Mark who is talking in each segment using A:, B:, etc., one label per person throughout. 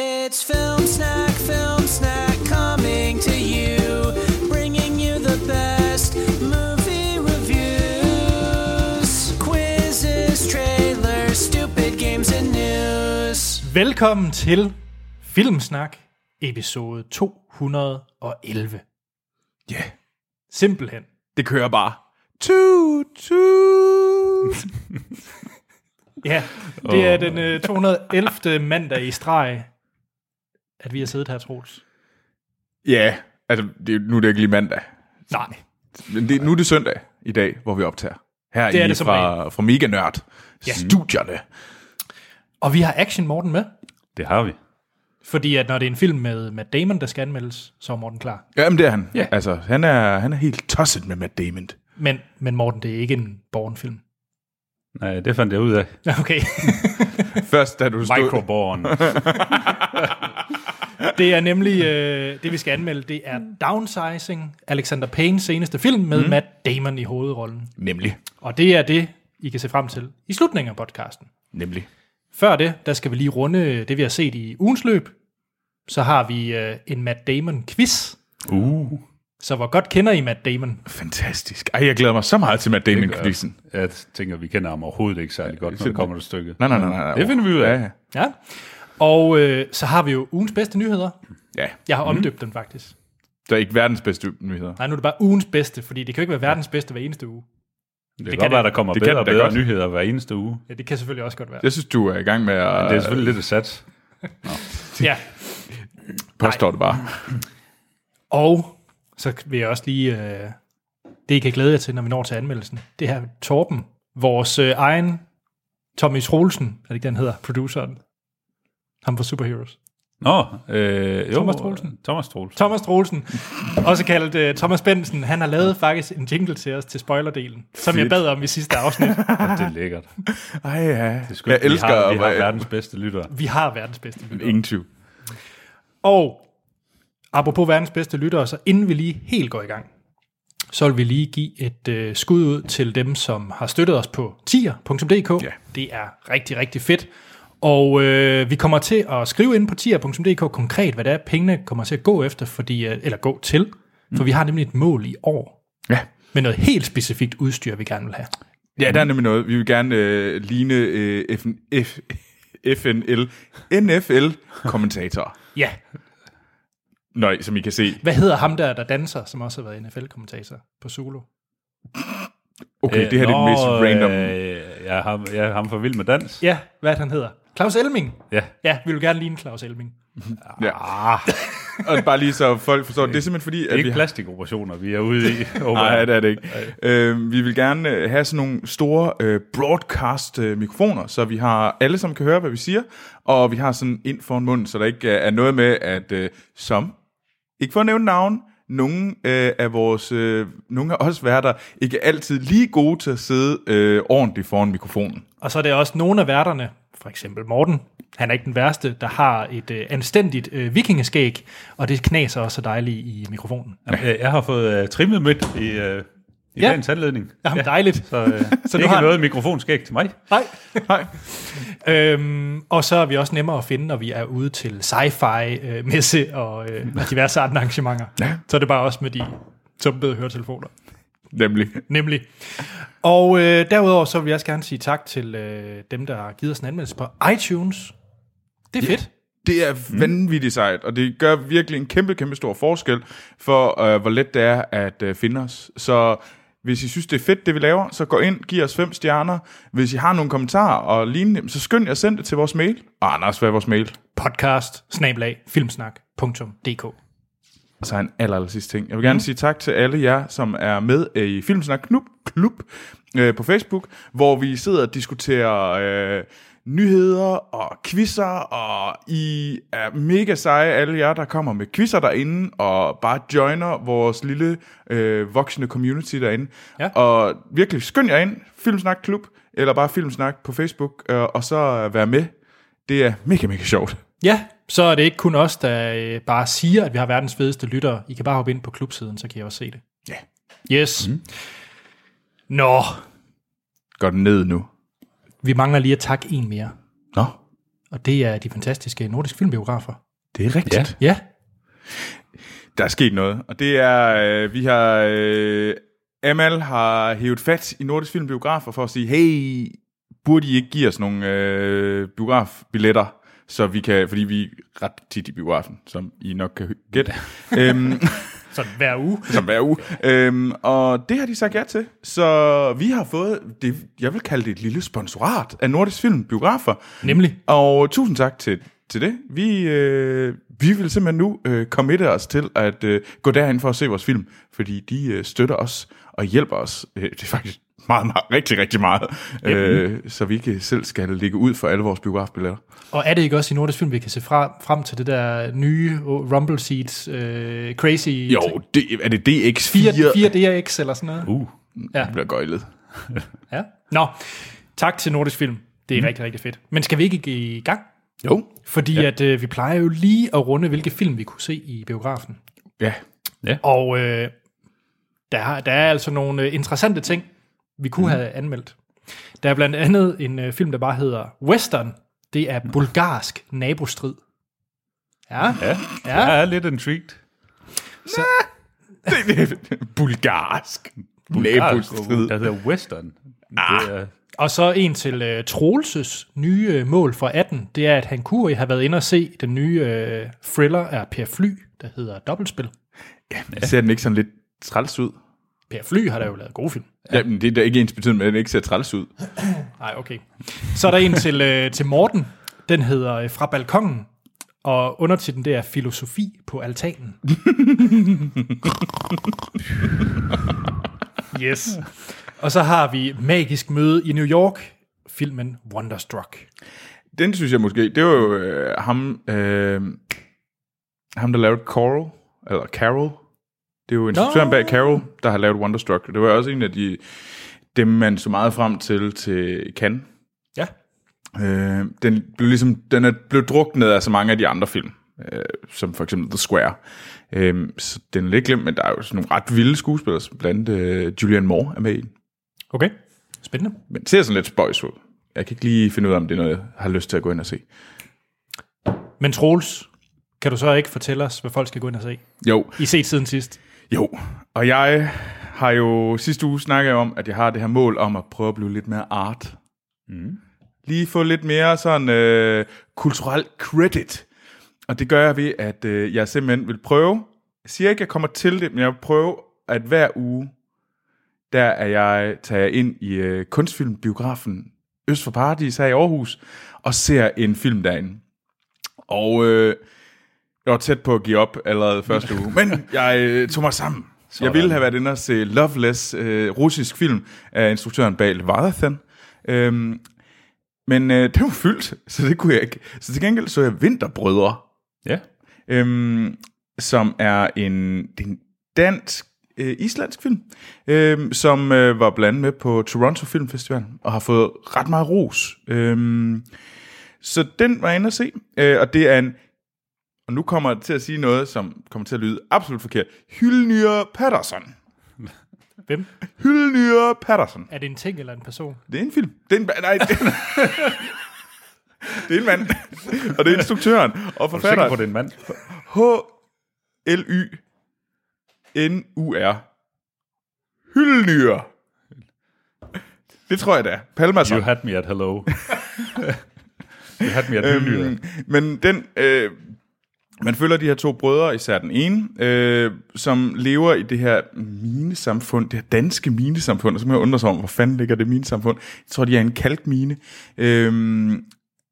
A: It's Film Snack, Film Snack coming to you, bringing you the best movie reviews, quizzes, trailers, stupid games, and news.
B: Velkommen til Filmsnak, episode 211.
C: Ja, yeah,
B: Simpelthen.
C: det kører bare. Toot, toot.
B: Ja, det er den øh, 211. mandag i streg, at vi har siddet her, Troels.
C: Ja, altså det, er- nu er det ikke lige mandag.
B: Nej.
C: Men det, nu er det søndag i dag, hvor vi optager. Her
B: Det er
C: i
B: det som
C: fra, fra Mega Nørd. Ja. Studierne.
B: Og vi har Action Morten med,
D: Det har vi.
B: fordi at når det er en film med Matt Damon, der skal anmeldes, så er Morten klar.
C: Jamen, det er han.
D: Ja.
C: Altså, han er, han er helt tosset med Matt Damon.
B: Men, men Morten, det er ikke en Born-film.
D: Nej, det fandt jeg ud af.
B: Okay,
C: Først da du stod...
D: Microborn.
B: det er nemlig, øh, det vi skal anmelde, det er Downsizing, Alexander Paynes seneste film med mm. Matt Damon i hovedrollen.
C: Nemlig.
B: Og det er det, I kan se frem til i slutningen af podcasten.
C: Nemlig.
B: Før det, der skal vi lige runde det, vi har set i ugens løb. Så har vi øh, en Matt Damon-quiz.
D: uh.
B: Så hvor godt kender I Matt Damon?
C: Fantastisk. Ej, jeg glæder mig så meget til Matt Damon-quizzen.
D: Jeg tænker, vi kender ham overhovedet ikke særlig godt, når det kommer til stykket.
C: Nej, nej, nej, nej.
D: Det finder vi ud af.
C: Ja, ja.
B: Ja. Og øh, så har vi jo ugens bedste nyheder.
C: ja.
B: Jeg har omdøbt dem faktisk.
C: Der er ikke verdens bedste nyheder.
B: Nej, nu er det bare ugens bedste, fordi det kan jo ikke være verdens bedste hver eneste uge.
D: Det, det
B: kan
D: kan godt
B: det-
D: være, der kommer
C: det
D: bedre
C: kan
D: og
C: det da
D: bedre
C: godt.
D: nyheder hver eneste uge.
B: Ja, det kan selvfølgelig også godt være.
C: Jeg synes, du er i gang med at...
D: Det er selvfølgelig lidt et sats.
B: Ja.
C: Påstår det bare.
B: Og så vil jeg også lige, øh, det I kan glæde jer til, når vi når til anmeldelsen, det her Torben, vores øh, egen Tommy Troelsen, er det ikke den hedder, produceren, ham fra Superheroes.
D: Nå, øh, jo,
B: Thomas Troelsen.
D: Thomas Troelsen.
B: Thomas Troelsen, også kaldt uh, Thomas Bensen, han har lavet faktisk en jingle til os til spoilerdelen, som jeg
C: Fedt.
B: bad om i sidste afsnit.
D: Ja, det er lækkert. Det
C: Ej, ja.
D: er sgu
C: Jeg
D: ikke-
C: elsker...
D: Vi har, vi har
C: at-
D: verdens bedste lytter.
B: Vi har verdens bedste lytter.
C: Ingen tvivl.
B: Og apropos verdens bedste lyttere, så inden vi lige helt går i gang, så vil vi lige give et øh, skud ud til dem, som har støttet os på tier.dk.
C: Ja.
B: Det er rigtig, rigtig fedt. Og øh, vi kommer til at skrive ind på tier.dk konkret, hvad det er, pengene kommer til at gå efter, fordi, øh, eller gå til. For vi har nemlig et mål i år
C: Ja.
B: med noget helt specifikt udstyr, vi gerne vil have.
C: Ja, der er nemlig noget. Vi vil gerne øh, ligne øh, FN, F, FNL, NFL-kommentatorer.
B: Ja,
C: Nej, som I kan se.
B: hvad hedder ham der, der danser, som også har været NFL-kommentator på Solo?
C: Okay, det her er det
D: Øh, Nå,
C: mest random.
D: Øh, jeg, ham, jeg er ham for vild med dans.
B: Ja, hvad er det, han hedder? Claus Elming.
D: Ja.
B: Ja, vi vil gerne ligne Claus Elming.
C: Ja. Og bare lige så folk forstår, det er simpelthen fordi,
D: ah. Det er
C: at vi
D: ikke
C: har...
D: plastikoperationer, vi er ude i. håber jeg.
C: Nej, det er det ikke. Øh, vi vil gerne øh, have sådan nogle store øh, broadcast-mikrofoner, så vi har alle, som kan høre, hvad vi siger, og vi har sådan ind foran munden, så der ikke øh, er noget med, at øh, som, ikke for at nævne navn, nogle øh, af vores, øh, nogle af os værter, ikke er altid lige gode til at sidde øh, ordentligt foran mikrofonen.
B: Og så er det også nogle af værterne, for eksempel Morten, han er ikke den værste, der har et øh, anstændigt øh, vikingeskæg, og det knaser også så dejligt i mikrofonen.
D: Jamen, jeg- Jeg har fået øh, trimmet midt i, øh, i
B: Ja.
D: ja. dagens anledning.
B: Jamen, dejligt.
D: Så, øh, så
B: nu
D: ikke
B: har-
D: har... noget mikrofonskæg til mig.
B: Nej.
C: Nej.
B: Øhm, og så er vi også nemmere at finde, når vi er ude til sci-fi-messe og, øh, og diverse andre arrangementer. Ja. Så er det bare også med de tumpede høretelefoner.
C: Nemlig.
B: Nemlig. Og øh, derudover så vil jeg også gerne sige tak til øh, dem, der har givet os en anmeldelse på iTunes. Det er fedt.
C: Det er vanvittigt sejt, og det gør virkelig en kæmpe, kæmpe stor forskel for, øh, hvor let det er at øh, finde os. Så hvis I synes, det er fedt, det vi laver, så gå ind, giv os fem stjerner. Hvis I har nogle kommentarer og lignende, jamen, så skynd jer at sende det til vores mail. Og Anders, hvad er vores mail?
B: podcast snablag filmsnak.dk.
C: Og så en aller, aller sidste ting. Jeg vil gerne sige tak til alle jer, som er med øh, i Filmsnak Klub, Klub øh, på Facebook, hvor vi sidder og diskuterer øh, nyheder og quizzer, og I er mega seje, alle jer, der kommer med quizzer derinde, og bare joiner vores lille øh, voksende community derinde.
B: Ja.
C: Og virkelig skynd jer ind, Filmsnak Klub, eller bare Filmsnak på Facebook, øh, og så øh, vær med. Det er mega, mega sjovt.
B: Ja, så er det ikke kun os, der øh, bare siger, at vi har verdens fedeste lyttere. I kan bare hoppe ind på klubsiden, så kan I også se det.
C: Ja.
B: Yes. Mm. Nå,
C: Går den ned nu.
B: vi mangler lige at takke en mere,
C: Nå,
B: og det er de fantastiske nordiske filmbiografer.
C: Det er rigtigt. Ja.
B: Ja,
C: Der er sket noget, og det er, øh, vi har, øh, Amal har hævet fat i Nordisk Film Biografer for at sige, hey, burde I ikke give os nogle øh, biografbilletter, så vi kan, fordi vi er ret tit i biografen, som I nok kan hø- gætte, øhm,
B: sådan hver uge.
C: som hver uge. Øhm, og det har de sagt ja til, så vi har fået, det, jeg vil kalde det et lille sponsorat af Nordisk Film Biografer,
B: Nemlig.
C: Og tusind tak til, til det. Vi, øh, vi vil simpelthen nu øh, committe os til at øh, gå derhen for at se vores film, fordi de øh, støtter os og hjælper os. Øh, det er faktisk meget, meget, rigtig, rigtig meget. Øh, så vi ikke selv skal ligge ud for alle vores biografbilletter.
B: Og er det ikke også i Nordisk Film, vi kan se fra, frem til det der nye Rumble Seats øh, Crazy...
C: Jo, det, er det DX4?
B: 4, 4 DRX eller sådan noget?
D: Uh,
B: Ja.
C: Det bliver gøjlet.
B: ja. Nå, tak til Nordisk Film. Det er mm. rigtig, rigtig fedt. Men skal vi ikke gå i gang?
C: Jo.
B: Fordi ja. at øh, vi plejer jo lige at runde, hvilke film vi kunne se i biografen.
C: Ja.
B: Og øh, der, har- der er altså nogle øh, interessante ting, vi kunne mm. have anmeldt. Der er blandt andet en øh, film, der bare hedder Western. Det er bulgarsk nabostrid. Ja,
D: ja.
B: Ja.
D: ja. Jeg er lidt intrigued.
C: Det, det, bulgarsk. Bulgarsk.
D: Bulgarsk. Der hedder Western. Ah. Det er,
B: og så en til øh, Troelses nye øh, mål for 18. Det er, at han kunne have været inde og se den nye øh, thriller af Per Fly, der hedder Dobbelspil.
C: Ser den ikke sådan lidt træls ud?
B: Per Fly har da jo lavet gode film.
C: Ja. Jamen, det er da ikke ens betydning, med, at den ikke ser træls ud.
B: Nej, okay. Så er der en til, øh, til Morten. Den hedder øh, Fra balkongen. Og undertitlen det er Filosofi på altanen. yes. Og så har vi Magisk møde i New York. Filmen Wonderstruck.
C: Den synes jeg måske, det var jo øh, ham, øh, ham, der lavede Coral, eller Carol. Det er jo instruktøren bag Carol, der har lavet Wonderstruck. Det var også en af de, dem, man så meget frem til til Cannes.
B: Ja.
C: Øh, den blev ligesom, den er blevet druknet af så mange af de andre film, øh, som for eksempel The Square. Øh, så den er lidt glemt, men der er jo sådan nogle ret vilde skuespillere, som blandt andet øh, Julianne Moore er med i den.
B: Okay. Spændende.
C: Men ser sådan lidt spøjs ud. Jeg kan ikke lige finde ud af, om det er noget, jeg har lyst til at gå ind og se.
B: Men Troels, kan du så ikke fortælle os, hvad folk skal gå ind og se?
C: Jo,
B: I set siden sidst.
C: Jo, og jeg har jo sidste uge snakket om, at jeg har det her mål om at prøve at blive lidt mere art. Mm. Lige få lidt mere sådan øh, kulturel credit. Og det gør jeg ved, at øh, jeg simpelthen vil prøve, jeg siger ikke, at jeg kommer til det, men jeg vil prøve, at hver uge, der er jeg, tager jeg ind i øh, kunstfilmbiografen Øst for Paradis her i Aarhus, og ser en film derinde. Og øh, jeg var tæt på at give op allerede første uge, men jeg øh, tog mig sammen. Jeg ville have været inde og se Loveless, øh, russisk film af instruktøren bag Leviathan. Øhm, men øh, den var fyldt, så det kunne jeg ikke. Så til gengæld så jeg Vinterbrødre,
D: ja.
C: øhm, som er en, det er en dansk, øh, islandsk film, øhm, som øh, var blandet med på Toronto Film Festival, og har fået ret meget ros. Øhm, så den var jeg inde at se, øh, og det er en, og nu kommer jeg til at sige noget, som kommer til at lyde absolut forkert, Hylnyr Patterson.
B: Hvem?
C: Hylnyr Patterson.
B: Er det en ting eller en person?
C: Det er en film. Det er en, nej, det er, det er en mand. Og det er instruktøren og
D: Er du sikker
C: forfatteren.
D: på, det er en mand?
C: H-L-Y-N-U-R. Hyldnyr. Det tror jeg da. Palmas.
D: You had me at hello. you had me at hello.
C: Øhm, men den, øh, man følger de her to brødre, især den ene, øh, som lever i det her minesamfund, det her danske minesamfund, og så må jeg undre sig om, hvor fanden ligger det minesamfund? Jeg tror, de er i en kalkmine. Øh,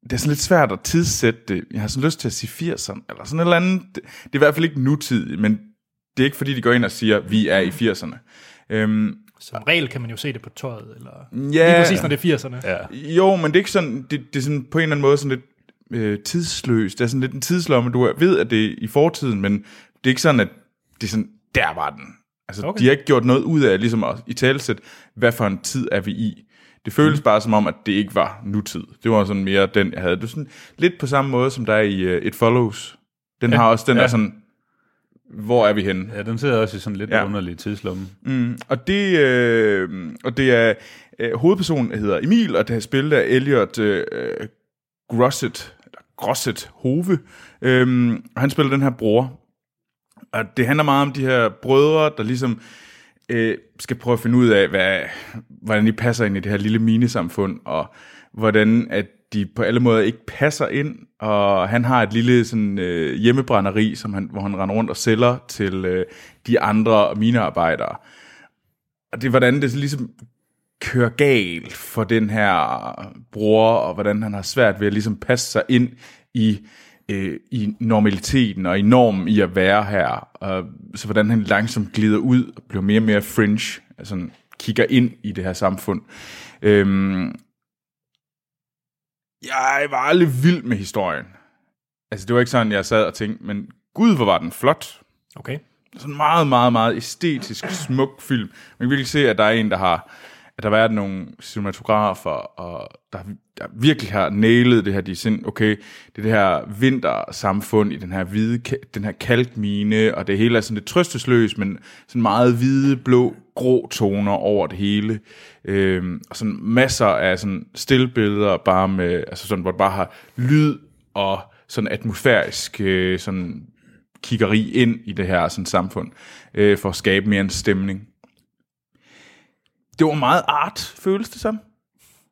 C: det er sådan lidt svært at tidssætte det. Jeg har sådan lyst til at sige 80'erne, eller sådan et eller andet. Det er i hvert fald ikke nutidigt, men det er ikke fordi, de går ind og siger, vi er i 80'erne. Øhm,
B: Som regel kan man jo se det på tøjet, eller
C: ja,
B: lige præcis når det er 80'erne.
D: Ja.
C: jo, men det er ikke sådan, det, det er sådan på en eller anden måde sådan lidt øh, tidsløst. Det er sådan lidt en tidslomme. Du ved, at det er i fortiden, men det er ikke sådan, at det er sådan, der var den. Altså, okay.
B: Okay.
C: de har ikke gjort noget ud af ligesom at i talesæt, hvad for en tid er vi i. Det føles mm. bare som om, at det ikke var nutid. Det var sådan mere den, jeg havde. Det er sådan lidt på samme måde, som der er i øh, It Follows. Den har også, den ja. er sådan, hvor er vi henne?
D: ja, den sidder også i sådan lidt
C: Ja.
D: ja. underlig tidslomme.
C: Mm, Og det, øh, og det er øh, hovedpersonen hedder Emil, og det er spillet af Elliot øh, Grosset, eller Grosset Hove. Øhm, og han spiller den her bror. Og det handler meget om de her brødre, der ligesom øh, skal prøve at finde ud af, hvad, hvordan de passer ind i det her lille minisamfund, og hvordan at de på alle måder ikke passer ind, og han har et lille sådan, øh, hjemmebrænderi, som han, hvor han render rundt og sælger til øh, de andre minearbejdere. Og det er, hvordan det ligesom kører galt for den her bror, og hvordan han har svært ved at ligesom passe sig ind i, øh, i normaliteten og i normen i at være her. Og så hvordan han langsomt glider ud og bliver mere og mere fringe, altså kigger ind i det her samfund. Øhm, jeg var aldrig vild med historien. Altså, det var ikke sådan, jeg sad og tænkte, men gud, hvor var den flot
B: Okay.
C: sådan meget, meget, meget æstetisk, smuk film. Man kan virkelig se, at der er en, der har at der har været nogle cinematografer, og der, der virkelig har nailet det her. De er sådan, okay, det er det her vintersamfund i den her hvide, ka- den her kalkmine, og det hele er sådan lidt trøstesløst, men sådan meget hvide, blå, grå toner over det hele. Øhm, og sådan masser af sådan stillbilleder, bare med, altså sådan, hvor det bare har lyd og sådan atmosfærisk øh, sådan kiggeri ind i det her sådan, samfund, øh, for at skabe mere en stemning. Det var meget art, føles det som.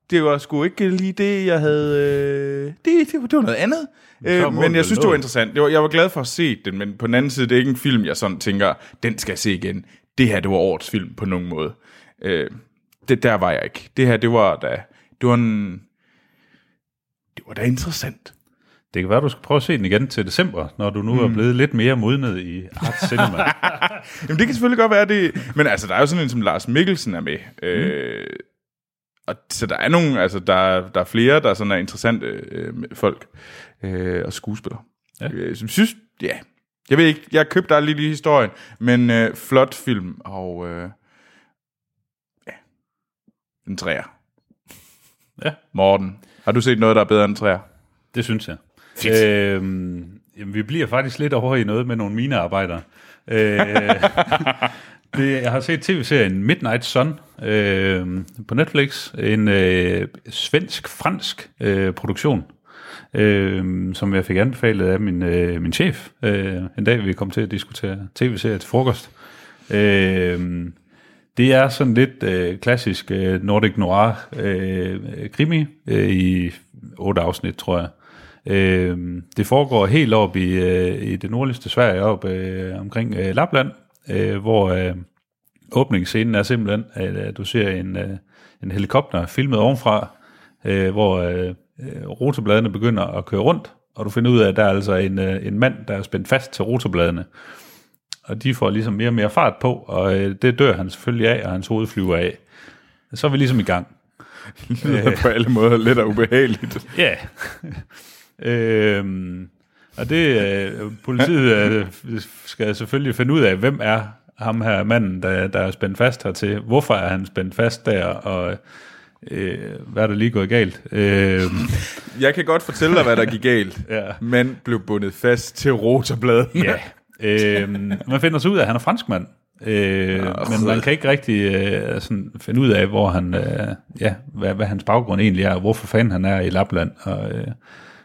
C: Det var sgu ikke lige det, jeg havde... Øh, det, det, var, det var noget andet. Øh,
D: må det
C: men jeg
D: vel
C: synes, det var
D: noget.
C: interessant. Det var, jeg var glad for at se den, men på den anden side, det er ikke en film, jeg sådan tænker, den skal jeg se igen. Det her, det var årets film på nogen måde. Øh, det, der var jeg ikke. Det her, det var da... Det var en... Det var da interessant.
D: Det kan være, du skal prøve at se den igen til december, når du nu mm. er blevet lidt mere modnet i art cinema.
C: Jamen, det kan selvfølgelig godt være det. Men altså, der er jo sådan en som Lars Mikkelsen er med. Øh,
D: Mm.
C: og, så der er nogle, altså, der, der er flere, der sådan er interessante øh, folk øh, og skuespillere. Ja.
D: Ja.
C: Øh, som synes, ja. Jeg ved ikke, jeg købte aldrig lige historien, men øh, flot film, og øh, ja, en træer.
D: Ja.
C: Morten, har du set noget, der er bedre end en træer?
D: Det synes jeg. Øhm, jamen, vi bliver faktisk lidt over i noget med nogle minearbejdere. Øh, det, jeg har set tv-serien Midnight Sun øh, på Netflix. En øh, svensk-fransk øh, produktion, øh, som jeg fik anbefalet af min, øh, min chef øh, en dag, vi kom til at diskutere tv-serier til frokost. Øh, det er sådan lidt øh, klassisk øh, Nordic Noir øh, krimi øh, i otte afsnit, tror jeg. Øh, det foregår helt op i, øh, i det nordligste Sverige, op øh, omkring øh, Lapland, øh, hvor øh, åbningsscenen er simpelthen, at øh, du ser en, øh, en helikopter filmet ovenfra, øh, hvor øh, øh, rotorbladene begynder at køre rundt, og du finder ud af, at der er altså en, øh, en mand, der er spændt fast til rotorbladene og de får ligesom mere og mere fart på, og øh, det dør han selvfølgelig af, og hans hoved flyver af. Så er vi ligesom i gang.
C: Det er på alle måder lidt og ubehageligt.
D: Ja. Yeah. øhm, og det, øh, politiet øh, skal selvfølgelig finde ud af, hvem er ham her manden, der, der er spændt fast hertil. Hvorfor er han spændt fast der, og øh, hvad er der lige gået galt? Øhm,
C: Jeg kan godt fortælle dig, hvad der gik galt,
D: Ja.
C: men blev bundet fast til rotorbladene.
D: Ja. øhm, man finder så ud af, at han er franskmand. Øh, men man kan ikke rigtig øh, sådan finde ud af, hvor han, øh, ja, hvad, hvad hans baggrund egentlig er, og hvorfor fanden han er i Lapland, og, øh,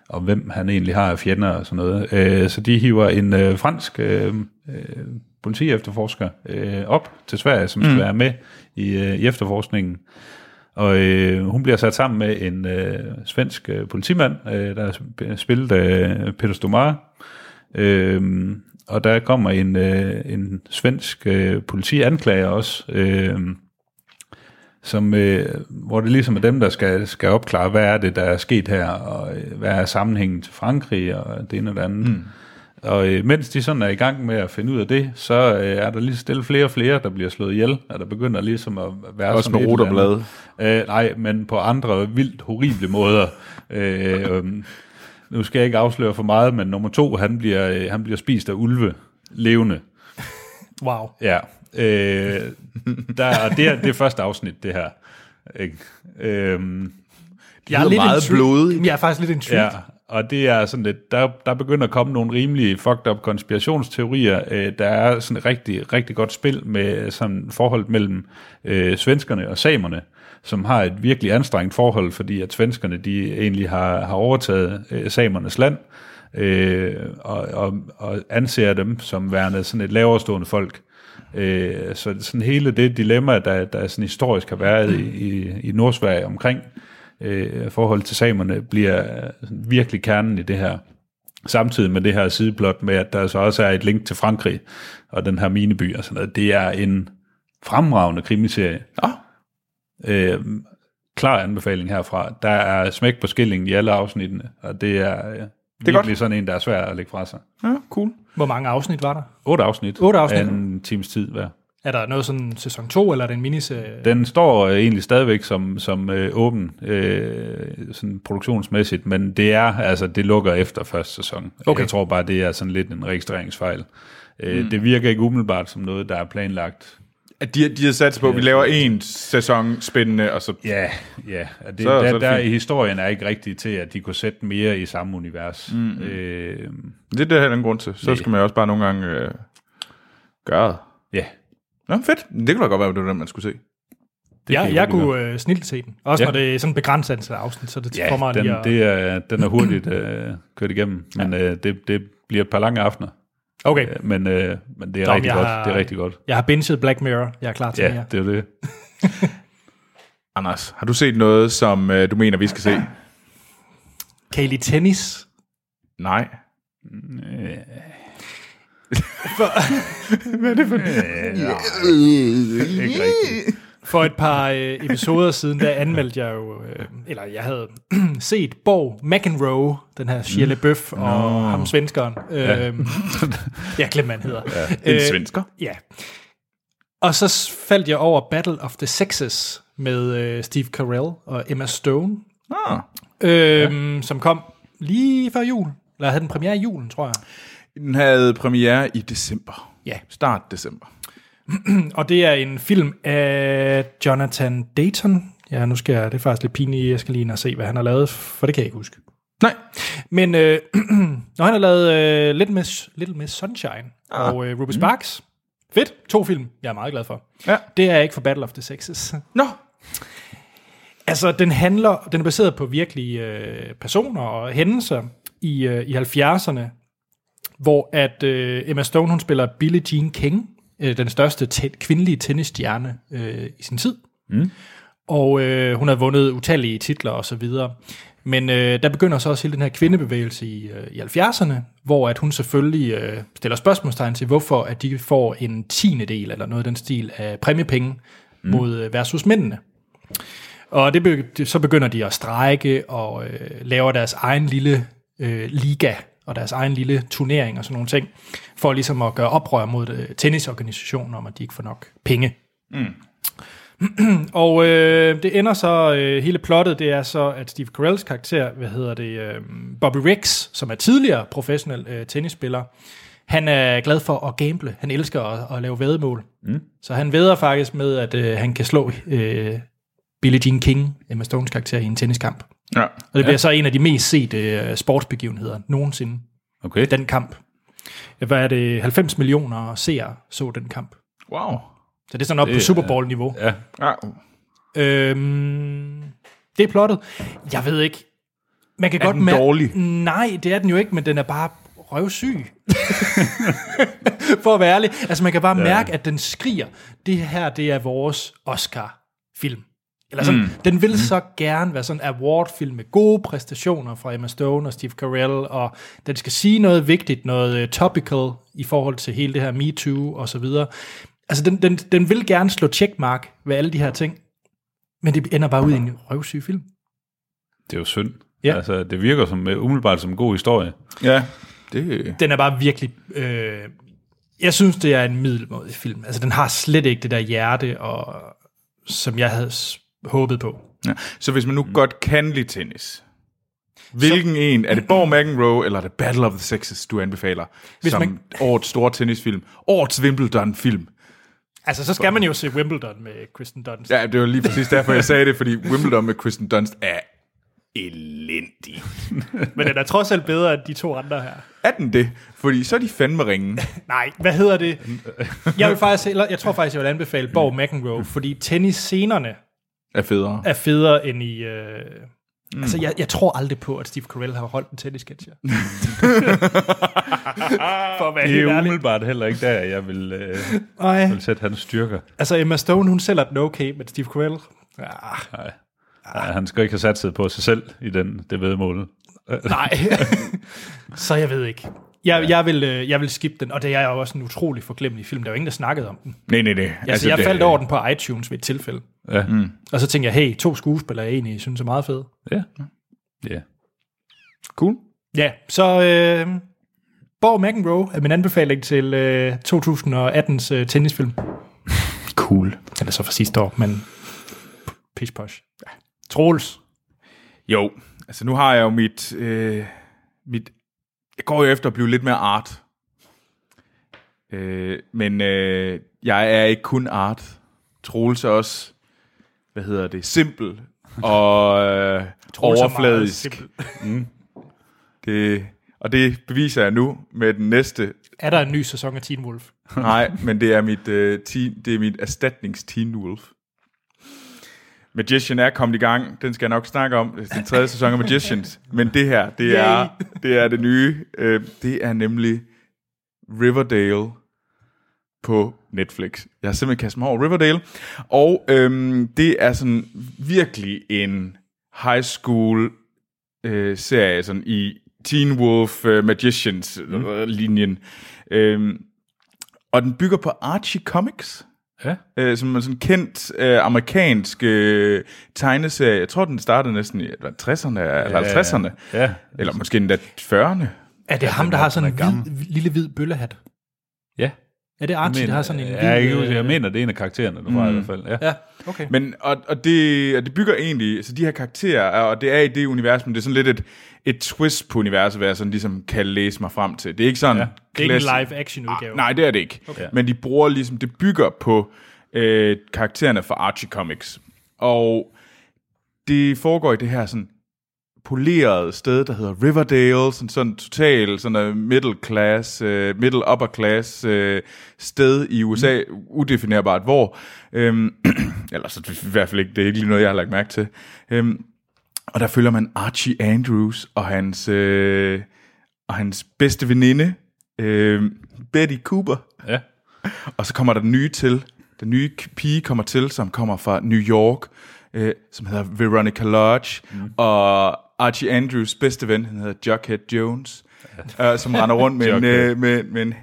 D: og hvem han egentlig har af fjender og sådan noget. Øh, så de hiver en øh, fransk øh, øh, politiefterforsker øh, op til Sverige, som skal være med i, øh, i efterforskningen. Og øh, hun bliver sat sammen med en øh, svensk øh, politimand, øh, der er sp- spillet øh, Peter Stomare, Øhm, og der kommer en, øh, en svensk øh, politianklager også, øh, som, øh, hvor det ligesom er dem, der skal, skal opklare, hvad er det, der er sket her, og øh, hvad er sammenhængen til Frankrig, og det ene og det andet.
C: Hmm.
D: Mm. Og øh, mens de sådan er i gang med at finde ud af det, så øh, er der lige stille flere og flere, der bliver slået ihjel, og der begynder ligesom at være
C: Også
D: sådan
C: med
D: et eller andet.
C: roterblade.
D: Øh, nej, men på andre vildt horrible måder. Øh, øhm, nu skal jeg ikke afsløre for meget, men nummer to, han bliver, øh, han bliver spist af ulve levende.
B: Wow.
D: Ja. Øh, der, og det, er, det er første afsnit, det her. Ikke? Øhm,
B: Jeg
C: lyder meget
B: i tvivl.
C: blodigt.
B: Jamen, Jeg er faktisk lidt i tvivl.
D: ja,
B: Ja.
D: Og det er sådan lidt, der, der begynder at komme nogle rimelige fucked up konspirationsteorier. Øh, der er sådan et rigtig, rigtig godt spil med sådan forholdet mellem øh, svenskerne og samerne, som har et virkelig anstrengt forhold, fordi at svenskerne de egentlig har, har overtaget øh, samernes land øh, og, og, og anser dem som værende sådan et laverstående folk. Øh, så sådan hele det dilemma, der, der sådan historisk har været i, i, i Nordsverige omkring øh, forhold til samerne, bliver øh, sådan virkelig kernen i det her. Samtidig med det her sideplot med, at der så også er et link til Frankrig og den her mineby og sådan noget. Det er en fremragende krimiserie.
C: Nå.
D: Øh, klar anbefaling herfra. Der er smæk på skillingen i alle afsnittene, og det er, øh, det er virkelig
C: godt.
D: godt. sådan en, der er svær at lægge fra sig.
C: Ja, Ah, cool.
B: Hvor mange afsnit var der?
D: Otte afsnit.
B: Otte afsnit.
D: af En times tid hver.
B: Er der noget sådan sæson 2, eller er det en miniserie?
D: Den står øh, egentlig stadigvæk som, som øh, åben øh, sådan produktionsmæssigt, men det er altså det lukker efter første sæson.
B: Okay.
D: Jeg tror bare, det er sådan lidt en registreringsfejl. Øh, Det virker ikke umiddelbart som noget, der er planlagt.
C: At de, de har sat på, at vi laver en sæson spændende, og så...
D: Ja, ja. Det,
C: Så-
D: så, der,
C: så er det
D: der
C: fint.
D: historien er ikke rigtig til, at de kunne sætte mere i samme univers. Mm. Øh,
C: Det er der heller ingen grund til. Så
D: Nej.
C: skal man jo også bare nogle gange øh, gøre det.
D: ja,
C: Nå, fedt. Det kunne da godt være, at det var den, man skulle se.
B: Det jeg
D: kan
B: jeg,
D: jeg
B: jeg
D: godt
B: kunne øh, snilt se den. Også ja.
D: Ja.
B: når det er sådan begrænset antal afsnit, så er det ja, for
D: ja
B: mig den,
D: den,
B: lige at...
D: det er, den er hurtigt øh, kørt igennem, men øh, det, det bliver et par lange aftener.
B: Okay,
D: Øh, Men, øh, men det er
B: Nå, men
D: rigtig
B: jeg
D: godt.
B: har-
D: Det er rigtig godt.
B: jeg har binget Black Mirror. Jeg er klar til
D: Ja,
B: mere.
D: det er det.
C: Anders, har du set noget, som øh, du mener, vi skal se?
B: Kan I lide tennis?
C: Nej.
D: Øh, Ikke rigtigt.
B: For et par øh, episoder siden, der anmeldte jeg jo, øh, eller jeg havde set Borg McEnroe, den her Shirley Bøf og ham svenskeren. Øh, Mm. ja. jeg glemte, hvad han hedder. Øh, Ja.
C: En svensker?
B: Ja. Og så s- faldt jeg over Battle of the Sexes med øh, Steve Carell og Emma Stone,
C: Ah.
B: øhm, ja. som kom lige før jul. Eller havde den premiere i julen, tror jeg.
C: Den havde premiere i december.
B: Ja.
C: Start december.
B: Og det er en film af Jonathan Dayton. Ja, nu skal jeg, det er faktisk lidt pinligt, jeg skal lige ind og se, hvad han har lavet, for det kan jeg ikke huske.
C: Nej.
B: Men øh, når han har lavet øh, Little, Miss, Little Miss Sunshine ah. og øh, Ruby Sparks, fedt, to film, jeg er meget glad for.
C: Mm. Ja.
B: Det er jeg ikke for Battle of the Sexes.
C: Nå.
B: Altså, den handler, den er baseret på virkelige øh, personer og hændelser i, øh, i 70'erne, hvor at øh, Emma Stone, hun spiller Billie Jean King, øh, den største te- kvindelige tennisstjerne øh, i sin tid. Mm. Og øh, hun har vundet utallige titler og så videre. Men øh, der begynder så også hele den her kvindebevægelse i, øh, i 70'erne, hvor at hun selvfølgelig øh, stiller spørgsmålstegn til, hvorfor at de får en tiende del eller noget af den stil af præmiepenge mm. mod øh, versus mændene. Og det, be- det- så begynder de at strække og øh, laver deres egen lille øh, liga og deres egen lille turnering og sådan nogle ting, for ligesom at gøre oprør mod øh, tennisorganisationen om, at de ikke får nok penge. Mm. og øh, det ender så, øh, hele plottet, det er så, at Steve Carells karakter, hvad hedder det, øh, Bobby Riggs, som er tidligere professionel øh, tennisspiller, han er glad for at gamble. Han elsker at, at lave væddemål. Mm. Så han væder faktisk med, at øh, han kan slå øh, Billie Jean King, Emma Stones karakter, i en tenniskamp.
C: Ja.
B: Og det bliver så en af de mest sete øh, sportsbegivenheder nogensinde.
D: Okay.
B: Den kamp. Hvad er det? 90 millioner seere så den kamp.
C: Wow.
B: Så det er sådan op på Super Bowl-niveau.
D: Ja.
C: Ja.
B: Øhm, det er plottet. Jeg ved ikke. Man kan er godt
C: den
B: mær-
C: dårlig?
B: Nej, det er den jo ikke, men den er bare røvsyg. For at være ærlig. Altså, man kan bare ja. mærke, at den skriger. Det her, det er vores Oscar-film. Eller sådan, mm. Den vil mm. så gerne være sådan en award-film med gode præstationer fra Emma Stone og Steve Carell, og den skal sige noget vigtigt, noget øh, topical i forhold til hele det her Me Too og så videre. Altså, den, den, den vil gerne slå checkmark ved alle de her ting, men det ender bare ud i en røvsyg film.
D: Det er jo synd.
B: Ja.
D: Ja. Altså, det virker som, øh, umiddelbart som en god historie.
C: Ja. Det...
B: den er bare virkelig... Øh, jeg synes, det er en middelmådig film. Altså, den har slet ikke det der hjerte, og, som jeg havde s- håbet på.
C: Ja. Så hvis man nu
B: Mm.
C: godt kan lide tennis, hvilken så... en? Er det Borg McEnroe, eller er det Battle of the Sexes, du anbefaler? Hvis som man...
B: man-
C: årets store tennisfilm. Årets Wimbledon-film.
B: Altså, så skal man jo se Wimbledon med Kristen Dunst.
C: Ja, det var lige præcis derfor, jeg sagde det, fordi Wimbledon med Kristen Dunst er elendig.
B: Men den er trods alt bedre end de to andre her.
C: Er den det? Fordi så er de fandme ringe.
B: Nej, hvad hedder det? Jeg, vil faktisk, eller, jeg tror faktisk, jeg vil anbefale Borg McEnroe, fordi tennisscenerne
C: Er federe.
B: er federe end i... Øh... Mm. Altså, jeg, jeg tror aldrig på, at Steve Carell har holdt en tennissketch her. For at være
D: Det
B: helt
D: er
B: ærlig.
D: umiddelbart heller ikke der, jeg vil, øh,
B: Nej.
D: vil sætte hans styrker.
B: Altså, Emma Stone, hun sælger den okay, men Steve Carell... Ah,
D: Nej, han skal ikke have satset på sig selv i den, det vedmål.
B: nej. så jeg ved ikke. Jeg, jeg, vil, øh, jeg vil skippe den, og det er jo også en utrolig forglemmelig film. Der er jo ingen, der snakkede om den.
C: Nej, nej, nej.
B: Altså, altså jeg faldt over den på iTunes ved et tilfælde.
D: Ja. Mm.
B: Og så tænkte jeg, hey, to skuespillere, jeg egentlig synes er meget fede.
D: Ja. ja.
C: Cool.
B: Ja, så øh, Borg McEnroe er min anbefaling til øh, 2018's øh, tennisfilm.
C: Cool.
B: Den er så fra sidste år, men pish posh. Ja. Troels.
C: Jo, altså nu har jeg jo mit... Øh, mit jeg går jo efter at blive lidt mere art. Øh, men øh, jeg er ikke kun art. Troels er også, hvad hedder det, simpel og øh,
B: Troels er meget
C: overfladisk.
B: simpel.
C: Det, og det beviser jeg nu med den næste
B: Er der en ny sæson af Teen Wolf?
C: Nej, men det er mit, øh, teen, det er mit erstatnings Teen Wolf. Magician er kommet i gang. Den skal jeg nok snakke om. Det er den tredje sæson af Magicians. Men det her, det er det, er det nye. Øh, det er nemlig Riverdale på Netflix. Jeg har simpelthen kastet mig over Riverdale. Og øhm, det er sådan virkelig en high school øh, serie, sådan i Teen Wolf øh, Magicians øh, linjen. Øhm, og den bygger på Archie Comics,
D: ja.
C: øh, som er sådan en kendt øh, amerikansk øh, tegneserie. Jeg tror, den startede næsten i eller 60'erne eller 50'erne.
D: Ja.
C: Eller måske endda 40'erne.
B: Er det ja, ham, der har sådan en hvid, lille hvid bøllehat?
D: ja.
B: Er det Archie, men, der har sådan en
D: øh, jeg, er ikke,
B: hvid... øh,
D: jeg mener, det er en af karaktererne derfra mm. i hvert fald. Ja.
B: ja, okay. Men,
C: Men, og, og, det, og det bygger egentlig, så de her karakterer, er- og det er i det univers, men det er sådan lidt et, et twist på universet, hvad jeg sådan ligesom kan læse mig frem til. Det er ikke sådan... Ja,
B: det er ikke en live-action-udgave.
C: Ah, Nej, det er det ikke. Okay. Men de bruger ligesom, det bygger på øh, karaktererne fra Archie Comics. Og det foregår i det her sådan polerede sted, der hedder Riverdale, sådan, sådan total sådan øh, middle class, øh, middle upper class øh, sted i USA, udefinerbart hvor. Øhm, eller så i hvert fald ikke, det er ikke lige noget, jeg har lagt mærke til. Øhm, og der følger man Archie Andrews og hans, øh, og hans bedste veninde, øh, Betty Cooper.
D: Ja.
C: Og så kommer der den nye til. Den nye k- pige kommer til, som kommer fra New York, øh, som hedder Veronica Lodge. Mm. Og Archie Andrews bedste ven, han hedder Jughead Jones, ja. øh, som render rundt med, en,
D: Jughead.
C: øh, med, med, en,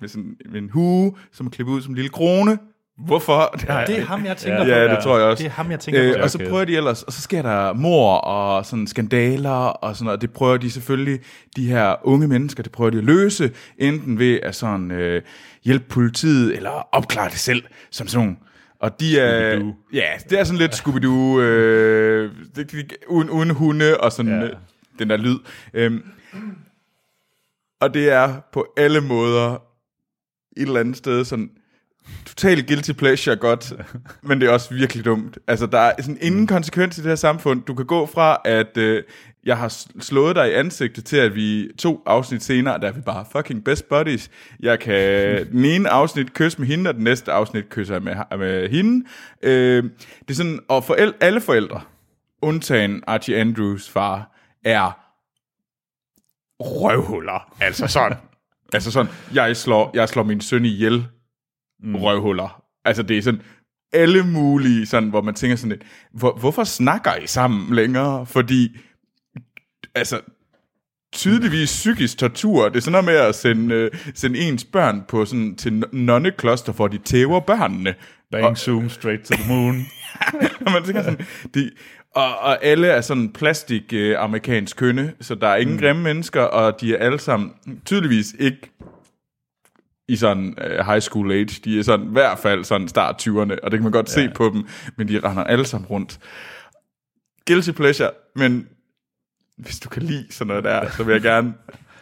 C: med, sådan, med en hue, som er klippet ud som en lille krone. Hvorfor? Det har jeg
B: Det er ham, jeg tænker på.
C: Ja, det tror jeg også.
B: Det er ham, jeg tænker på.
C: Øh, og så
D: Okay.
C: prøver de ellers, og så sker der mor og sådan skandaler og sådan noget. Det prøver de selvfølgelig, de her unge mennesker, det prøver de at løse, enten ved at sådan øh, hjælpe politiet, eller opklare det selv, som sådan nogle- og de er,
D: Scooby-Doo.
C: ja, det er sådan lidt Scooby-Doo, øh, det- det- uden, uden hunde og sådan
D: Ja.
C: øh, den der lyd. Øhm, og det er på alle måder et eller andet sted sådan total guilty pleasure godt, men det er også virkelig dumt. Altså, der er sådan ingen konsekvens i det her samfund. Du kan gå fra, at øh, jeg har sl- slået dig i ansigtet, til at vi to afsnit senere, der er vi bare fucking best buddies. Jeg kan den ene afsnit kysse med hende, og den næste afsnit kysser jeg med, ha- med hende. Øh, det er sådan, og foræl- alle forældre, undtagen Archie Andrews far, er røvhuller. Altså sådan. altså sådan, jeg slår, jeg slår min søn ihjel mm. røvhuller. Altså det er sådan alle mulige, sådan, hvor man tænker sådan lidt, hvor, hvorfor snakker I sammen længere? Fordi, altså, tydeligvis psykisk tortur. Det er sådan noget med at sende, øh, sende ens børn på sådan, til n- nonnekloster, hvor de tæver børnene.
D: Bang, og, zoom, straight to the moon.
C: Og man tænker sådan, de, og, og alle er sådan plastik øh, amerikansk kønne, så der er ingen mm. grimme mennesker, og de er alle sammen tydeligvis ikke i sådan øh, high school age. De er sådan i hvert fald sådan start 20'erne, og det kan man godt ja. se på dem, men de render alle sammen rundt. Guilty pleasure, men hvis du kan lide sådan noget der, så vil jeg gerne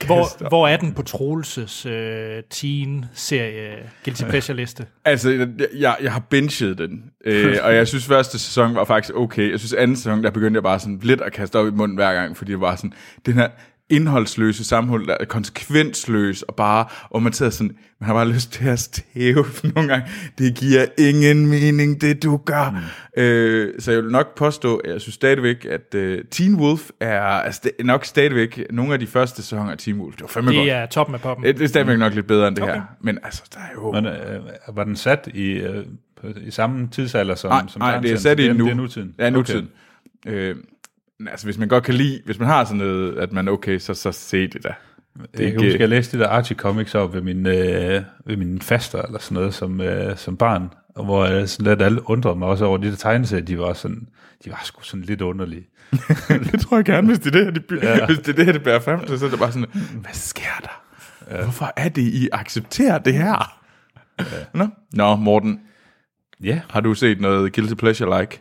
B: Hvor, hvor er den på Troelses øh, teen-serie Guilty Pleasure-liste?
C: Altså, jeg- jeg, jeg har binget den, øh, og jeg synes, første sæson var faktisk okay. Jeg synes, anden sæson, der begyndte jeg bare sådan lidt at kaste op i munden hver gang, fordi det var sådan, den her indholdsløse samfund, der er konsekvensløs, og bare, og man sidder sådan, man har bare lyst til at stæve nogle gange. Det giver ingen mening, det du gør. Mm. Øh, så jeg vil nok påstå, at jeg synes stadigvæk, at øh, Teen Wolf er altså, det er nok stadigvæk nogle af de første sæsoner af Teen Wolf. Det var fandme godt.
B: Det er toppen af poppen.
C: Det er stadigvæk nok lidt bedre end det okay. her. Men altså, der er jo...
D: Men, øh, var den sat i, øh, på- i samme tidsalder som,
C: Nej,
D: som
C: nej det er
D: tegneserien?
C: sat i nu.
D: Det er nutiden.
C: Ja, nutiden. Okay. Øh, men altså, hvis man godt kan lide, hvis man har sådan noget, at man er okay, så, så se det da.
D: Det jeg kan
C: ikke-
D: huske, jeg læste det der Archie Comics op ved min, øh, ved min faster eller sådan noget som, øh, som barn, og hvor jeg sådan lidt alle undrede mig også over de der tegneserier, de var sådan, de var sgu sådan lidt underlige.
C: det tror jeg gerne, hvis det er det her, det, by- ja. hvis det, er det, her, det bærer frem til, så er det bare sådan, hvad sker der? Ja. Hvorfor er det, I accepterer det her? Ja. Nå? Nå, Morten,
D: Ja,
C: har du set noget Guilty Pleasure-like?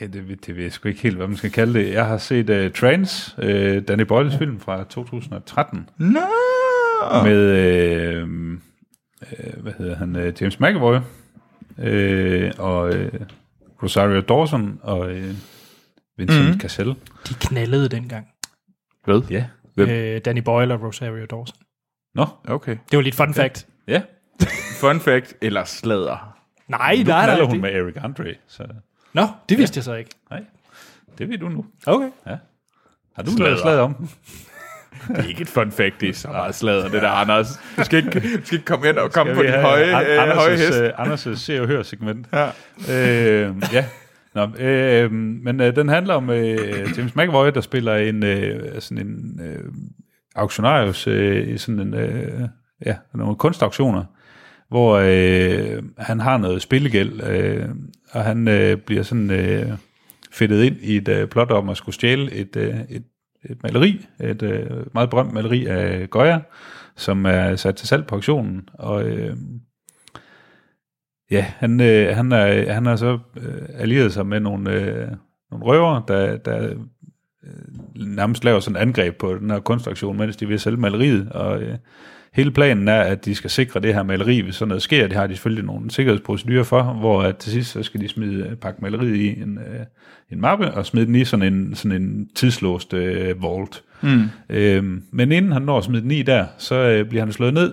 D: det, det, det ved jeg sgu ikke helt, hvad man skal kalde det. Jeg har set uh, Trans, uh, Danny Boyles film fra 2013,
C: Nå!
D: med, øh, øh, hvad hedder han, øh, James McAvoy, øh, og øh, Rosario Dawson, og øh, Vincent mm. Cassel.
B: De knaldede dengang.
C: Hvad?
D: Ja.
C: Hvem?
B: Øh, Danny Boyle og Rosario Dawson.
D: Nå,
C: Okay.
B: Det var lidt fun fact.
D: ja.
C: Fun fact, eller slader.
B: Nej, nej,
D: Nu
B: nej.
D: knalder hun
B: det-
D: med Eric Andre, så
B: Nå, det vidste jeg så ikke.
D: nej, det ved du nu.
B: Okay.
D: Har du lavet slaget om? den?
C: Det er ikke et fun fact, det er så meget slader, det der, Anders. Du skal ikke, du skal ikke komme ind og komme på
D: vi
C: din
D: have
C: høje,
D: An-
C: øh, høje hest.
D: Anders' Anders' se og hør segment. Ja. Øh, ja. Nå, øh, men øh, den handler om øh, James McAvoy, der spiller en øh, sådan en øh, auktionarius øh, i sådan en øh, ja, nogle kunstauktioner, hvor øh, han har noget spillegæld, øh, og han øh, bliver sådan øh, fedtet ind i et øh, plot om at skulle stjæle et, øh, et, et maleri, et øh, meget berømt maleri af Goya, som er sat til salg på auktionen, og øh, ja, han, øh, han, er, han har så øh, allieret sig med nogle, øh, nogle røver, der, der øh, nærmest laver sådan et angreb på den her kunstaktion, mens de vil sælge maleriet, og øh, hele planen er, at de skal sikre det her maleri, hvis sådan noget sker, det har de selvfølgelig nogle sikkerhedsprocedurer for, hvor at til sidst så skal de smide øh, pakke maleriet i en, øh, en mappe, og smide den i sådan en, sådan en tidslåst øh, vault. Mm. Øh, men inden han når at smide den i der, så øh, bliver han slået ned,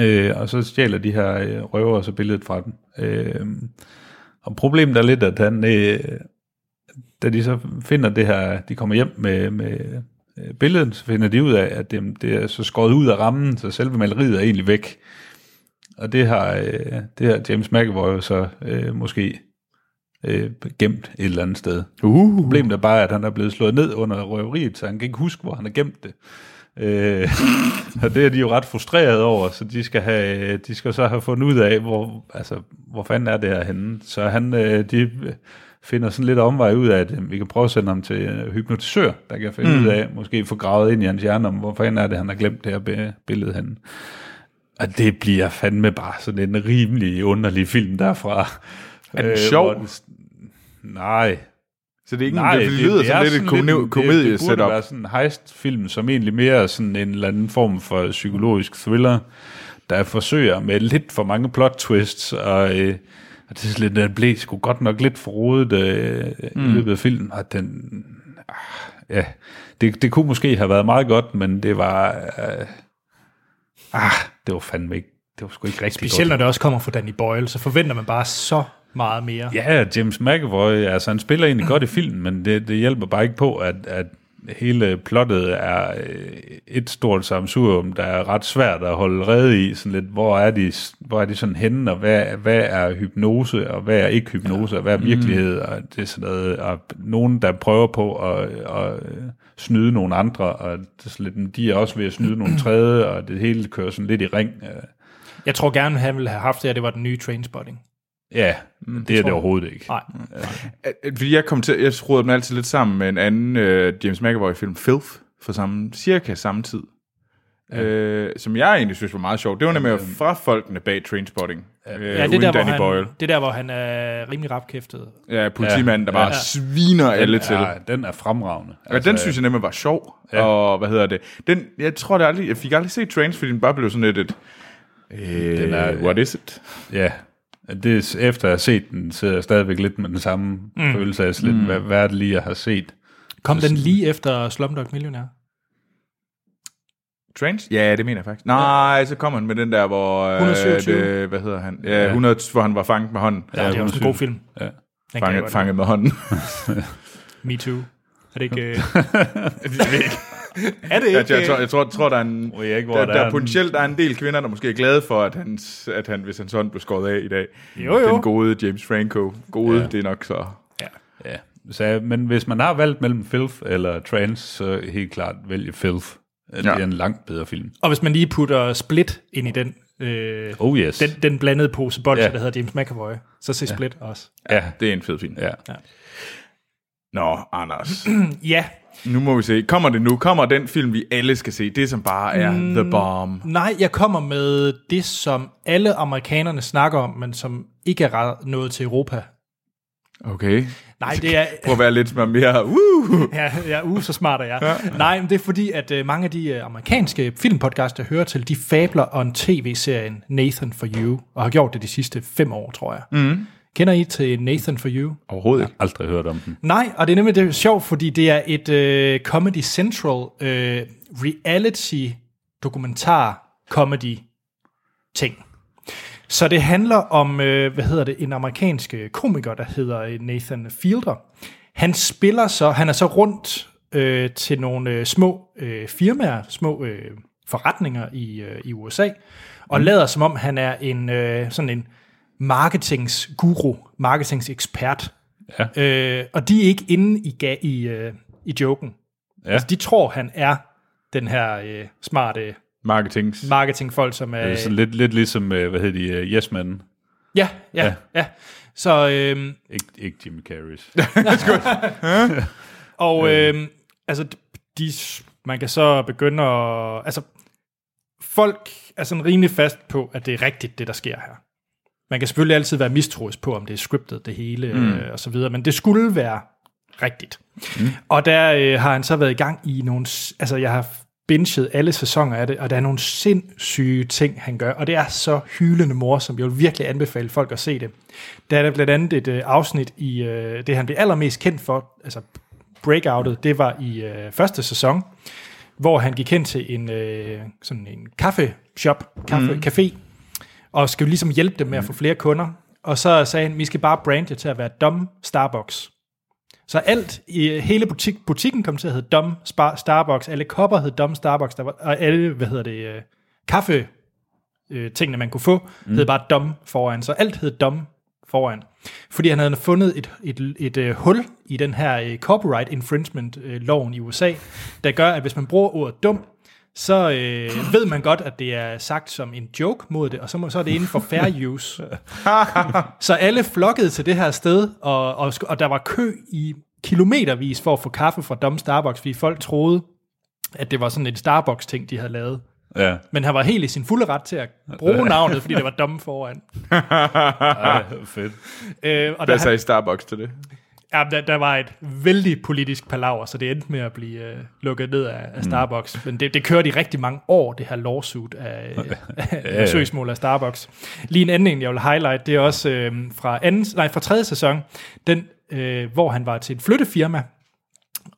D: Øh, og så stjæler de her øh, røver så billedet fra den. Øh, og problemet er lidt, at han, øh, da de så finder det her, de kommer hjem med, med øh, billedet, så finder de ud af, at det, det er så skåret ud af rammen, så selve maleriet er egentlig væk. Og det har, øh, det har James McAvoy jo så øh, måske øh, gemt et eller andet sted.
C: Uh.
D: Problemet er bare, at han er blevet slået ned under røveriet, så han kan ikke huske, hvor han har gemt det. Øh, og det er de jo ret frustreret over, så de skal, have, de skal så have fundet ud af, hvor, altså, hvor fanden er det her henne. Så han, øh, de finder sådan lidt omvej ud af, at øh, vi kan prøve at sende ham til øh, hypnotisør, der kan finde mm. ud af, måske få gravet ind i hans hjerne om, hvor fanden er det, han har glemt det her bi- billede henne. Og det bliver fandme bare sådan en rimelig underlig film derfra. Øh,
C: Er Øh, den sjov?
D: hvor den s- Nej,
C: Så det er ikke
D: Nej,
C: Nej, det, det lyder det, sådan lidt et komedie-
D: det, det burde
C: komediesetup.
D: være sådan en heistfilm, som egentlig mere er sådan en eller anden form for psykologisk thriller, der forsøger med lidt for mange plot twists, og, øh, og det er sådan lidt, den blev sgu godt nok lidt for rodet øh, mm. i løbet af filmen, og den, ah, ja, det, det kunne måske have været meget godt, men det var, øh, ah, det var fandme ikke, det var sgu ikke rigtig
B: Specielt
D: godt.
B: når det også kommer fra Danny Boyle, så forventer man bare så meget mere.
D: Ja, James McAvoy, altså han spiller egentlig godt i filmen, men det, det hjælper bare ikke på, at, at hele plottet er øh, et stort samsurium, der er ret svært at holde rede i, sådan lidt, hvor er de, hvor er de sådan henne, og hvad, hvad er hypnose, og hvad er ikke hypnose, og hvad er virkelighed, og det er sådan noget, og nogen, der prøver på at, at øh, snyde nogle andre, og det er sådan lidt, de er også ved at snyde nogle tredje, og det hele kører sådan lidt i ring. øh.
B: Jeg tror gerne, han ville have haft det, at det var den nye Trainspotting.
D: Ja,
C: Mm,
D: det er det overhovedet ikke.
B: Nej,
C: At- at- Fordi jeg kom til, jeg rodede dem altid lidt sammen med en anden øh, James McAvoy-film, Filth, fra samme, cirka samme tid. Ja. Øh, som jeg egentlig synes var meget sjovt. Det var nemlig fra folkene bag Trainspotting. Ja, øh, ja,
B: det, er
C: uden
B: der,
C: der,
B: hvor
C: Danny
B: han,
C: Boyle.
B: det er der, hvor han er rimelig rapkæftet.
C: Ja, politimanden, der
D: Ja,
C: bare
D: ja.
C: sviner alle Ah, til.
D: Ja, altså- den er fremragende. Altså,
C: Ja, den synes jeg nemlig var sjov, ja. og hvad hedder det? Den, jeg tror det aldrig, jeg fik aldrig set Trains, fordi den bare blev sådan lidt et, øh, den
D: er-
C: er, what is it?
D: Ja, det er, efter at have set den, sidder jeg stadigvæk lidt med den samme mm. følelse af, lidt, mm. hvad, hvad er det lige, jeg har set?
B: Kom den lige efter Slumdog Millionaire?
C: Trains? Ja, det mener jeg faktisk. Nej, så kom han med den der, hvor... øh,
B: 127.
C: Det, hvad hedder han? Ja, 100, hvor han var fanget med hånden.
B: Ja, det er også en god film.
D: Ja.
B: Den kan jeg
C: Fanget,
B: godt
C: fanget med hånden.
B: lide. Me Too. Er det ikke... Øh,
C: er det
B: ikke, øh?
C: Jeg, jeg, tror, jeg tror, tror, der er en...
D: ved jeg ikke, hvor
C: der,
D: der
C: der,
D: er
C: der,
D: en-
C: er potentielt der er en del kvinder, der måske er glade for, at, hans, at han, hvis hans hånd blev skåret af i dag.
B: Jo, jo.
C: Den gode James Franco. Gode, ja. det er nok så...
D: Ja. Så, men hvis man har valgt mellem Filth eller Trans, så helt klart vælge Filth. Det ja.
C: Ja.
D: er en langt bedre film.
B: og hvis man lige putter Split ind i den, øh,
D: Oh yes.
B: den, den blandede pose bolcher,
D: Ja.
B: der hedder James McAvoy, så se Split også.
D: ja.
C: Det er en fed film.
D: ja.
C: Nå, Anders.
B: Ja,
C: Nu må vi se. Kommer det nu? Kommer den film, vi alle skal se? Det, som bare er mm. The Bomb.
B: nej, jeg kommer med det, som alle amerikanerne snakker om, men som ikke er ret- nået til Europa.
C: Okay.
B: Nej, det er...
C: Prøv at være lidt mere... Woo!
B: Ja, ja uh, så smart er jeg. Ja. Nej, men det er fordi, at øh, mange af de øh, amerikanske filmpodcasts, jeg hører til, de fabler om tv-serien Nathan for You, og har gjort det de sidste fem år, tror jeg. Mm. Kender I til Nathan for You?
C: Overhovedet ikke.
D: Aldrig hørt om den.
B: Nej, og det er nemlig det er sjovt, fordi det er et øh, Comedy Central øh, reality dokumentar comedy ting. Så det handler om, øh, hvad hedder det, en amerikansk øh, komiker, der hedder øh, Nathan Fielder. Han spiller så, han er så rundt øh, til nogle øh, små øh, firmaer, små øh, forretninger i, øh, i USA, og mm. lader som om han er en øh, sådan en marketingsguru, marketingsekspert. Ja. Øh, og de er ikke inde i, ga- i, øh, i joken. Ja.
D: Ja.
B: Altså, de tror, han er den her øh, smarte
C: Marketing.
B: marketingfolk, som er...
D: Det er sådan lidt, lidt ligesom, øh, hvad hedder de, øh, Yes Man.
B: Ja, ja, ja.
D: Ja.
B: ja. Så, øhm,
D: Ikke, ikke Jimmy Carrey's.
B: og øhm, altså, de, man kan så begynde at... Altså, folk er sådan rimelig fast på, at det er rigtigt, det der sker her. Man kan selvfølgelig altid være mistroisk på, om det er scriptet, det hele mm. øh, og så videre, men det skulle være rigtigt. Mm. Og der øh, har han så været i gang i nogle... s- Altså, jeg har binget alle sæsoner af det, og der er nogle sindssyge ting, han gør, og det er så hylende mor, som jeg vil virkelig anbefale folk at se det. Der er der blandt andet et øh, afsnit i øh, det, han blev allermest kendt for, altså breakoutet, det var i øh, første sæson, hvor han gik hen til en, øh, sådan en kaffeshop, kaffe, mm. café, og skal jo ligesom hjælpe dem med at få flere kunder. Og så sagde han, vi skal bare brande jer til at være Dom Starbucks. Så alt i hele butik, butikken kom til at hedde Dom Spa- Starbucks. Alle kopper hed Dom Starbucks, der var, og alle, hvad hedder det, øh, kaffe øh, tingene, man kunne få, mm. hed bare Dom foran. Så alt hed Dom foran. Fordi han havde fundet et, et, et, et hul i den her øh, copyright infringement-loven i USA, der gør, at hvis man bruger ordet dum, så øh, ved man godt, at det er sagt som en joke mod det, og så, må, så er det inden for fair use. så alle flokkede til det her sted, og, og, sk- og der var kø i kilometervis for at få kaffe fra Dom Starbucks, fordi folk troede, at det var sådan en Starbucks-ting, de havde lavet.
D: ja.
B: Men han var helt i sin fulde ret til at bruge navnet, fordi det var dumme foran.
D: Ej, fedt.
B: Øh, og der,
C: Hvad
B: han,
C: sagde Starbucks til det?
B: ja, der, der var et vældig politisk palaver, så det endte med at blive øh, lukket ned af, af Starbucks. Men det, det kørte i rigtig mange år, det her lawsuit af, øh, af søgsmål af Starbucks. Lige en anden en, jeg vil highlight, det er også øh, fra, anden, nej, fra tredje sæson, den, øh, hvor han var til et flyttefirma,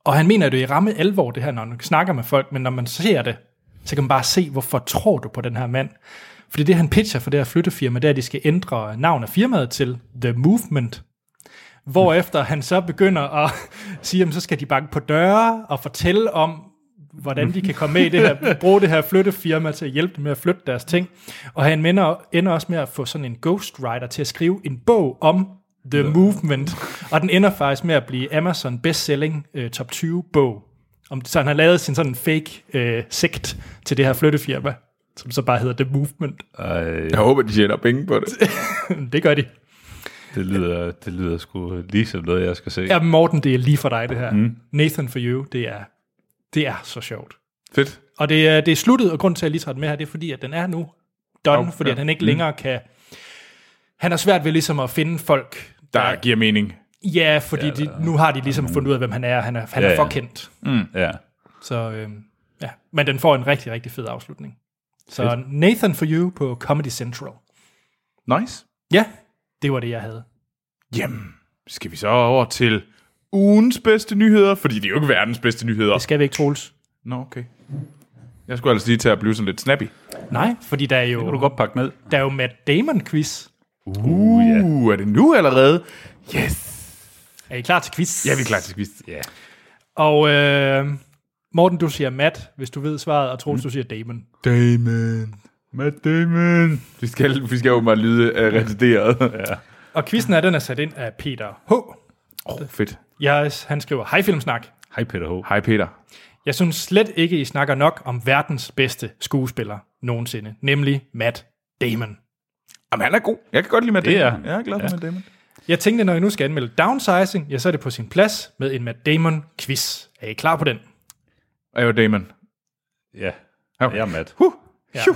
B: og han mener, at det er i ramme alvor, det her, når man snakker med folk, men når man ser det, så kan man bare se, hvorfor tror du på den her mand? Fordi det, han pitcher for det her flyttefirma, det er, at de skal ændre navn af firmaet til The Movement. Hvorefter han så begynder at sige, at så skal de banke på døre og fortælle om, hvordan de kan komme med i det her, bruge det her flyttefirma til at hjælpe dem med at flytte deres ting. Og han ender, ender også med at få sådan en ghostwriter til at skrive en bog om The Movement. Og den ender faktisk med at blive Amazon bestselling øh, top 20 bog. Om, så han har lavet sin sådan fake øh, sekt til det her flyttefirma, som så bare hedder The Movement.
D: Ej,
C: Jeg håber, de tjener penge på det.
B: det gør de.
D: det, lyder, det lyder sgu lige som noget, jeg skal se.
B: Ja, Morten, det er lige for dig det her. Mm. Nathan for you, det er, det er så sjovt.
C: Fedt.
B: Og det er, det er sluttet, og grunden til, at jeg lige tager den med her, det er fordi, at den er nu done,
C: Okay.
B: okay. fordi at han ikke længere
D: Mm.
B: kan... Han har svært ved ligesom at finde folk,
C: Der giver mening.
B: Ja, fordi ja, de, nu har de ligesom fundet ud af, hvem han er. Han er, han ja,
D: Ja,
B: er
D: ja.
B: forkendt.
D: Mm. Ja.
B: Så øh, ja. Men den får en rigtig, rigtig fed afslutning. Så Nathan for You på Comedy Central.
C: Nice.
B: Ja, det var det, jeg havde.
C: Jamen, skal vi så over til ugens bedste nyheder? Fordi det er jo ikke verdens bedste nyheder.
B: Det skal vi ikke, Troels.
C: Nå, okay. Jeg skulle altså lige til at blive sådan lidt snappy.
B: Nej, fordi der er
D: Kan du
B: jo,
D: godt pakke ned?
B: der er jo Matt Damon-quiz.
C: Uh, yeah. er det nu allerede? Yes.
B: Er I klar til quiz?
C: Ja, vi er klar til quiz.
D: Ja.
B: Og øh, Morten, du siger Matt, hvis du ved svaret, og
C: Mm.
B: Troels, du siger Damon.
C: Damon. Matt Damon. Vi skal, vi skal jo bare lyde uh, retarderet. ja.
B: Og quizzen er, den er sat ind af Peter H.
C: oh, fedt.
B: Jeg, han skriver, hej Filmsnak.
D: Hej Peter H.
C: Hej Peter.
B: Jeg synes slet ikke, I snakker nok om verdens bedste skuespiller nogensinde, nemlig Matt Damon.
C: Jamen, han er god. Jeg kan godt lide Matt
D: Det
C: Damon.
D: er-
C: Jeg er glad for ja. Matt Damon.
B: Jeg tænkte, når jeg nu skal anmelde downsizing, ja, så er det på sin plads med en Matt Damon-quiz. Er I klar på den?
C: Og jeg er Damon.
D: Ja.
C: Okay.
D: Jeg er Matt.
C: Huh.
B: Ja.
C: Phew.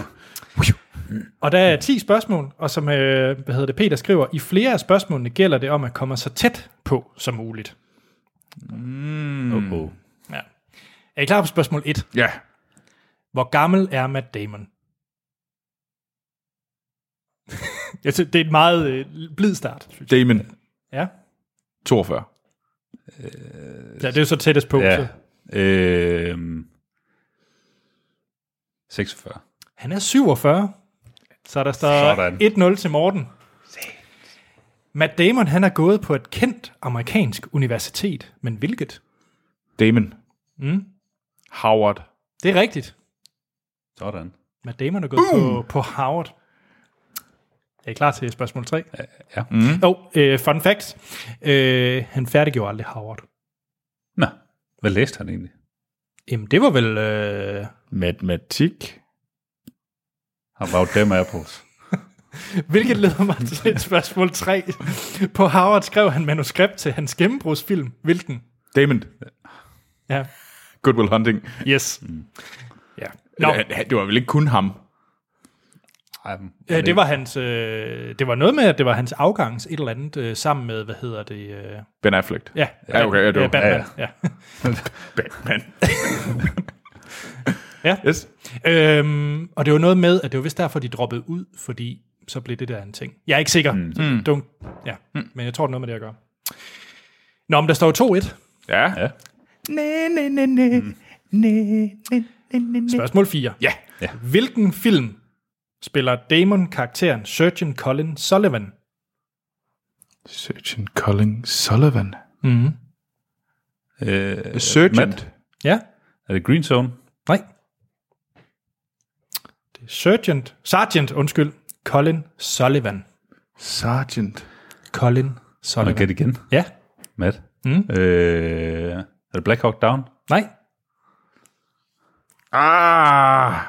B: Og der er 10 spørgsmål, og som øh, hvad hedder det, Peter skriver, i flere af spørgsmålene gælder det om at komme så tæt på som muligt.
D: Mm. Oh,
B: Ja. Er I klar på spørgsmål 1?
C: Ja.
B: Hvor gammel er Matt Damon? Jeg synes, det er et meget øh, blid start, synes jeg.
C: Damon.
B: Ja.
C: 42.
B: ja, det er jo så tættest på. Ja. Så.
D: Ja. Øhm. 46.
B: Han er 47. Så der
D: Sådan.
B: står 1-0 til Morten. Matt Damon, han er gået på et kendt amerikansk universitet. Men hvilket?
C: Damon.
B: Mm.
C: Howard.
B: Det er rigtigt.
D: Sådan.
B: Matt Damon er gået på, på Harvard. Er I klar til spørgsmål 3?
D: ja.
B: Mm. Jo, øh, fun fact. Øh, han færdiggjorde aldrig Harvard.
D: Nå, hvad læste han egentlig?
B: Jamen, det var vel... Øh,
C: Matematik.
D: How about them apples?
B: hvilket leder mig til et spørgsmål 3. På Harvard skrev han manuskript til hans gennembrugsfilm. Hvilken?
C: Damon.
B: Ja.
C: Goodwill Hunting.
B: Yes. Mm. Ja. Nå,
C: No. Det var vel ikke kun ham.
D: Ej,
B: øh, det var hans, øh, det var noget med, at det var hans afgangs et eller andet, øh, sammen med, hvad hedder det, øh,
C: Ben Affleck.
B: ja,
C: Ja, okay, ja, det var-
B: øh, Batman,
D: ja,
B: ja.
C: Batman.
B: Ja.
C: Yes.
B: ja. øhm, og det var noget med, at det var vist derfor, de droppede ud, fordi så blev det der en ting. Jeg er ikke sikker, mm. så, dunk, ja, mm. men jeg tror, det er noget med det at gøre. Nå, men der står jo 2-1.
C: Ja.
D: Ja.
C: Næ, næ, næ, næ. Næ, næ, næ, næ, næ.
B: Spørgsmål 4.
C: Ja.
B: Hvilken film spiller Damon-karakteren Surgeon Colin Sullivan?
C: Surgeon Colin Sullivan.
B: Mm.
D: Øh,
C: Surgeon.
D: Matt,
B: Ja,
D: er det Green Zone?
B: Nej. Det er Sergeant, Sergeant, undskyld, Colin Sullivan.
C: Sergeant.
B: Colin
D: Må
B: Sullivan.
D: jeg gætte igen?
B: Ja,
D: Matt.
B: Mm.
D: Øh, er det Black Hawk Down?
B: nej.
C: Ah!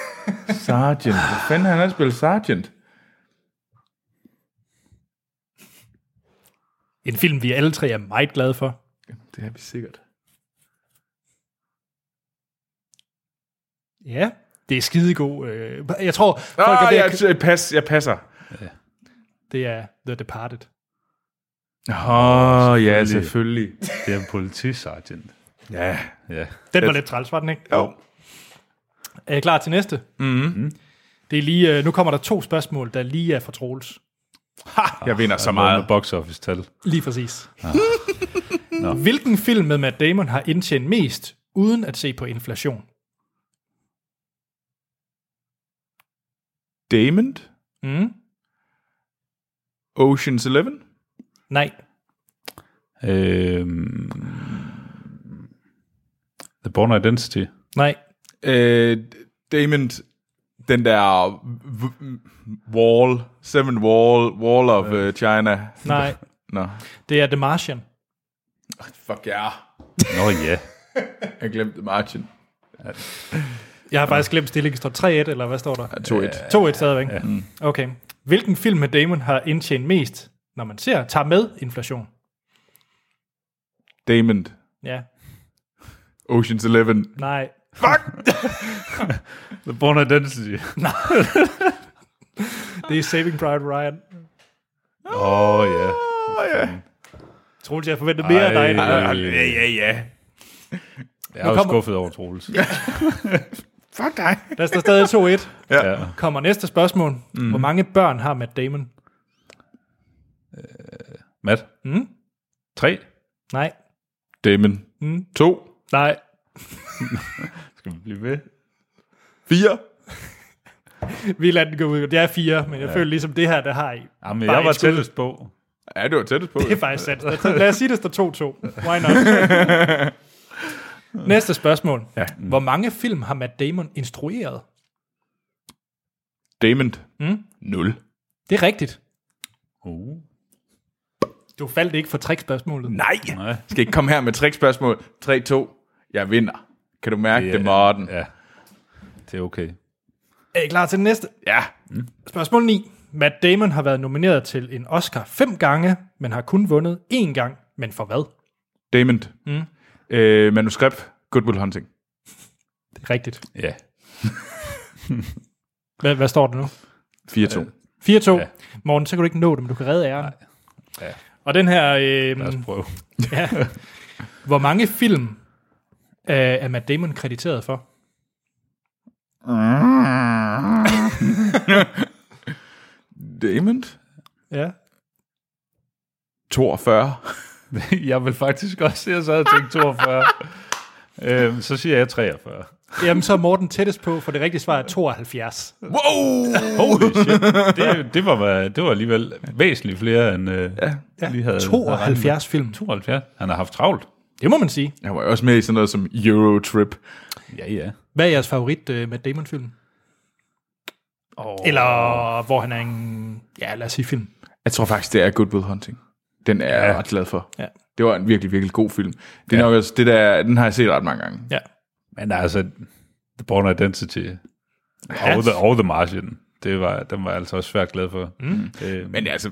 C: Sergeant. Hvad fanden har han har spillet Sergeant?
B: En film, vi alle tre er meget glade for.
C: Det er vi sikkert.
B: Ja, det er skidegod. Øh, jeg tror, folk er
C: Ah,
B: ved
C: jeg,
B: at,
C: jeg, pas, jeg passer.
B: det er The Departed.
C: Åh, oh, ja, selvfølgelig.
D: Det er en politisergeant.
C: Ja.
D: Ja.
B: Den var lidt træls, var den ikke?
C: Jo.
B: Er jeg klar til næste? Mm-hmm. Det er lige, øh, nu kommer der to spørgsmål, der lige er fra Troels.
C: Ah, Jeg vinder så
D: Meget med
C: meget.
D: box office tal.
B: Lige præcis. Nå. Hvilken film med Matt Damon har indtjent mest, uden at se på inflation?
C: Damon?
B: Mm?
C: Ocean's Eleven?
B: Nej,
D: Øh, The Born Identity.
B: nej,
C: Øh, Damon, den der v- v- wall, seven wall, wall of uh, China.
B: nej.
C: Nå,
B: Det er The Martian.
C: fuck ja. Yeah.
D: Nå ja.
C: Jeg glemte Martin.
B: Jeg har faktisk glemt stillingen. Står 3-1, eller hvad står der?
C: 2-1.
B: 2-1 stadigvæk. Okay. Hvilken film med Damon har indtjent mest, når man ser, tager med inflation?
C: Damon,
B: Ja,
C: Ocean's Eleven.
B: nej.
D: The Born Identity.
B: Det er Saving Private Ryan.
D: Åh, oh, ja.
C: Åh, ja.
B: Troels, jeg forventer mere af dig.
D: Ej.
C: Øh, Ja, ja, ja.
D: Jeg er jo
B: kommer-
D: skuffet over Troels.
C: Fuck dig.
B: Der står stadig 2-1.
D: Ja. ja.
B: Kommer næste spørgsmål. Mm. Hvor mange børn har Matt Damon?
D: Matt?
B: Mm?
D: Tre?
B: Nej.
C: Damon.
B: Mm.
C: To.
B: Nej.
D: Skal vi blive ved?
C: Fire.
B: Vi lader den gå ud. Det er fire, men jeg ja. føler ligesom det her, der har I.
D: Jamen,
B: Bare
D: jeg var
B: et skud.
D: tættest på.
C: Ja, det var tættest på.
B: Det er faktisk sandt. Lad- Lad os sige, det står 2-2. Why not? Næste spørgsmål. Ja. Hvor mange film har Matt Damon instrueret?
C: Damon.
B: Mm.
C: Nul.
B: Det er rigtigt.
D: Uh,
B: Du faldt ikke for trickspørgsmålet.
C: Nej.
D: nej.
C: Jeg skal ikke komme her med trickspørgsmål. 3-2. Jeg vinder. Kan du mærke
D: er-
C: det, Morten?
D: Ja. Det er okay.
B: Er I klar til det næste?
C: Ja.
B: Spørgsmål 9. Matt Damon har været nomineret til en Oscar fem gange, men har kun vundet én gang. Men for hvad?
C: Damon. Mm. Øh, manuskript. Good Will Hunting.
B: Det er rigtigt.
D: Ja.
B: Hvad, hvad står det nu?
C: 4-2.
B: 4-2. Ja.
D: Ja.
B: Morten, så kan du ikke nå det, men du kan redde æren.
D: Ja.
B: Og den her... Øh,
D: Lad os prøve.
B: ja. Hvor mange film øh, er Matt Damon krediteret for?
C: Damon.
B: Ja.
C: 42.
D: jeg vil faktisk også se, at så havde jeg tænkt 42. øhm, så siger jeg 43.
B: Jamen, så er Morten tættest på, for det rigtige svar er 72.
C: Wow!
D: Holy shit. Det, det, var, det var alligevel væsentligt flere, end øh, ja. lige havde... havde regnet med.
B: 72 film.
D: 72. Han har haft travlt.
B: Det må man sige.
C: Jeg var jo også med i sådan noget som Eurotrip.
D: Ja, ja.
B: Hvad er jeres favorit øh, Matt Damon-film? Oh. Eller hvor han er en... Ja, lad os sige film.
C: Jeg tror faktisk, det er Good Will Hunting. Den er ja. jeg ret glad for.
B: Ja.
C: Det var en virkelig, virkelig god film. Det er ja. nok også det der, den har jeg set ret mange gange.
B: Ja.
D: Men altså, The Born Identity og the, og the Martian, det var, den var jeg altså også svært glad for. Mm. Øh,
C: Men altså,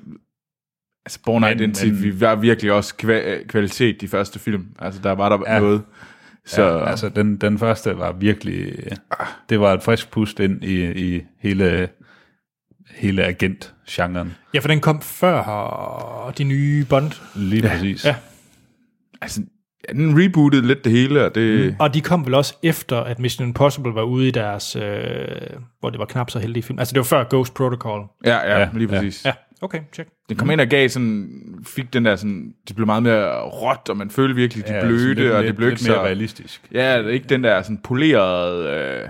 C: altså Born men, Identity,
D: men-
C: men, vi var virkelig også kva- kvalitet de første film. Altså, der var der ja. noget. Så Ah.
D: ja,
C: ja, altså,
D: altså, den, den første var virkelig... Det var et frisk pust ind i, i hele, hele agent-genren.
B: Ja, for den kom før de nye Bond.
D: Lige ja. præcis.
B: Ja.
C: altså ja, den rebootede lidt det hele, og det... Mm.
B: Og de kom vel også efter, at Mission Impossible var ude i deres... Øh, hvor det var knap så heldige film. Altså, det var før Ghost Protocol.
C: Ja, ja,
D: Ja,
C: ja, lige
D: ja.
C: præcis. Ja.
B: Ja, okay, check.
C: Den kom ind og gav sådan, fik den der sådan, det blev meget mere råt, og man følte virkelig, de ja, blødte,
D: altså, lidt,
C: og
D: lidt-
C: det blev ikke
D: lidt mere
C: så...
D: realistisk.
C: Ja, det er ikke den der sådan polerede øh,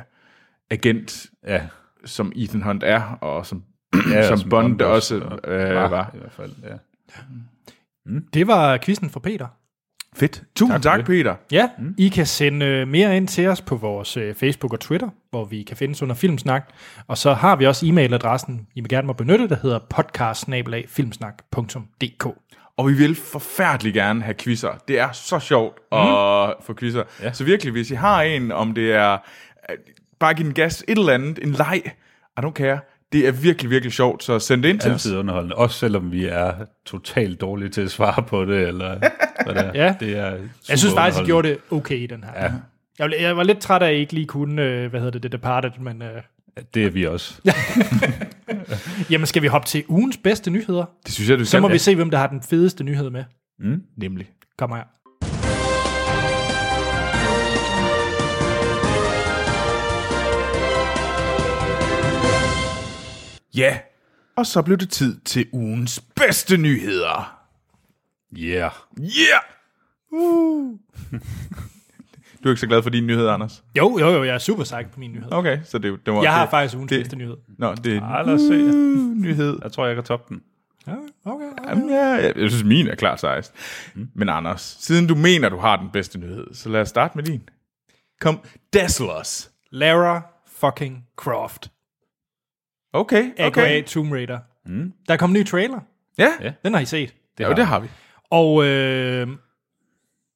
C: agent,
D: Ja.
C: som Ethan Hunt er, og som,
D: ja
C: som, som Bond, også øh,
D: var,
C: var.
D: var. Ah, I hvert fald, ja.
B: Det var quizzen for Peter.
C: Fedt. Tusind tak,
D: Tak for
C: tak
D: det.
C: Peter.
B: Ja, mm. I kan sende øh, mere ind til os på vores øh, Facebook og Twitter, hvor vi kan findes under Filmsnak. Og så har vi også e-mailadressen, I vil gerne må benytte, der hedder podcast-filmsnak.dk.
C: Og vi vil forfærdeligt gerne have quizzer. Det er så sjovt at mm. få quizzer. Ja. Så virkelig, hvis I har en, om det er øh, bare give den gas, et eller andet, en leg, I don't care. Det er virkelig, virkelig sjovt, så send det ind til os.
D: Altid underholdende. Også selvom vi er totalt dårlige til at svare på det, eller hvad det er.
B: Ja.
D: Det er
B: Jeg synes faktisk, I gjorde
D: gjorde
B: det okay i den her. Ja. Jeg, blev- jeg var lidt træt af, at I ikke lige kunne, øh, hvad hedder det, det Departed, men øh,
D: det. Det er vi også.
B: jamen skal vi hoppe til ugens bedste nyheder?
C: Det synes jeg, du
B: Så
C: skal.
B: må vi se, hvem der har den fedeste nyhed med.
C: Nemlig.
B: Kommer her.
C: Ja, og så blev det tid til ugens bedste nyheder.
D: Yeah.
C: Yeah! Uh. du er ikke så glad for dine nyheder, Anders?
B: Jo, jo, jo, jeg er super psyched på mine nyheder.
C: Okay, så det, det var
B: Jeg
C: det,
B: har faktisk ugens
C: det-
B: bedste nyhed.
C: Nå, det er
D: Ej, lad os se.
C: en uh, nyhed.
D: Jeg tror, jeg kan toppe den.
B: Ja, okay, okay.
C: Jamen, ja, jeg, jeg synes, min er klar sejst. Mm. Men Anders, siden du mener, du har den bedste nyhed, så lad os starte med din. Kom, dazzle us.
B: Lara fucking Croft.
C: Okay,
B: aka okay.
C: okay.
B: Tomb Raider. Mm. Der kom en ny trailer.
C: Ja,
D: Ja.
C: ja.
B: Den har I set.
C: Det, jo, det har vi.
B: Og øh,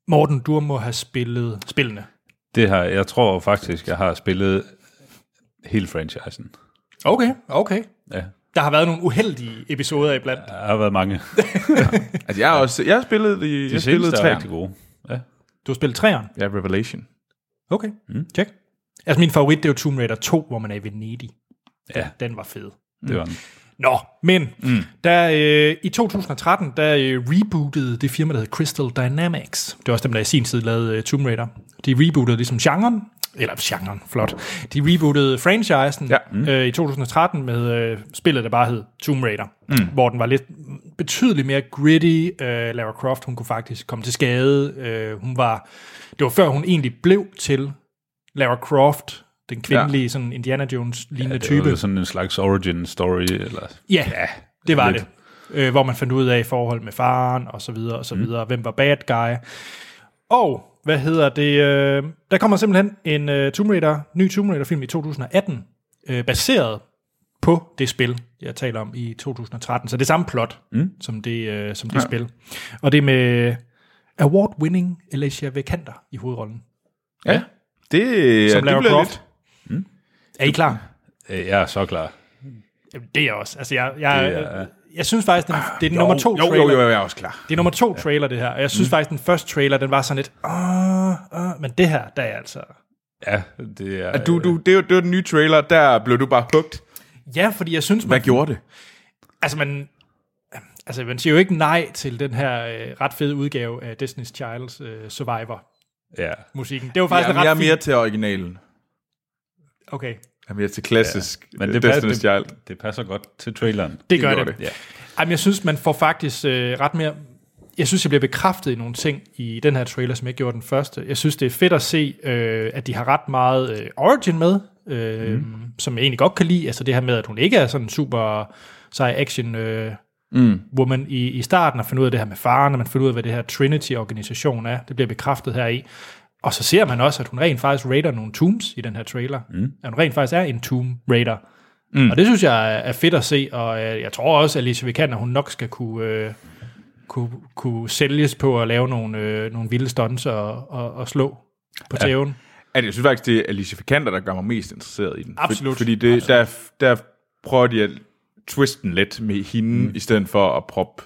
B: Morten, du må have spillet spillene.
D: Det her, jeg tror faktisk, jeg har spillet hele franchisen.
B: Okay, okay.
D: Ja.
B: Der har været nogle uheldige episoder iblandt.
D: Der har været mange.
C: Altså, jeg har også, jeg har spillet i,
D: De
C: jeg spillede
D: seneste er
C: træerne.
D: rigtig gode. Ja.
B: Du har spillet træeren.
C: Ja, Revelation.
B: Okay, mm. check. Altså min favorit, det er jo Tomb Raider 2, hvor man er i Venedig.
D: Ja,
B: Den var fed.
D: det var den.
B: Nå, men mm. der, øh, i 2013, der øh, rebootede det firma, der hed Crystal Dynamics. Det var også dem, der i sin tid lavede øh, Tomb Raider. De rebootede ligesom genren, eller genren, flot. De rebootede franchisen
C: Ja.
B: ja. mm. øh, i 2013 med øh, spillet, der bare hed Tomb Raider, mm. hvor den var lidt betydeligt mere gritty. Øh, Lara Croft, hun kunne faktisk komme til skade. Øh, hun var, det var før hun egentlig blev til Lara Croft, den kvindelige ja. sådan Indiana Jones-lignende
D: Det
B: type.
D: var sådan en slags origin story. Eller,
B: Ja, ja det var
D: lidt.
B: det. Øh, hvor man fandt ud af i forhold med faren, og så videre, og
C: Mm.
B: så videre. Hvem var bad guy? Og, hvad hedder det? Øh, der kommer simpelthen en øh, Tomb Raider, ny Tomb Raider-film i 2018, øh, baseret på det spil, jeg taler om i 2013. Så det er samme plot, mm. som det, øh, som det ja. spil. Og det er med award-winning Alicia Vikander i hovedrollen.
C: Ja. Det, ja, det
B: Lara
C: bliver
B: Croft.
C: lidt. Mm.
B: Er I klar?
D: øh, jeg er så klar.
B: Jamen, det er jeg også. Altså, jeg, jeg,
D: Det er-
B: jeg, jeg synes faktisk, den, det er den nummer to
C: jo,
B: trailer.
C: jo, jo, jeg er også klar.
B: Det er nummer to trailer, det her. Og jeg synes mm. faktisk, den første trailer, den var sådan lidt... Åh, åh, men det her, der er altså...
D: Ja, det er...
C: Du, du, det, var, det var den nye trailer, der blev du bare hugt.
B: Ja, fordi jeg synes... Man,
C: Hvad gjorde det?
B: altså, man, altså, man siger jo ikke nej til den her øh, ret fede udgave af Destiny's Child's øh, Survivor-musikken.
D: Ja.
B: Det var faktisk
C: Jamen,
B: Jamen, ret
C: jeg er mere
B: fint.
C: til originalen.
B: Okay,
C: Jeg er mere til klassisk ja,
D: Men det, passer,
C: Destiny's Child.
D: det, det passer godt til traileren.
B: det gør
C: gjorde
B: det. det.
C: det.
B: Ja. Jamen, jeg synes, man får faktisk øh, ret mere... Jeg synes, jeg bliver bekræftet i nogle ting i den her trailer, som jeg gjorde den første. Jeg synes, det er fedt at se, øh, at de har ret meget øh, origin med, øh, mm. som jeg egentlig godt kan lide. Altså det her med, at hun ikke er sådan en super sej action øh, mm. woman i, i starten, og finde ud af det her med faren, og man finder ud af, hvad det her Trinity-organisation er. Det bliver bekræftet her i. Og så ser man også, at hun rent faktisk raider nogle tombs i den her trailer. Mm. At hun rent faktisk er en tomb raider. Mm. Og det synes jeg er- er fedt at se, og øh, jeg tror også, at Alicia Vikander, hun nok skal kunne, øh, kunne, kunne sælges på at lave nogle, øh, nogle vilde stunts og, og, og slå på tæven.
C: Altså, jeg synes faktisk, det er Alicia Vikander, der gør mig mest interesseret i den. For-
B: Absolut.
C: Fordi det, der, der prøver de at twiste den lidt med hende, mm. i stedet for at proppe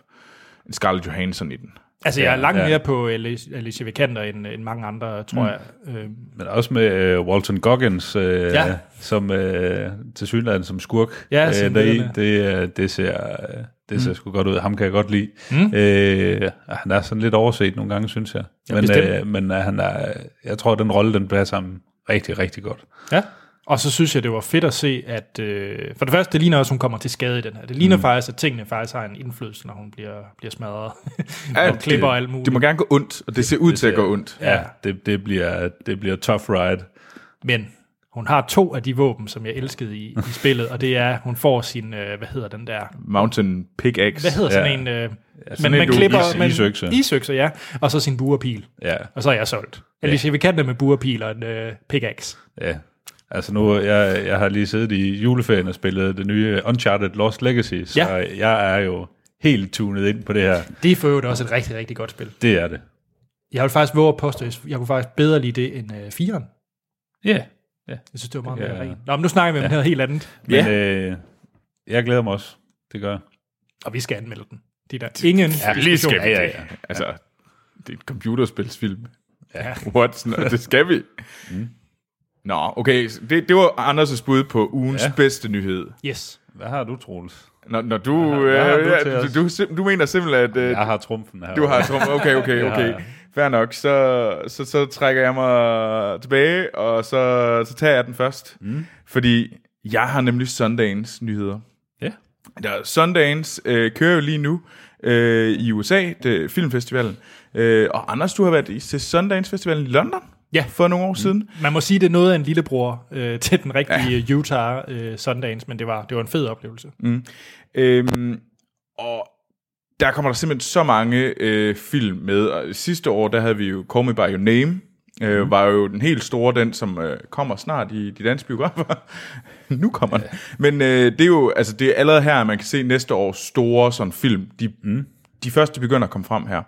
C: en Scarlett Johansson i den.
B: Altså, jeg er langt
D: ja.
B: mere på Alicia Alicia Vikander end, end mange andre, tror mm. jeg. Øh,
D: Men også med øh, Walton Goggins, øh,
B: Ja.
D: ja. som øh, til synligheden som skurk.
B: Ja, sådan
D: deri,
B: lidt,
D: det, øh, det ser, øh, det ser mm. sgu godt ud. Ham kan jeg godt lide. Mm. Øh, han er sådan lidt overset nogle gange, synes jeg. men
B: bestemt.
D: øh, men øh, han er, jeg tror, at den rolle, den passer ham rigtig, rigtig godt.
B: ja. Og så synes jeg, det var fedt at se, at øh, for det første, det ligner også, at hun kommer til skade i den her. Det ligner mm. faktisk, at tingene faktisk har en indflydelse, når hun bliver, bliver smadret.
C: Ja,
B: og klipper
C: det-
B: alt muligt.
C: øh, Det må gerne gå ondt, og det ser ud til at gå ondt.
D: Ja, det, det, bliver, det bliver tough ride.
B: Men hun har to af de våben, som jeg elskede i, i spillet, og det er, hun får sin, øh, hvad hedder den der,
C: Mountain Pickaxe.
B: hvad hedder sådan
D: Ja.
B: en, øh, ja,
D: sådan en, du- is- isøkse.
B: isøkse, ja, og så sin buerpil,
D: Ja,
B: og så er jeg solgt. Alicia Vikander med buerpil og en øh, pickaxe.
D: ja. Altså nu, jeg, jeg har lige siddet i juleferien og spillet det nye Uncharted Lost Legacy, så
B: Ja.
D: ja. jeg er jo helt tunet ind på det her.
B: Det er for øvrigt også et rigtig, rigtig godt spil.
D: Det er det.
B: Jeg vil faktisk våge at påstå, at jeg kunne faktisk bedre lide det end øh, firen.
D: Ja. Yeah. Yeah.
B: Jeg synes, det var meget
D: Det
B: mere
D: kan jeg-
B: rent. Nå, men nu snakker vi om ja. noget helt andet,
D: Men øh, jeg glæder mig også. Det gør jeg.
B: og vi skal anmelde den. Det er der ingen ja, diskussion.
D: Ja, ja, ja.
C: Altså, det er en computerspilsfilm.
B: Ja.
C: What? Nå, det skal vi. Nå, okay. så Det, det var Anders' bud på ugens ja.
D: Ja.
C: bedste nyhed.
B: Yes.
D: Hvad har du, Troels?
C: Når, når du,
D: hvad har
C: øh,
D: du til
C: ja, du,
D: os?
C: du, sim- du mener simpelthen, at øh,
D: Jeg har trumfen her.
C: du har trummet. Okay, okay, okay.
D: jeg.
C: Fair nok. Så, så, så trækker jeg mig tilbage, og så, så tager jeg den først. Mm. Fordi jeg har nemlig Sundagens nyheder.
D: Ja.
C: Der, Sundance øh, kører jo lige nu øh, i USA, det, filmfestivalen. Øh, og Anders, du har været i, til Sundance Festivalen i London
B: Ja.
C: for nogle år siden.
B: Man må sige, det er noget af en lillebror øh, til den rigtige ja. Utah øh, Sundance, men det var, det var en fed oplevelse. Mm.
C: Øhm, og der kommer der simpelthen så mange øh, film med. Og sidste år, der havde vi jo Call Me By Your Name. Øh, var jo den helt store, den som øh, kommer snart i de danske biografer. nu kommer den. Men øh, det er jo altså, det er allerede her, man kan se næste års store sådan, film. De, mm. de første begynder at komme frem her.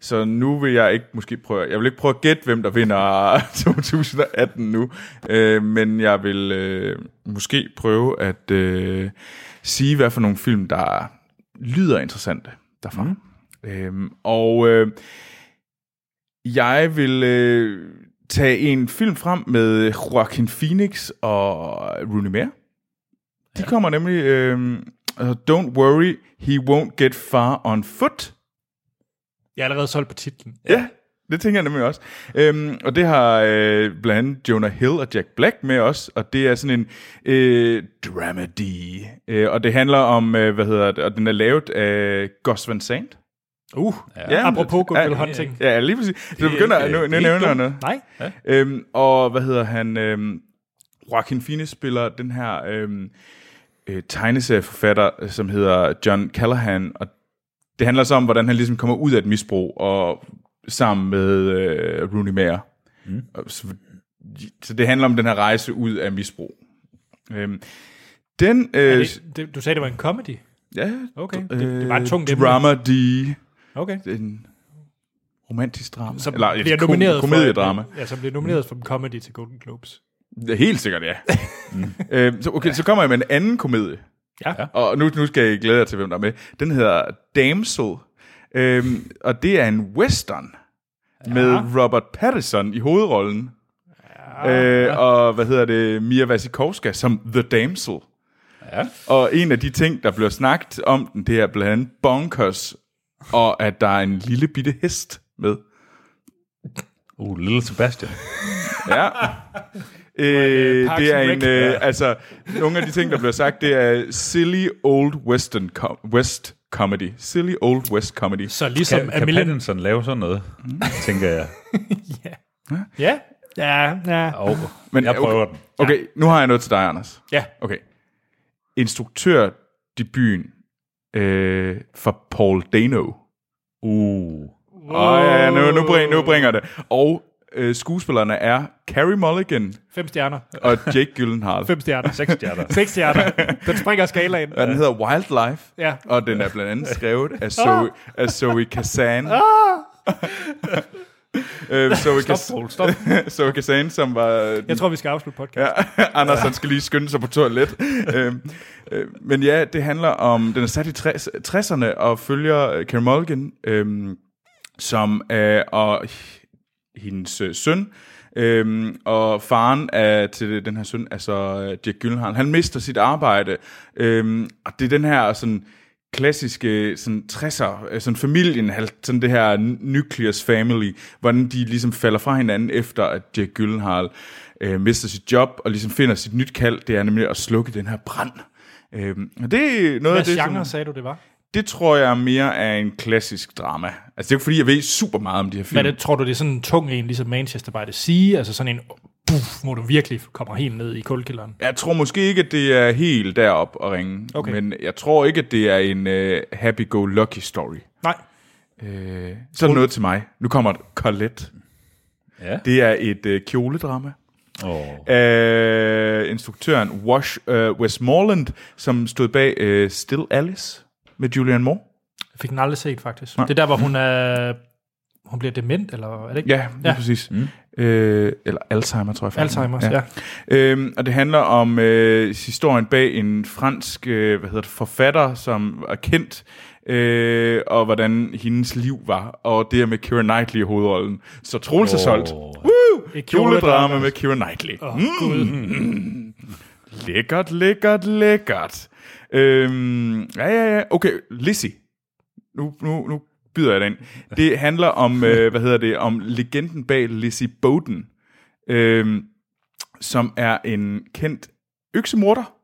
C: Så nu vil jeg ikke måske prøve, jeg vil ikke prøve at gætte, hvem der vinder 2018 nu, øh, men jeg vil øh, måske prøve at øh, sige, hvad for nogle film, der lyder interessante derfra. Mm. Øhm, og øh, jeg vil øh, tage en film frem med Joaquin Phoenix og Rooney Mara. De ja. kommer nemlig... Øh, altså, Don't worry, he won't get far on foot.
B: Jeg er allerede solgt på titlen.
C: Ja, det tænker jeg nemlig også. Øhm, og det har øh, blandt andet Jonah Hill og Jack Black med os, og det er sådan en øh, dramedy. Øh, og det handler om, øh, hvad hedder det, og den er lavet af Gus Van Sant.
B: Uh,
C: Ja, men-
B: ja, apropos Good
C: ja,
B: Will Hunting.
C: Ja, lige præcis. Så det begynder,
D: ikke-
C: nu,
D: det
C: nu
D: er
C: nævner jeg noget.
B: Nej,
C: Øhm, og hvad hedder han? Øhm, Joaquin Phoenix spiller den her øhm, øh, tegneserieforfatter, øh, som hedder John Callahan, og det handler så om, hvordan han ligesom kommer ud af et misbrug, og sammen med øh, Rooney Mara. Mm. Så, så det handler om den her rejse ud af misbrug. Øhm, den,
B: Er
C: øh,
B: det, det, du sagde, det var en comedy.
C: ja,
B: Okay,
C: d-
B: det- det var et tungt emne.
C: drama, de,
B: Okay.
C: en romantisk drama,
B: Som
C: eller
B: bliver
C: et kom-
B: nomineret
C: komediedrama.
B: For, ja, som bliver nomineret for comedy til Golden Globes.
C: Ja, helt sikkert, ja. øhm, så, okay, så kommer jeg med en anden komedie.
B: Ja. ja.
C: Og nu, nu skal I glæde jer til, hvem der er med. Den hedder Damsel. Øhm, og det er en western ja. med Robert Pattinson i hovedrollen. Ja. Øh, og hvad hedder det? Mia Wasikowska som The Damsel.
D: Ja.
C: Og en af de ting, der bliver snakket om den, det er blandt andet bonkers, og at der er en lille bitte hest med.
D: Uh, Little Sebastian.
C: Ja. Øh,
B: Parks
C: det er
B: and
C: en,
B: Rec.
C: øh,
B: Ja.
C: altså, nogle af de ting, der bliver sagt, det er silly old western com- west comedy. Silly old west comedy.
B: Så ligesom
D: Kan,
B: kan,
D: kan
B: Million...
D: Pattinson lave sådan noget, tænker jeg.
B: Ja. Ja, ja.
D: Og
C: Men,
D: Men, jeg
C: okay.
D: prøver den.
C: Okay, nu har jeg noget til dig, Anders.
B: ja.
C: Okay. Instruktør debuten øh, for Paul Dano.
D: Uh,
C: Åh oh, ja, nu, nu, bringer, nu bringer det. Og øh, skuespillerne er Carrie Mulligan
B: Fem stjerner.
C: og Jake Gyllenhaal.
B: Fem stjerner.
D: seks stjerner.
B: Seks stjerner. Den springer skalaen.
C: Og den hedder Wildlife.
B: Ja.
C: Og den er blandt andet skrevet af Zoe, af Zoe Kazan. øh, Zoe, Kaz-
D: Stop, Poul, stop.
C: Zoe Kazan, som var...
B: Jeg tror, vi skal afslutte podcasten.
C: Ja, Anders, han skal lige skynde sig på toilet. øhm, øh, men ja, det handler om... Den er sat i 60 60'erne og følger øh, Carey Mulligan, øhm, som øh, og hendes øh, søn. Øhm, og faren er til den her søn, altså øh, Jack Gyllenhaal, han mister sit arbejde. Øhm, og det er den her sådan klassiske sådan 60'er, øh, sådan familien, hal- sådan det her n- nucleus family, hvordan de ligesom falder fra hinanden efter, at Jack Gyllenhaal øh, mister sit job og ligesom finder sit nyt kald, det er nemlig at slukke den her brand. Øhm, og det er noget af
B: Hvad
C: det, som-
B: genre sagde du, det var?
C: det tror jeg mere er en klassisk drama. Altså, det er jo ikke fordi, jeg ved super meget om de her film.
B: Men det, tror du, det er sådan en tung en, ligesom Manchester by the Sea? Altså sådan en, puff, hvor du virkelig kommer helt ned i kulkælderen.
C: Jeg tror måske ikke, at det er helt derop at ringe.
B: Okay.
C: Men jeg tror ikke, at det er en uh, happy-go-lucky story.
B: Nej.
C: Uh, så er der noget til mig. Nu kommer Colette.
D: Ja.
C: Det er et uh, kjoledrama.
D: Oh.
C: Uh, instruktøren Wash uh, Westmoreland, som stod bag uh, Still Alice med Julianne Moore.
B: Jeg fik den aldrig set, faktisk. Nej. Det er der, hvor hun er... Hun bliver dement, eller er det ikke?
C: Ja, lige ja. præcis. Mm. Øh, eller Alzheimer, tror jeg faktisk.
B: Alzheimer's, ja.
C: Øhm, og det handler om øh, historien bag en fransk øh, hvad hedder det, forfatter, som er kendt, øh, og hvordan hendes liv var, og det er med Keira Knightley i hovedrollen. Så Troels oh. er solgt. Woo!
B: Et
C: Kjoledrama med Keira Knightley.
B: Åh, Gud.
C: Lækkert, lækkert, lækkert. Øhm, ja, ja, ja. Okay, Lizzie. Nu, nu, nu byder jeg den. Det handler om, øh, hvad hedder det, om legenden bag Lizzie Bowden, øhm, som er en kendt øksemorder.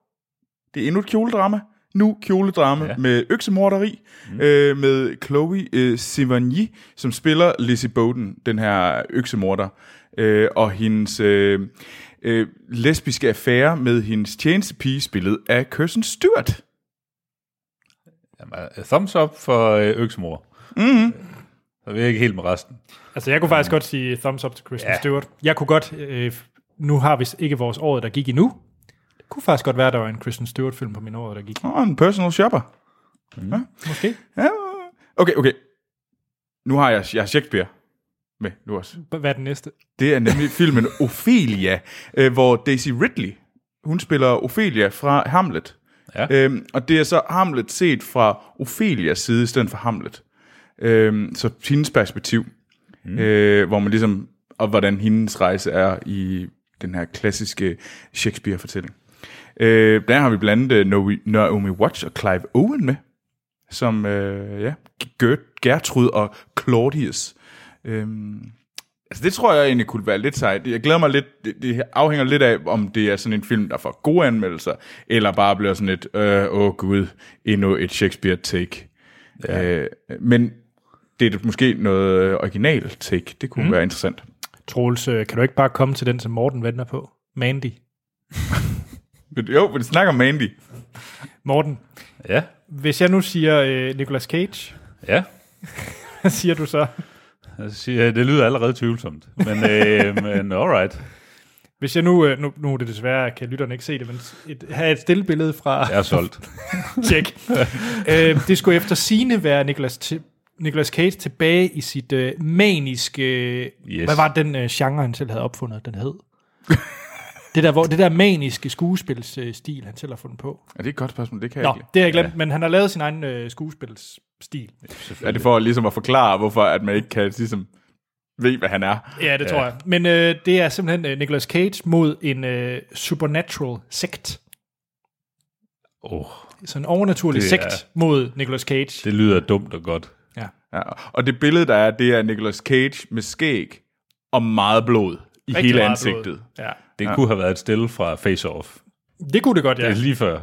C: Det er endnu et kjoledrama. Nu kjoledrama ja.
D: Ja.
C: med øksemorderi, mm. øh, med Chloe øh, Sevigny, som spiller Lizzie Bowden, den her øksemorder, øh, og hendes øh, øh, lesbiske affære med hendes tjenestepige, spillet af Kirsten Stewart.
D: Jamen, thumbs up for øh, øksemor. Mm-hmm. Så vil jeg ikke helt med resten.
B: Altså, jeg kunne faktisk godt sige thumbs up til Kristen ja.
D: Ja.
B: Stewart. Jeg kunne godt... Øh, nu har vi ikke vores året, der gik endnu. Det kunne faktisk godt være, der var en Kristen Stewart-film på min året, der gik.
C: Og en personal shopper.
B: Måske.
C: Ja. Okay, okay. Nu har jeg, jeg har Shakespeare med nu også.
B: Hvad er den næste?
C: Det er nemlig filmen Ophelia, øh, hvor Daisy Ridley, hun spiller Ophelia fra Hamlet.
D: Ja.
C: Øhm, og det er så Hamlet set fra Ophelias side i stedet for Hamlet. Øhm, så hendes perspektiv, mm. øh, hvor man ligesom og hvordan hendes rejse er i den her klassiske Shakespeare-fortælling. Øh, der har vi blandt andet øh, Naomi- Naomi Watts og Clive Owen med, som øh, ja, Gert- Gertrud og Claudius. Øhm, altså det tror jeg egentlig kunne være lidt sejt. Jeg glæder mig lidt, det, det afhænger lidt af, om det er sådan en film, der får gode anmeldelser, eller bare bliver sådan et, øh, åh gud, endnu et Shakespeare-take. Ja. Øh, men det er måske noget øh, original take. Det kunne mm. være interessant.
B: Troels, øh, kan du ikke bare komme til den, som Morten venter på? Mandy.
C: Men Jo, vi snakker om Mandy.
B: Morten,
D: Ja,
B: hvis jeg nu siger øh, Nicolas Cage,
D: ja.
B: hvad siger du så?
D: Jeg siger, øh, det lyder allerede tvivlsomt, men, øh, men alright.
B: Hvis jeg nu, øh, nu, nu er det desværre, kan lytterne ikke se det, men et, have et stille billede fra
D: Jeg er solgt.
B: Tjek. øh, det skulle efter sine være Nicolas, T- Nicolas Cage tilbage i sit øh, maniske... Øh,
D: Yes.
B: Hvad var den øh, genre, han selv havde opfundet, den hed? det, der, hvor, det der maniske skuespilsstil, øh, stil, han selv har fundet på.
C: Er det et godt spørgsmål? Det kan jeg
B: Nå,
C: ikke.
B: det har jeg glemt, ja. men han har lavet sin egen øh, skuespilsstil.
C: Er det for ligesom at forklare, hvorfor at man ikke kan ligesom ved, hvad han er?
B: Ja, det ja. tror jeg. Men øh, det er simpelthen øh, Nicolas Cage mod en øh, supernatural sekt.
D: Oh,
B: Så en overnaturlig
D: Det
B: det
D: er-
B: sekt mod Nicolas Cage. Det.
D: det lyder dumt og godt.
B: Ja.
C: Ja. Og det billede, der er, det er Nicolas Cage med skæg og meget blod i
B: Rigtig
C: hele
B: meget blod.
C: ansigtet. Blod.
B: Ja.
D: Det ja. kunne have været et stille fra Face Off.
B: Det kunne det godt, ja.
D: Ja. Lige før.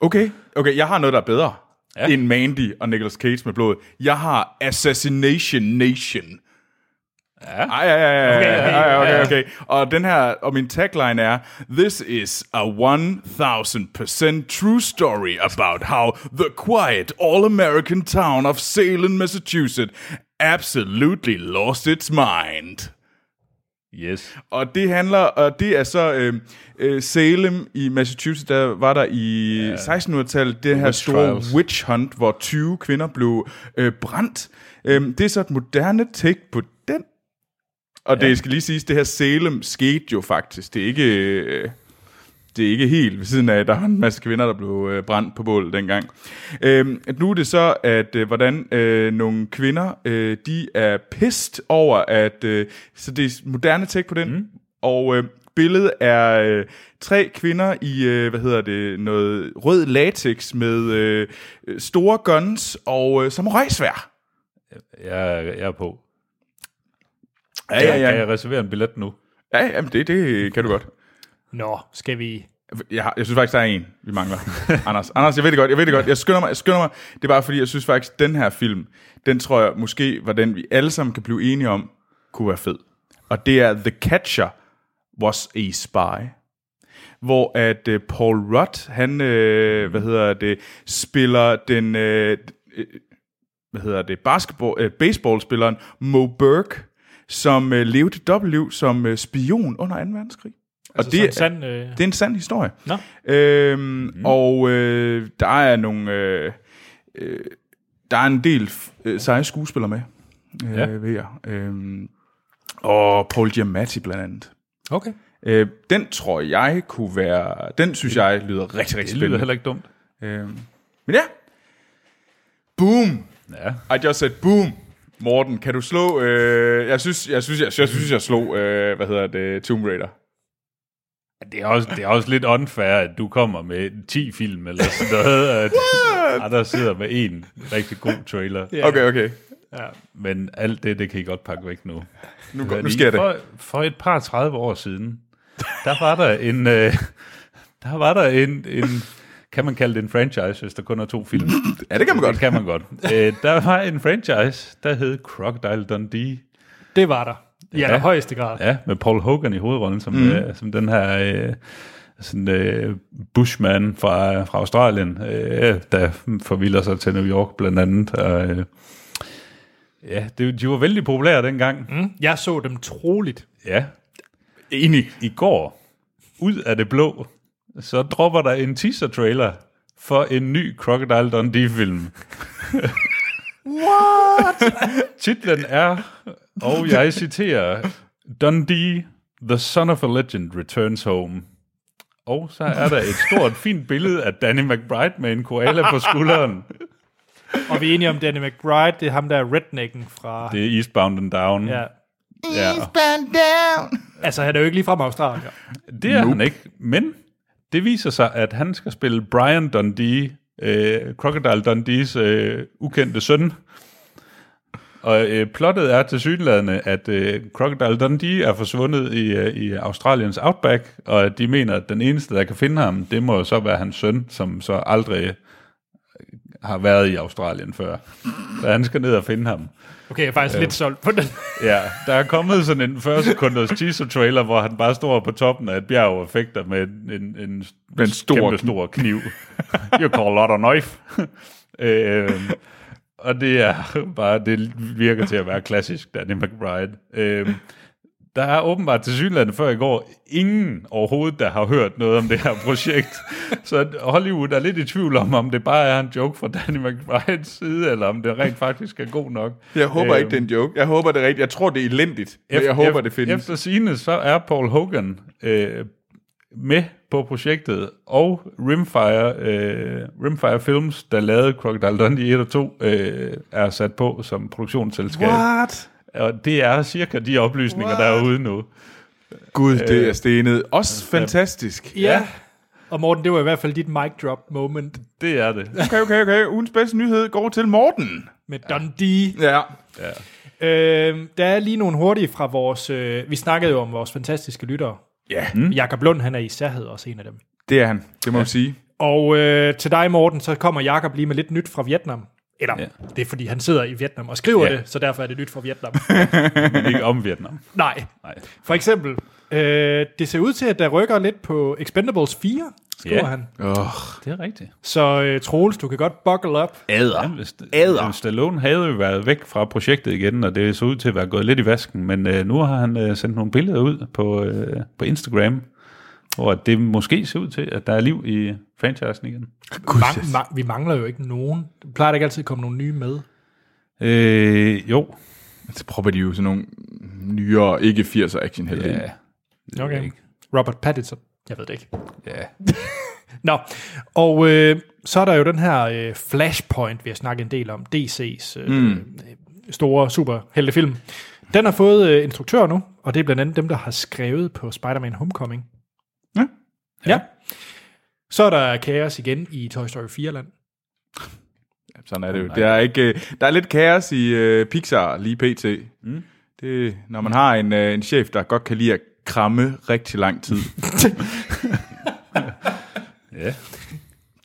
C: Okay, okay, jeg har noget, der er bedre ja.
D: Ja.
C: end Mandy og Nicolas Cage med blod. Jeg har Assassination Nation. Ja. Ej, ej, ej, ej,
B: Okay, okay,
C: ej, ej,
B: ja,
C: okay,
B: ja.
C: okay. Og den her, og min tagline er, This is a 1000% true story about how the quiet all-American town of Salem, Massachusetts absolutely lost its mind.
D: Yes.
C: Og det handler, og det er så øh, øh, Salem i Massachusetts, der var der i 1600-tallet det her
D: Witch
C: store
D: trials.
C: witch hunt, hvor 20 kvinder blev øh, brændt. Øh, det er så et moderne take på den. Og det skal lige siges, det her Salem skete jo faktisk. Det er ikke, øh, det er ikke helt ved siden af, at der var en masse kvinder, der blev øh, brændt på bålet dengang. Øh, nu er det så, at øh, hvordan øh, nogle kvinder, øh, de er pist over, at øh, så det er moderne tæk på den, mm. og øh, billedet er øh, tre kvinder i, øh, hvad hedder det, noget rød latex med øh, øh, store guns og øh, samurajsvær.
D: Jeg, jeg er på.
C: Ja, ja,
D: Kan
C: ja.
D: jeg reservere en billet nu?
C: Ja, jamen det, det kan du godt.
B: Nå, skal vi...
C: Jeg, har, jeg synes faktisk, der er en, vi mangler. Anders, Anders, jeg ved det godt, jeg ved det godt. Jeg skynder mig, jeg skynder mig. Det er bare fordi, jeg synes faktisk, den her film, den tror jeg måske var den, vi alle sammen kan blive enige om, kunne være fed. Og det er The Catcher Was a Spy. Hvor at uh, Paul Rudd, han, uh, hvad hedder det, spiller den, uh, hvad hedder det, basketball, øh, baseballspilleren Mo Burke, som øh, levede et dobbeltliv som øh, spion under 2. verdenskrig.
B: Altså,
C: det
B: det,
C: er-
B: sådan, sand, øh,
C: Det er en sand historie.
B: Nå.
C: Øhm,
D: Mhm.
C: mm. Og øh, der er nogle... Øh, øh, der er en del øh, seje skuespillere med øh, ja.
D: Ja.
C: ved jer. Øhm, og Paul Giamatti blandt andet.
B: Okay.
C: Øh, den tror jeg kunne være... Den synes jeg lyder rigtig, rigtig
D: Det
C: spændende.
D: lyder heller ikke dumt.
C: Øhm, men ja. Boom!
D: Ja.
C: I just said boom! Morten, kan du slå... Øh, jeg, synes, jeg, synes, jeg, jeg synes, jeg slog... Øh, hvad hedder det? Tomb Raider.
D: Det er, også, det er også lidt unfair, at du kommer med 10 film eller sådan noget, at andre sidder med en rigtig god trailer.
B: Ja.
C: Okay, okay.
D: Men alt det, det kan I godt pakke væk nu.
C: Nu,
D: Fordi
C: nu sker det.
D: For, for et par 30 år siden, der var der en, øh, der var der en, en, kan man kalde det en franchise, hvis der kun er to film?
C: Ja, det kan man godt.
D: Det kan man godt. Øh, der var en franchise, der hed Crocodile Dundee.
B: Det var der. I ja. allerhøjeste grad. Ja.
D: Ja, med Paul Hogan i hovedrollen, som, mm. øh, som den her øh, sådan, øh, bushman fra, fra Australien, øh, der forvilder sig til New York blandt andet. Og, øh, ja, det, de var vældig populære dengang. Mm.
B: Jeg så dem troligt.
D: Ja,
C: Enig.
D: i går, ud af det blå, så dropper der en teaser-trailer for en ny Crocodile Dundee-film. What? Titlen er, og jeg citerer, Dundee, the son of a legend returns home. Og så er der et stort, fint billede af Danny McBride med en koala på skulderen.
B: Og vi er enige om Danny McBride, det er ham, der er rednecken fra... Det.
D: Det er Eastbound and Down.
B: Ja.
D: Ja.
C: down.
B: Altså, han er jo ikke ligefrem australier.
D: Det er nope. han
C: Nope.
D: ikke, men det viser sig, at han skal spille Brian Dundee, øh, Crocodile Dundees øh, ukendte søn. Og øh, plottet er til synlædende, at øh, Crocodile Dundee er forsvundet i, øh, i Australiens outback, og at de mener, at den eneste, der kan finde ham, det må jo så være hans søn, som så aldrig har været i Australien før. Så han skal ned og finde ham.
B: Okay, jeg er faktisk lidt solgt på den.
D: Ja, der er kommet sådan en 40 sekunders teaser-trailer, hvor han bare står på toppen af et bjerg og fægter med en, en, en,
C: Med en stor
D: kæmpe
C: kniv.
D: stor kniv. you call a lot of knife. øhm, og det er bare, det virker til at være klassisk Danny McBride. Øhm, der er åbenbart til synlandet før i går ingen overhovedet, der har hørt noget om det her projekt. Så Hollywood er lidt i tvivl om, om det bare er en joke fra Danny McBrides side, eller om det rent faktisk er god nok.
C: Jeg håber
D: Øhm,
C: ikke, det er en joke. Jeg håber, det er rigtigt. Jeg tror, det er elendigt. Men jeg håber, det findes.
D: Efter sine så er Paul Hogan øh, med på projektet, og Rimfire, øh, Rimfire Films, der lavede Crocodile Dundee 1 og 2, øh, er sat på som produktionsselskab.
C: What?
D: Og det er cirka de oplysninger, What? der er ude nu.
C: Gud, det er stenet. Også fantastisk.
B: ja. Og Morten, det var i hvert fald dit mic drop moment
D: Det er det.
C: Okay, okay, okay. Ugens bedste nyhed går til Morten.
B: med Dundee.
C: Ja.
B: Øh, der er lige nogle hurtige fra vores... Øh, vi snakkede jo om vores fantastiske lyttere.
C: Ja,
B: Mm. Jakob Lund, han er i særhed også en af dem.
C: det er han. Det må man sige.
B: Og øh, til dig, Morten, så kommer Jakob lige med lidt nyt fra Vietnam. Eller,
D: Ja.
B: ja. det er fordi, han sidder i Vietnam og skriver
D: Ja.
B: det, så derfor er det nyt fra Vietnam.
D: Men ikke om Vietnam.
B: Nej.
D: Nej.
B: For eksempel, øh, det ser ud til, at der rykker lidt på Expendables 4, skriver
D: Ja.
B: ja. han.
C: Oh.
D: Det er rigtigt.
B: Så øh, Troels, du kan godt buckle up.
D: Ja, hvis, Æder. hvis Stallone havde jo været væk fra projektet igen, og det så ud til at være gået lidt i vasken, men øh, nu har han øh, sendt nogle billeder ud på, øh, på Instagram, hvor det måske ser ud til, at der er liv i franchisen igen.
B: Mang, ma- vi mangler jo ikke nogen. Der plejer der ikke altid at komme nogle nye med.
D: Øh, jo.
C: Så propper de jo sådan nogle nyere, ikke 80'er action heller.
D: Ja.
B: Okay. Robert Pattinson. Jeg ved det ikke.
D: ja.
B: Nå, og øh, så er der jo den her øh, Flashpoint, vi har snakket en del om, DC's øh, mm. store superheltefilm. Den har fået øh, instruktør nu, og det er blandt andet dem, der har skrevet på Spider-Man Homecoming.
C: Ja.
B: ja. Så er der kaos igen i Toy Story 4-land.
C: Sådan er det jo. Det er ikke, øh, der er lidt kaos i øh, Pixar lige pt. Mm. Det, når man har en, øh, en chef, der godt kan lide at kramme rigtig lang tid.
D: ja.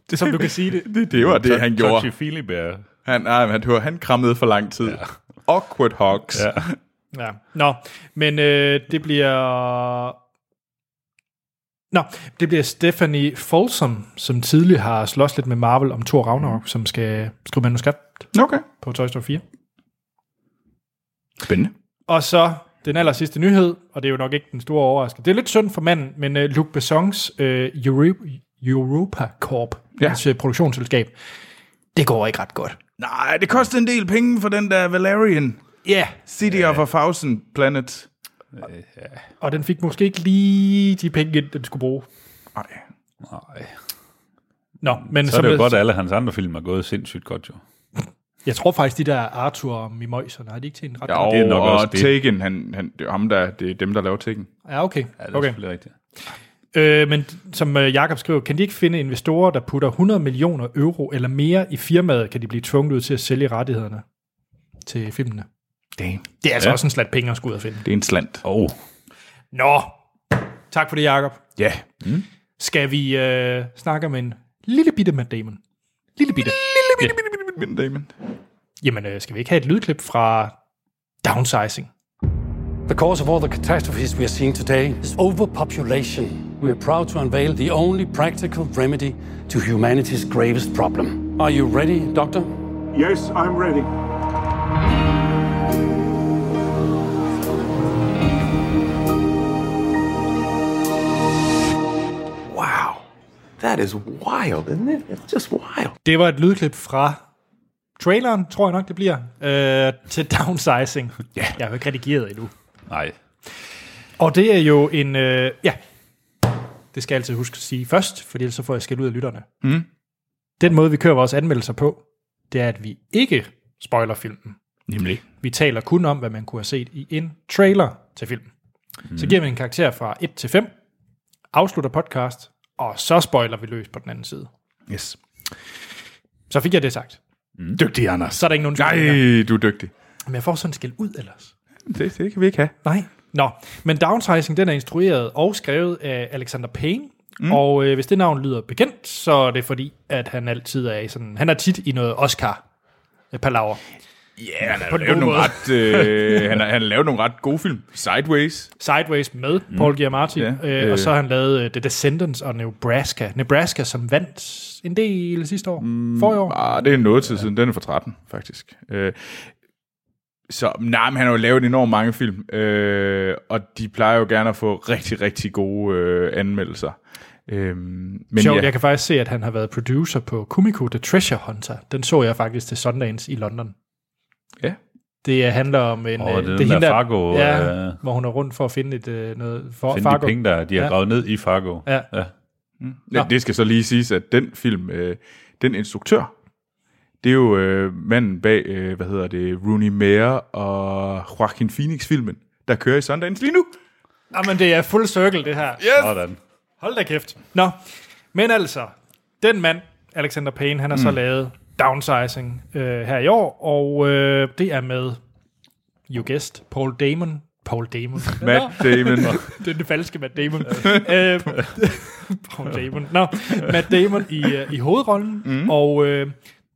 B: Det er som du kan sige det.
C: det, det var det, han gjorde.
D: Touchy bear.
C: Han, nej, men han, han krammede for lang tid. Ja. Awkward hogs. Ja.
D: Ja.
B: Ja. Nå, men øh, det bliver... Nå, det bliver Stephanie Folsom, som tidligere har slås lidt med Marvel om Thor
D: Mm.
B: Ragnarok, som skal skrive manuskript
C: Okay.
B: på Toy Story 4.
C: Spændende.
B: Og så den aller sidste nyhed, og det er jo nok ikke den store overraskelse. Det er lidt synd for manden, men uh, Luc Bessons uh, Euro- Europa Corp,
C: Ja.
B: ja. hans øh, produktionsselskab, det går ikke ret godt.
C: Nej, det kostede en del penge for den der Valerian.
B: Ja, yeah.
C: City ja. of a Thousand Planet.
B: og den fik måske ikke lige de penge, ind, den skulle bruge.
C: Nej.
D: Nej.
B: Nå, men
D: Så er det jo godt, at alle hans andre film er gået sindssygt godt, jo.
B: Jeg tror faktisk, de der Arthur og Mimoiserne, har de ikke tjent ret
C: Ja,
B: godt?
D: det er nok
C: og
D: også det.
C: Taken, han, han, det er ham, der, det er dem, der laver Taken.
B: Ja, okay.
D: Ja, det er
B: okay.
D: selvfølgelig rigtigt.
B: Øh, men som øh, Jakob skriver, kan de ikke finde investorer, der putter 100 millioner euro eller mere i firmaet, kan de blive tvunget ud til at sælge rettighederne til filmene.
C: Damn.
B: Det er altså
D: Ja.
B: ja. også en slat penge at skulle ud og finde.
C: Det er en slant.
D: Åh, oh,
B: Nå, tak for det, Jakob.
C: Ja.
B: Skal vi øh, snakke om en lille bitte Matt Damon? Lille bitte. Lille bitte. Ja.
C: Men Damon.
B: Jamen, øh, skal vi ikke have et lydklip fra Downsizing?
E: The cause of all the catastrophes we are seeing today is overpopulation. We are proud to unveil the only practical remedy to humanity's gravest problem. Are you ready, Doctor?
F: Yes, I'm ready.
G: Wow. That is wild, isn't it? It's just wild.
B: Det var et lydklip fra traileren, tror jeg nok, det bliver, øh, til Downsizing. Ja. Jeg har jo ikke redigeret endnu.
D: nej.
B: Og det er jo en... Øh, ja, det skal jeg altid huske at sige først, for ellers så får jeg skæld ud af lytterne. Mm. Den måde, vi kører vores anmeldelser på, det er, at vi ikke spoiler filmen.
C: Nemlig.
B: Vi taler kun om, hvad man kunne have set i en trailer til filmen. Mm. Så giver vi en karakter fra 1 til 5, afslutter podcast, og så spoiler vi løs på den anden side.
C: Yes.
B: Så fik jeg det sagt.
C: Mm. Dygtig, Anders.
B: Så er der ingen
C: Nej,
B: undskyldning. længere.
C: du er dygtig.
B: Men jeg får sådan en skæld ud ellers.
C: Det, det kan vi ikke have.
B: Nej. Nå, men Downsizing, den er instrueret og skrevet af Alexander Payne. Mm. Og øh, hvis det navn lyder bekendt, så er det fordi, at han altid er i sådan... Han er tit i noget øh, Oscar-palaver.
C: Ja, yeah, han har
B: På den
C: lavet
B: gode
C: nogle
B: måde.
C: ret, øh, han, har, han har lavet nogle ret gode film. Sideways.
B: Sideways med mm. Paul Giamatti,
C: Ja,
B: yeah. øh,
C: øh.
B: og så har han lavet øh, The Descendants og Nebraska. Nebraska, som vandt en del sidste år, mm. forrige år.
C: Ah, det er noget tid siden. Den er fra 13, faktisk. Øh, så nej, men han har jo lavet enormt mange film, øh, og de plejer jo gerne at få rigtig, rigtig gode øh, anmeldelser. Øh, men
B: Sjovt,
C: ja,
B: jeg kan faktisk se, at han har været producer på Kumiko The Treasure Hunter. Den så jeg faktisk til Sundance i London.
C: ja.
B: Det handler om en... øh,
D: Åh, det er den
B: er hende,
D: der Fargo,
B: Ja,
D: øh,
B: hvor hun er rundt for at finde et øh, noget... For,
D: Finde de penge, der de har
B: Ja.
D: gravet ned i Fargo.
B: Ja.
D: ja.
C: Ja, det skal så lige siges, at den film, øh, den instruktør, det er jo øh, manden bag, øh, hvad hedder det, Rooney Mara og Joaquin Phoenix-filmen, der kører i Sundance lige nu.
B: Jamen, Ah, det er full circle, det her.
C: Yes!
D: Sådan.
B: Hold da kæft. Nå, men altså, den mand, Alexander Payne, han har mm. så lavet Downsizing øh, her i år, og øh, det er med, you guessed, Paul Damon. Paul Damon.
C: Matt Damon.
B: det er det falske Matt Damon. øh, Paul Damon. Nå, Matt Damon i, øh, i hovedrollen, mm. og øh,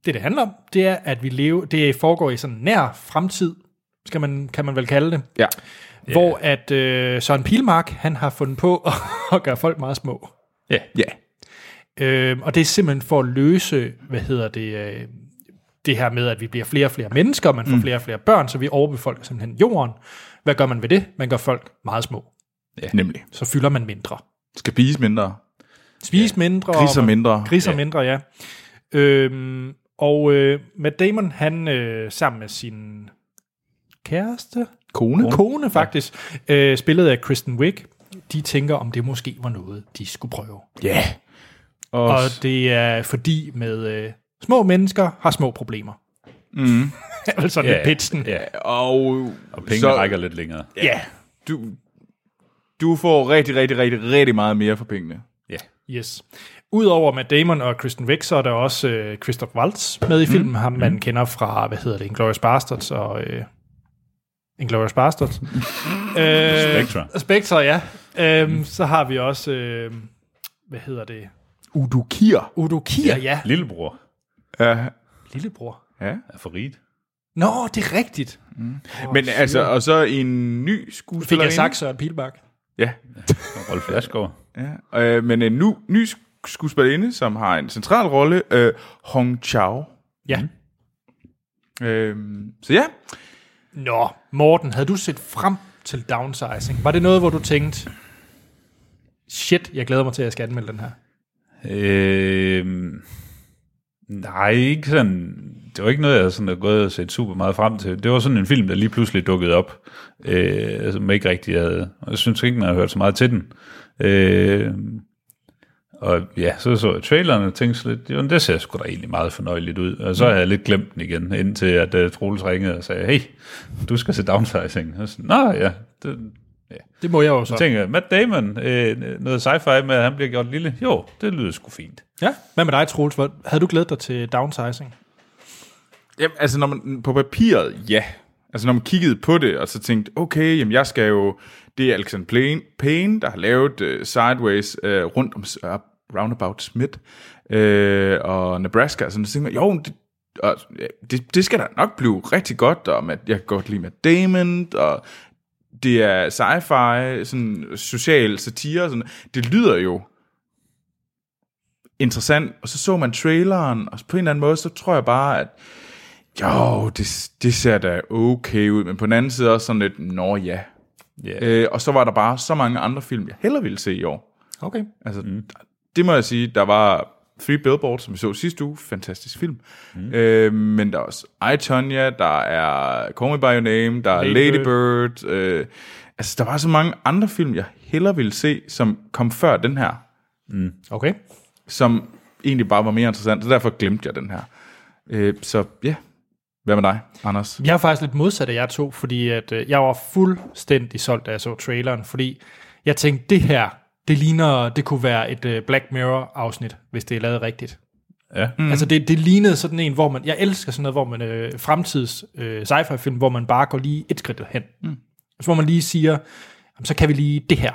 B: det, det handler om, det er, at vi lever, det foregår i sådan nær fremtid, skal man, kan man vel kalde det,
C: ja.
B: yeah. hvor at øh, Søren Pilmark, han har fundet på at gøre folk meget små.
C: ja.
B: Øh, og det er simpelthen for at løse, hvad hedder det, øh, det her med, at vi bliver flere og flere mennesker, man får mm. flere og flere børn, så vi overbefolker simpelthen jorden. Hvad gør man ved det? Man gør folk meget små.
C: Ja. Nemlig.
B: Så fylder man mindre.
C: Skal pise mindre.
B: Spise ja. mindre.
C: Griser mindre.
B: Griser ja. mindre, ja. Øhm, og øh, Matt Damon, han øh, sammen med sin kæreste,
C: Kone.
B: kone faktisk, ja. øh, spillet af Kristen Wiig, de tænker, om det måske var noget, de skulle prøve.
C: Ja. Og,
B: Og det er fordi med øh, små mennesker har små problemer. Mm. Det er vel sådan
D: Ja,
B: lidt pitchen.
D: ja.
C: og,
D: Og pengene
C: så-
D: rækker lidt længere.
C: Ja. Du, du får rigtig, rigtig, rigtig, rigtig meget mere for pengene.
D: Ja.
B: Yes. Udover Matt Damon og Kristen Wiig, så er der også øh, Christoph Waltz med i filmen. Mm. Ham man kender fra, hvad hedder det, Inglourious Bastards og... Øh, Inglourious Bastards. øh,
D: Spectre.
B: Spectre, ja. Øhm, Så har vi også... Øh, hvad hedder det?
C: Udo Kier.
B: Udo Kier, ja. ja.
D: Lillebror
C: Ja.
B: Lillebror.
C: ja.
D: er for rigt.
B: Nå, det er rigtigt.
C: Men altså, og så en ny
B: Fik
C: skuespillerinde.
B: jeg sagt Søren Pilmark?
C: Ja.
D: Og Rolf Lassgaard.
C: ja. Øh, men en nu, ny sk- skuespillerinde, som har en central rolle, øh, Hong Chao.
B: Ja.
C: Øh, så ja,
B: Nå, Morten, havde du set frem til downsizing? Var det noget, hvor du tænkte, shit, jeg glæder mig til, at jeg skal anmelde den her?
D: Øhm, nej, ikke sådan... Det var ikke noget, jeg sådan er gået og set super meget frem til. Det var sådan en film, der lige pludselig dukkede op, øh, som ikke rigtig havde... Og jeg synes ikke, man har hørt så meget til den. Øh, og ja, så så jeg traileren og tænkte så lidt, jo, men det ser sgu da egentlig meget fornøjeligt ud. Og så havde jeg lidt glemt den igen, indtil at uh, Troels ringede og sagde, hey, du skal se Downsizing. Og så, Nå ja, det,
B: Det må jeg jo så.
D: så tænker jeg, Matt Damon, øh, noget sci-fi med, at han bliver gjort lille. Jo, det lyder sgu fint.
B: Ja. Hvad med dig, Troels? Hvor- Havde du glædet dig til downsizing?
C: Jamen, altså når man, på papiret, ja. Altså når man kiggede på det, og så tænkte, okay, jamen jeg skal jo, det er Alexander Payne, Payne der har lavet uh, Sideways uh, rundt om uh, Roundabout Smith uh, og Nebraska, så tænkte man, jo, det, og, ja, det, det skal da nok blive rigtig godt, og Matt- jeg kan godt lide Matt Damon, og det er sci-fi, sådan social satire, sådan, det lyder jo interessant, og så så man traileren, og på en eller anden måde, så tror jeg bare, at jo, det, det ser da okay ud, men på den anden side også sådan lidt, nå ja.
D: Yeah.
C: Øh, og så var der bare så mange andre film, jeg hellere ville se i år.
B: Okay.
C: Altså, mm. det må jeg sige, der var Three Billboards, som vi så sidste uge, fantastisk film. Mm. Øh, men der er også I, Tonya, der er Call Me By Your Name, der er
B: Lady
C: Lady Bird. Øh, altså, der var så mange andre film, jeg hellere ville se, som kom før den her
B: Okay.
C: som egentlig bare var mere interessant, så derfor glemte jeg den her. Øh, så ja, Hvad med dig, Anders?
B: Jeg er faktisk lidt modsat af jer to, fordi at, øh, jeg var fuldstændig solgt, da jeg så traileren, fordi jeg tænkte, det her, det ligner, det kunne være et øh, Black Mirror-afsnit, hvis det er lavet rigtigt.
D: Ja.
B: Mm. Altså det, det lignede sådan en, hvor man, jeg elsker sådan noget, hvor man øh, fremtids øh, sci-fi film, hvor man bare går lige et skridt hen. Mm. Så hvor man lige siger, jamen, så kan vi lige det her.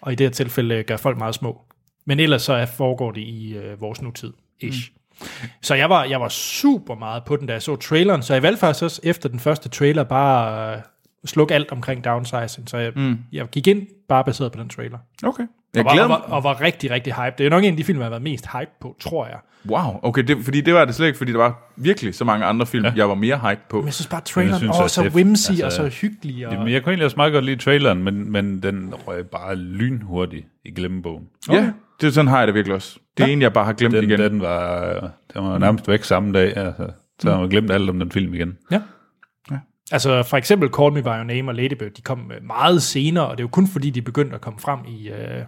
B: Og i det her tilfælde øh, gør folk meget små. Men ellers så er, foregår det i øh, vores nutid. Ish. Mm. Så jeg var, jeg var super meget på den, da jeg så traileren. Så jeg valgte faktisk også efter den første trailer bare øh, slukke alt omkring downsizing. Så jeg, mm. jeg gik ind bare baseret på den trailer.
C: Okay. Jeg
B: Og var,
C: glæder
B: og, var,
C: mig.
B: og var rigtig, rigtig hype. Det er nok en af de film, jeg har været mest hype på, tror jeg.
C: Wow, okay, det, fordi det var det slet ikke, fordi der var virkelig så mange andre film, ja. jeg var mere hype på.
B: Men jeg synes bare,
D: Men jeg
B: traileren
D: synes
B: var
D: også,
B: så
D: det-
B: whimsy altså, og
D: altså,
B: så hyggelig. Og...
D: Jamen, jeg kunne egentlig også meget godt lide traileren, men, men den røg bare lynhurtigt i glemmebogen.
C: Ja, det er sådan har jeg det virkelig også. Det er en, jeg bare har glemt
D: Den,
C: igen.
D: den, var, den var nærmest væk samme dag, altså. Så
C: Mm.
D: har man glemt alt om den film igen.
B: Ja. Altså for eksempel Call Me By Your Name og Ladybird, de kom øh, meget senere, og det er jo kun fordi, de begyndte at komme frem i, øh,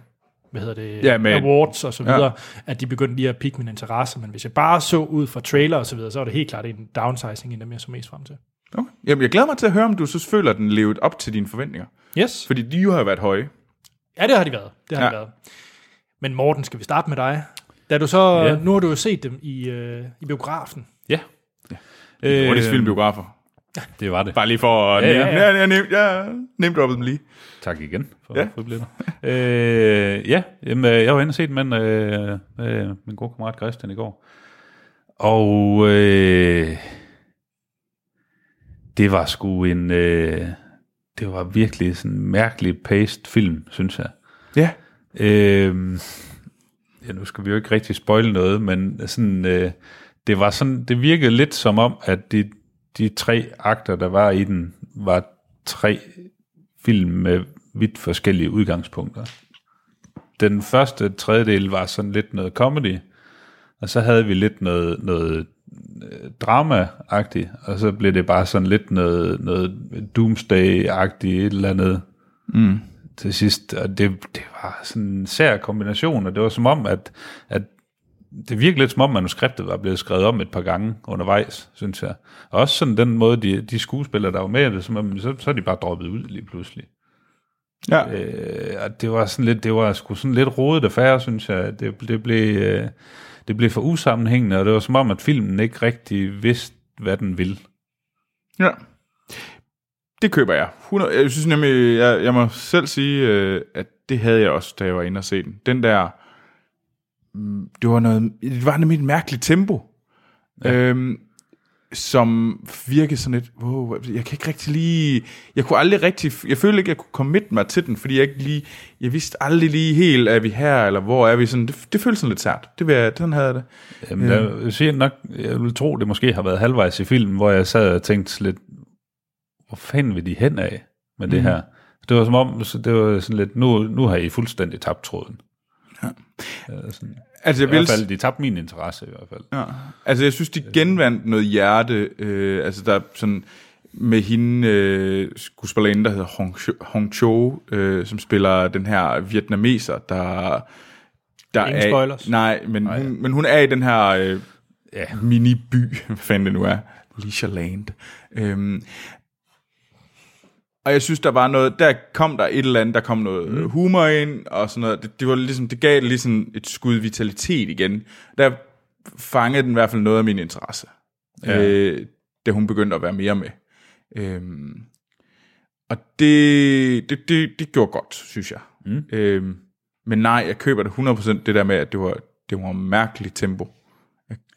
B: hvad hedder det,
C: Ja, men-
B: awards og så
C: Ja.
B: videre, at de begyndte lige at pikke min interesse, men hvis jeg bare så ud fra trailer og så videre, så var det helt klart en downsizing, end dem jeg så mest frem til.
C: Okay. Jamen, jeg glæder mig til at høre, om du så føler, at den levet op til dine forventninger.
B: Yes.
C: Fordi de jo har været høje.
B: Ja, det har de været. Det har
C: Ja.
B: ja. de været. Men Morten, skal vi starte med dig? Da du så,
D: Ja.
B: ja. nu har du jo set dem i, øh, i biografen.
D: Ja.
C: Øh, Hurtigst filmbiografer.
D: Det var det.
C: Bare lige for at ja,
D: ja,
C: ja, ja. ja, nem, ja, name droppet dem lige.
D: Tak igen for
C: Ja.
D: ja. billetter. øh, ja, jamen, øh, jeg var inde og set men, øh, øh, min gode kammerat Christian i går. Og øh, det var sgu en... Øh, det var virkelig sådan en mærkelig paced film, synes jeg.
C: Ja.
D: Øh, ja, nu skal vi jo ikke rigtig spoil noget, men sådan, øh, det, var sådan, det virkede lidt som om, at de, de tre akter, der var i den, var tre film med vidt forskellige udgangspunkter. Den første tredjedel var sådan lidt noget comedy, og så havde vi lidt noget, noget øh, drama-agtigt, og så blev det bare sådan lidt noget, noget doomsday-agtigt et eller andet til sidst, og det, det var sådan en sær kombination, og det var som om, at, at det virkede lidt som om manuskriptet var blevet skrevet om et par gange undervejs, synes jeg. Og også sådan den måde, de, de skuespillere, der var med i det, som om, så, så er de bare droppet ud lige pludselig.
C: Ja.
D: Øh, og det var sådan lidt, det var sgu sådan lidt rodet affære, synes jeg. Det, det, blev, øh, det blev for usammenhængende, og det var som om, at filmen ikke rigtig vidste, hvad den ville.
C: Ja. Det køber jeg. 100, jeg synes nemlig, jeg, jeg må selv sige, øh, at det havde jeg også, da jeg var inde og se den. Den der, mm, det var noget, det var nemlig et mærkeligt tempo, ja. øhm, som virkede sådan lidt, wow, jeg kan ikke rigtig lige, jeg kunne aldrig rigtig, jeg følte ikke, jeg kunne commit mig til den, fordi jeg ikke lige, jeg vidste aldrig lige helt, er vi her, eller hvor er vi sådan, det, det føltes sådan lidt sært. Det vil jeg, den havde jeg det.
D: Jamen, der, jeg, siger nok, jeg vil tro, det måske har været halvvejs i filmen, hvor jeg sad og tænkte lidt, hvor fanden vil de hen af med det her? Det var som om, så det var sådan lidt, nu, nu har I fuldstændig tabt tråden. Ja. Sådan,
C: Altså, jeg
D: I
C: vil,
D: hvert fald, de tabte min interesse i hvert fald.
C: Ja. Altså, jeg synes, de genvandt noget hjerte. Øh, altså, der er sådan med hende øh, skuespillerinde, der hedder Hong, Cho- Hong Cho, øh, som spiller den her vietnameser, der... der
B: Ingen
C: er,
B: spoilers.
C: Nej, men, nej. Hun, men hun er i den her øh, ja. mini-by, hvad fanden det nu er, Leisure Land. Øhm, og jeg synes, der var noget, der kom der et eller andet, der kom noget mm. humor ind, og sådan noget. Det, det, var ligesom, det gav det ligesom et skud vitalitet igen. Der fangede den i hvert fald noget af min interesse, ja. øh, da hun begyndte at være mere med. Øhm, og det, det, det, det gjorde godt, synes jeg. Mm. Øhm, men nej, jeg køber det 100% det der med, at det var, det var en mærkelig tempo.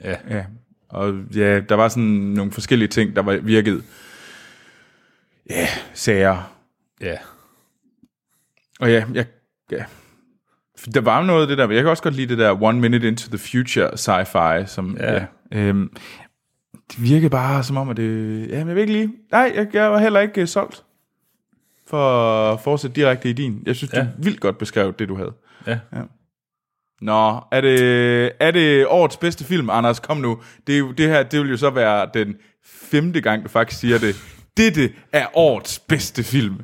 D: Ja.
C: Ja. Og ja, der var sådan nogle forskellige ting, der var virkede. Ja, sager.
D: Ja.
C: Og ja, jeg, ja. For Der var jo noget af det der, jeg kan også godt lide det der One Minute Into the Future sci-fi, som ja.
D: Ja.
C: ja øhm, det virkede bare som om, at det, ja, men jeg vil ikke lige, nej, jeg, jeg var heller ikke uh, solgt for at fortsætte direkte i din. Jeg synes, ja. du
D: Ja.
C: vildt godt beskrev det, du havde.
D: Ja.
C: Nå, er det, er det årets bedste film, Anders? Kom nu. Det, er jo- det her, det vil jo så være den femte gang, du faktisk siger det. Dette er årets bedste film.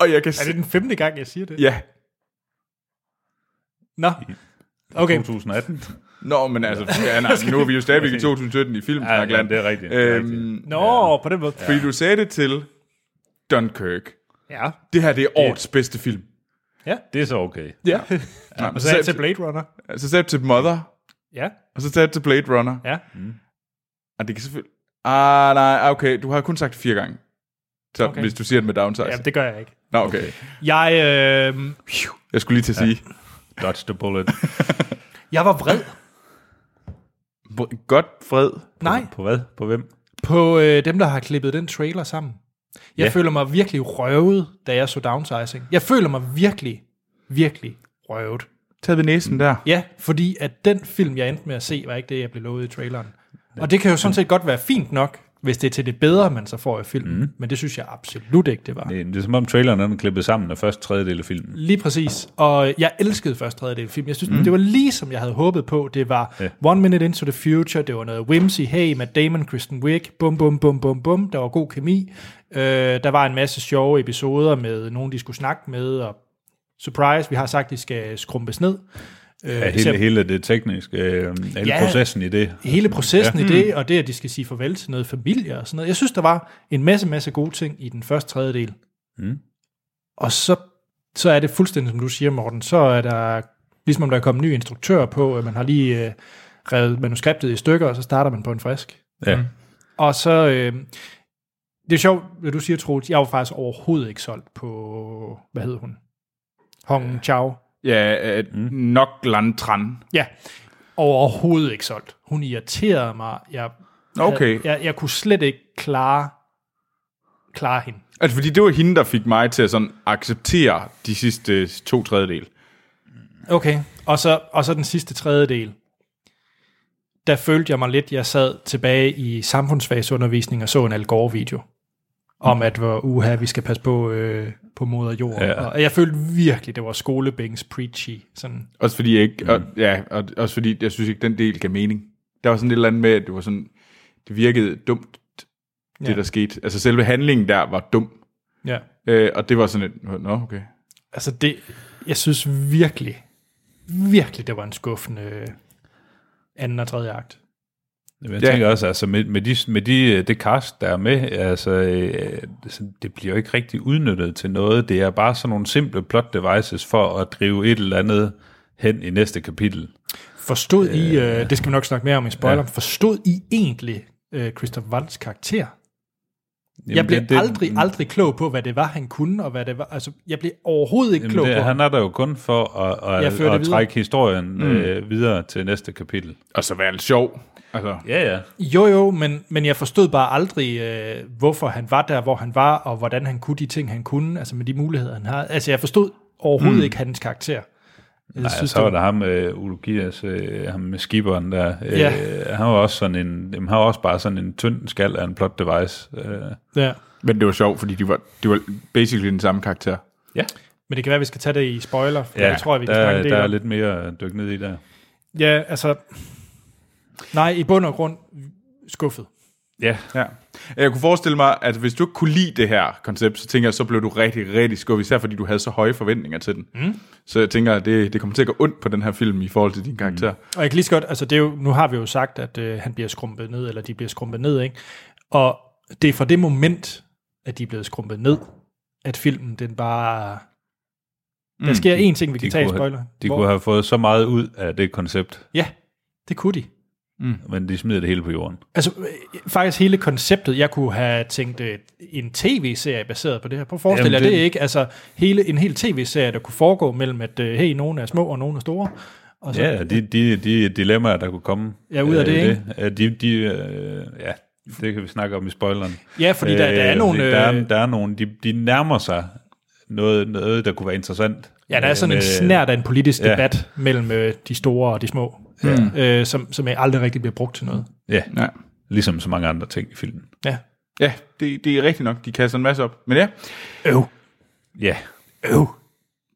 C: Og jeg kan
B: Er det
C: se...
B: den femte gang, jeg siger det?
C: Ja,
B: Nå, okay.
D: 2018.
C: Nå, men altså, ja, nej, nu er vi jo stadigvæk i 2017 i film,
D: Ja, ja, det er rigtigt. Det er
C: Øhm,
B: Nå, på den måde. Ja.
C: fordi du sagde det til Dunkirk.
B: ja.
C: Det her, det er årets bedste film.
D: Det er så okay.
C: Ja. ja.
B: Og
C: Så
B: så er jeg til
C: sagde
B: Blade Runner.
C: jeg- så sagde jeg til Mother,
B: Ja,
C: og så sagde jeg til Blade Runner.
B: ja.
C: Og det kan selvfølgelig... Ah, nej, ah, okay, du har kun sagt det fire gange. Så okay. hvis du siger det med downsize.
B: ja det gør jeg ikke.
C: Nå, okay.
B: Jeg, øh,
C: Jeg skulle lige til at sige,
D: Dodge the bullet.
B: jeg var vred.
C: ja. godt fred.
B: Nej,
D: På hvad? På hvem?
B: på øh, dem, der har klippet den trailer sammen. Jeg
D: Ja.
B: ja. føler mig virkelig røvet, da jeg så downsizing. Jeg føler mig virkelig, virkelig røvet.
C: Tag ved næsen der.
B: Ja, fordi at den film, jeg endte med at se, var ikke det, jeg blev lovet i traileren. Og det kan jo sådan set godt være fint nok, hvis det er til det bedre, man så får i filmen. Mm. Men det synes jeg absolut ikke, det var.
D: Det er, det er som om traileren den er klippet sammen af første tredjedel af filmen.
B: Lige præcis. Og øh, jeg elskede første tredjedel af filmen. Jeg synes, mm. det var lige som jeg havde håbet på. Det var yeah. One Minute Into the Future, det var noget whimsy, hey, Matt Damon, Kristen Wiig, bum, bum, bum, bum, bum. Der var god kemi. Øh, der var en masse sjove episoder med nogen, de skulle snakke med, og surprise, vi har sagt, de skal skrumpes ned. Øh,
D: Ja,
B: det ser-
D: hele, hele det tekniske, øh, hele
B: Ja.
D: processen i det.
B: hele processen ja. Mm. i det, og det, at de skal sige farvel til noget familie og sådan noget. Jeg synes, der var en masse, masse gode ting i den første tredjedel. Mm. Og så, så er det fuldstændig, som du siger, Morten, så er der, ligesom om der er kommet en ny instruktør på, at man har lige øh, revet manuskriptet i stykker, og så starter man på en frisk.
D: Ja.
B: Og så, øh, det er sjovt, hvad du siger, Troels, jeg var faktisk overhovedet ikke solgt på, hvad hed hun? Hong Chao.
C: Ja, øh, mm. nok landtran.
B: Ja, overhovedet ikke solgt. Hun irriterede mig. Jeg
C: Okay.
B: Jeg, jeg, jeg kunne slet ikke klare, klare hende.
C: Altså, fordi det var hende, der fik mig til at sådan acceptere de sidste to tredjedel.
B: Okay. Og så, og så den sidste tredjedel. Der følte jeg mig lidt, jeg sad tilbage i samfundsfagsundervisning og så en Al Gore-video. Om at, hvor uha, vi skal passe på, øh, på moder jord. Ja. Og jeg følte virkelig, det var skolebænks preachy. Sådan.
C: Også fordi jeg ikke, mm. og, ja, og, også fordi jeg synes ikke, den del gav mening. Der var sådan et eller andet med, at det var sådan, det virkede dumt, det
B: Ja.
C: der skete. Altså selve handlingen der var dum.
B: Ja.
C: Øh, og det var sådan et, nå okay.
B: Altså det, jeg synes virkelig, virkelig, det var en skuffende øh, anden og tredje akt.
D: Jeg
C: Ja.
D: tænker også, altså med, med, de, med de, øh, det cast, der er med, altså, øh, sådan, det bliver jo ikke rigtig udnyttet til noget. Det er bare sådan nogle simple plot devices for at drive et eller andet hen i næste kapitel.
B: Forstod I, øh, det skal vi nok snakke mere om i spoiler, ja. forstod I egentlig øh, Christoph Waltz karakter? Jamen, jeg blev
D: det-
B: det,
D: det-
B: aldrig, aldrig klog på, hvad det var, han kunne, og hvad det var, altså, jeg blev overhovedet ikke
D: Jamen,
B: klog
D: det,
B: på.
D: han er der jo kun for at,
B: Jeg
D: at,
B: fører
D: at,
B: det
D: at
B: videre.
D: trække historien mm. øh, videre til næste kapitel.
C: Og så være lidt sjov. Altså,
D: Ja, ja.
B: Jo, jo, men, men jeg forstod bare aldrig, øh, hvorfor han var der, hvor han var, og hvordan han kunne de ting, han kunne, altså med de muligheder, han har. Altså, jeg forstod overhovedet mm. ikke hans karakter. Jeg
D: Nej, så
B: det
D: var der ham, øh, Ulu Gias, øh, ham med skiberen der. Øh,
B: Ja.
D: Han var også sådan en, jamen, han var også bare sådan en tynd skal af en plot device. Øh,
B: Ja.
C: men det var sjovt, fordi de var, de var basically den samme karakter.
D: ja,
B: Men det kan være, at vi skal tage det i spoiler, for ja, jeg tror, at vi kan snakke
D: der,
B: en del
D: der er
B: om.
D: lidt mere at dykke ned i der.
B: Ja, altså... Nej, i bund og grund skuffet.
D: Ja,
C: Ja. Jeg kunne forestille mig, at hvis du ikke kunne lide det her koncept, så tænker jeg, så blev du rigtig, rigtig skuffet, især fordi du havde så høje forventninger til den. Mm. Så jeg tænker, at det, det kommer til at gå ondt på den her film i forhold til din karakter. Mm.
B: Og jeg kan lige så godt, altså det er jo, nu har vi jo sagt, at øh, han bliver skrumpet ned, eller de bliver skrumpet ned, ikke? Og det er fra det moment, at de er blevet skrumpet ned, at filmen den bare... Der sker én ting, vi kan tage i
D: kunne have-
B: spoiler.
D: Mm. de
B: Hvor-
D: kunne have fået så meget ud af det koncept,
B: Ja, det kunne de.
D: men de smider det hele på jorden.
B: Altså øh, faktisk hele konceptet, jeg kunne have tænkt øh, en tv-serie baseret på det her. Prøv at forestille
D: Jamen,
B: jer det,
D: det-
B: ikke? Altså hele, en hel tv-serie, der kunne foregå mellem, at øh, hey, nogen er små og nogen er store. Og så,
D: Ja, de, de, de dilemmaer, der kunne komme
B: Ja, ud af
D: øh,
B: det,
D: i
B: ikke?
D: Øh, De, de, øh, ja, det kan vi snakke om i spoileren.
B: ja fordi der, der er
D: Øh,
B: nogle...
D: fordi Der er,
B: øh,
D: der er nogle de, de nærmer sig noget, noget, der kunne være interessant.
B: Ja, der er
D: Øh,
B: sådan en
D: med-
B: snært af en politisk
D: ja.
B: debat mellem øh, de store og de små, mm. øh, som, som aldrig rigtig bliver brugt til noget.
D: Ja,
C: Ja.
D: ligesom så mange andre ting i filmen.
B: Ja.
C: ja, det, det er rigtigt nok. De kaster en masse op. Men ja,
B: Øv.
D: Ja,
B: Øv.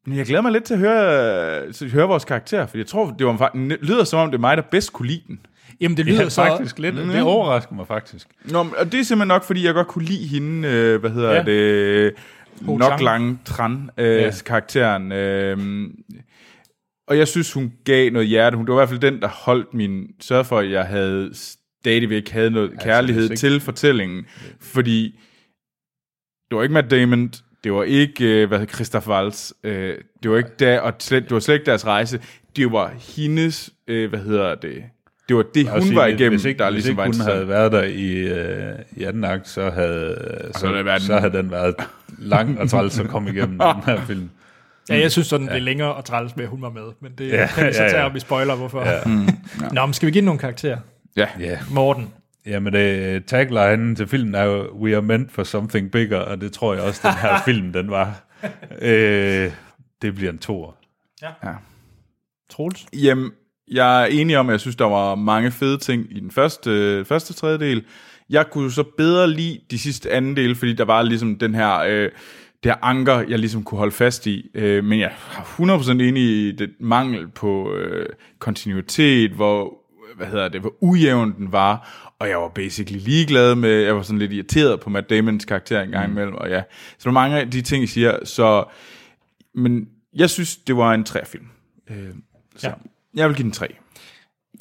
C: men jeg glæder mig lidt til at høre, til at høre vores karakter, for jeg tror, det var, fakt- det lyder som om, det er mig, der bedst kunne lide den.
B: Jamen, det lyder
D: ja
B: så...
D: faktisk lidt. Det overrasker mig faktisk.
C: Nå, men- og det er simpelthen nok, fordi jeg godt kunne lide hende, øh, hvad hedder
D: Ja.
C: ja. det,
B: Ho
C: nok
B: Chang.
C: lang Tran, øh,
D: Ja.
C: ja. karakteren. Øh, Og jeg synes, hun gav noget hjerte. Hun, det var i hvert fald den, der holdt min... Sørg for, at jeg havde stadigvæk havde noget kærlighed
D: hvis ikke-
C: til fortællingen. Fordi det var ikke Matt Damon, det var ikke, øh, hvad hedder Christoph Waltz, øh, det var ikke der, og slet, det var slet ikke deres rejse. Det var hendes, øh, hvad hedder det, det var det, hun
D: Og sige,
C: var
D: hvis-
C: igennem,
D: hvis ikke,
C: der
D: hvis
C: ligesom
D: ikke
C: var
D: hun
C: interessant.
D: havde været der i, øh, i anden akt, så havde, så,
C: havde det
D: så,
C: været
D: så
C: den-
D: havde den været lang og træls at komme igennem den her film.
B: Ja, jeg synes sådan, det er længere og træls med, at hun var med. Men det
D: Ja,
B: ja, kan vi så
D: ja,
B: tage
D: ja.
B: op i spoiler, hvorfor. Mm, Ja. Nå, men skal vi give den nogle karakterer?
C: Ja.
D: Ja,
B: Morten.
D: jamen det, taglinen til filmen er jo, We are meant for something bigger, og det tror jeg også, den her film, den var. Øh, det bliver en tor.
B: Troels.
C: Jamen, jeg er enig om, at jeg synes, der var mange fede ting i den første, øh, første tredjedel. Jeg kunne så bedre lide de sidste anden del, fordi der var ligesom den her, øh, det her anker, jeg ligesom kunne holde fast i. Øh, men jeg er 100% enig i det mangel på øh, kontinuitet, hvor hvad hedder det, hvor ujævn den var, og jeg var basically ligeglad med, jeg var sådan lidt irriteret på Matt Damons karakter en gang imellem, og ja, så der er mange af de ting, I siger, så, men jeg synes, det var en træfilm. Øh, så
B: Ja.
C: ja. jeg vil give den 3.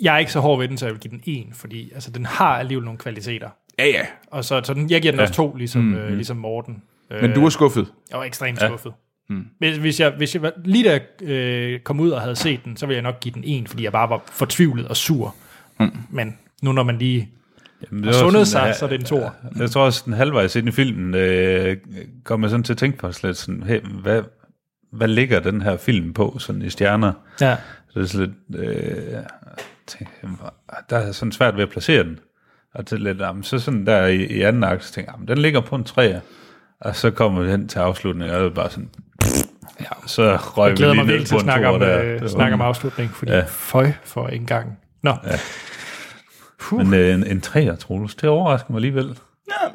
B: Jeg er ikke så hård ved den, så jeg vil give den en, fordi altså, den har alligevel nogle kvaliteter.
C: Ja, ja.
B: Og så, så den, jeg giver den ja. også to, ligesom, mm, øh, ligesom Morten.
C: Men du er skuffet.
B: Jeg var ekstremt skuffet.
D: Hmm.
B: Mm. Hvis, hvis jeg, hvis jeg var, lige da jeg øh, kom ud og havde set den, så ville jeg nok give den en, fordi jeg bare var fortvivlet og sur. Mm. Men nu når man lige
D: Jamen,
B: har
D: Hmm. var
B: sundet
D: sådan,
B: sig,
D: at-
B: så er det en tor.
D: Jeg tror også, den halvvejs ind i filmen, øh, kom jeg sådan til at tænke på slet sådan, hey, hvad, hvad ligger den her film på sådan i stjerner?
B: Ja.
D: Så det er sådan lidt, øh, jeg tænkte, jamen, der er sådan svært ved at placere den. Og til lidt, jamen, så sådan der i, i anden akt, så tænkte jeg, jamen, den ligger på en træer. Og så kommer vi hen til afslutningen, og det var bare sådan, ja, så røg
B: Jeg glæder
D: vi
B: mig virkelig
D: lige ned
B: til
D: på
B: at
D: en
B: snakke
D: tor
B: om,
D: der.
B: øh,
D: Det var-
B: snakke om afslutningen, fordi ja.
D: Ja.
B: føj for en gang. Nå, ja.
D: Men øh, en, en træer, Troels, det overrasker mig alligevel.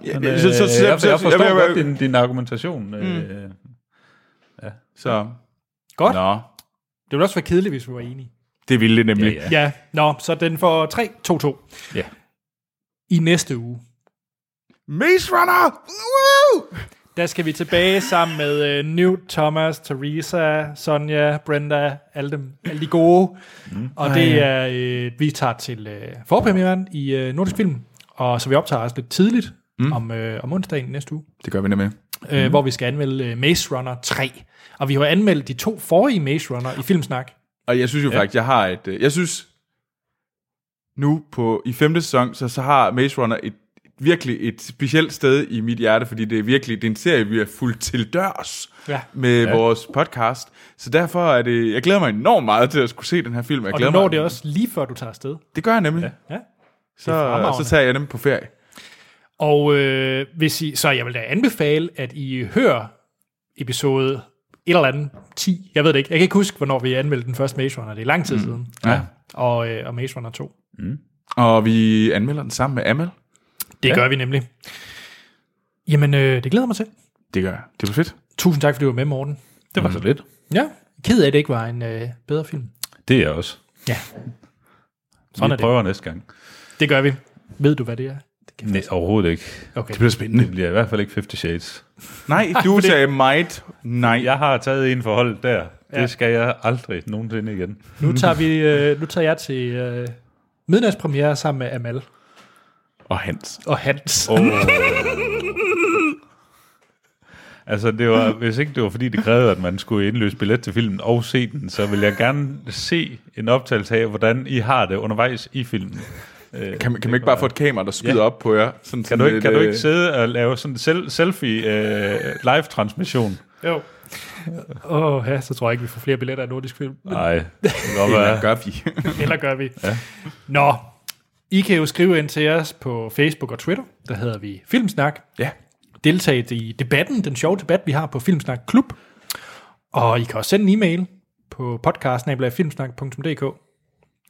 C: Ja,
D: Men, øh,
C: så- så- så- så-
D: jeg,
C: så-
D: jeg forstår
C: jeg- jeg-
D: godt din, din argumentation.
B: Mm.
D: Øh,
C: Så.
B: Godt.
C: Nå.
B: det ville også være kedeligt, hvis vi var enige.
C: Det ville det nemlig.
D: ja, ja.
B: Ja, nå, så den får 3-2-2.
D: Ja.
B: I næste uge,
C: Maze Runner! Woo!
B: der skal vi tilbage sammen med øh, Newt, Thomas, Teresa, Sonja, Brenda, alle dem, alle de gode. Mm. Og det er, øh, vi tager til øh, forpremieren i øh, Nordisk Film, og så vi optager også lidt tidligt mm. om, øh, om onsdagen i næste uge.
C: Det gør vi nemlig.
B: øh, hvor vi skal anmelde øh, Maze Runner 3. Og vi har jo anmeldt de to forrige Maze Runner i Filmsnak.
C: Og jeg synes jo ja. faktisk, jeg har et... øh, Jeg synes, nu på i femte sæson, så, så har Maze Runner et virkelig et specielt sted i mit hjerte, fordi det er virkelig det er en serie, vi er fuldt til dørs
B: Ja.
C: med ja. vores podcast. Så derfor er det... Jeg glæder mig enormt meget til at skulle se den her film.
B: Og
C: Jeg
B: du
C: glæder
B: når
C: mig,
B: det også lige før du tager afsted.
C: Det gør jeg nemlig.
B: Ja. Ja.
C: Så,
B: fremragende.
C: så tager jeg dem på ferie.
B: Og øh, hvis I, så jeg vil da anbefale, at I hører episode et eller andet 10. Jeg ved det ikke. Jeg kan ikke huske, hvornår vi anmeldte den første Maze Runner. Det er lang tid mm. siden.
C: Ja.
B: Og, øh, og Maze Runner 2.
C: Og vi anmelder den sammen med Amal.
B: Det ja. gør vi nemlig. Jamen, øh, det glæder mig til.
C: Det gør jeg. Det bliver fedt. Mm.
B: Tusind tak, fordi du var med, Morten.
D: Det var så lidt.
B: Ja, ked af, at det ikke var en øh, bedre film.
D: Det er jeg også.
B: Ja, Sådan
D: Sådan
B: er
D: vi
B: det.
D: prøver næste gang.
B: det gør vi. Ved du, hvad det er?
D: Nej,
B: altså.
D: overhovedet ikke.
B: Okay.
C: bliver spændende.
D: Det bliver i hvert fald ikke 50 Shades.
C: Nej, du sagde might. Nej.
D: Jeg har taget en forhold der.
B: Ja.
D: Det skal jeg aldrig nogensinde igen.
B: Nu tager, vi, øh, nu tager jeg til øh, midnatspremiere sammen med Amal
C: Og Hans.
B: og Hans.
D: Oh. altså, det var, hvis ikke det var fordi, det krævede, at man skulle indløse billet til filmen og se den, så vil jeg gerne se en optagelse af, hvordan I har det undervejs i filmen.
C: Kan, man- kan man ikke bare få et kamera, der skyder ja. op på jer? Sådan, øh,
D: Kan du ikke, kan du ikke sidde og lave sådan en øh, sel- selfie-live-transmission?
B: Jo. Åh, oh, ja, så tror jeg ikke, vi får flere billetter af nordisk film.
D: Nej, det kan godt
C: Hvad
D: være.
C: gør vi?
B: Eller gør vi. Ja. Nå, I kan jo skrive ind til os på Facebook og Twitter. Der hedder vi Filmsnak.
C: ja.
B: Deltag i debatten, den sjove debat, vi har på Filmsnak Klub. Og I kan også sende en e-mail på podcast.filmsnak.dk.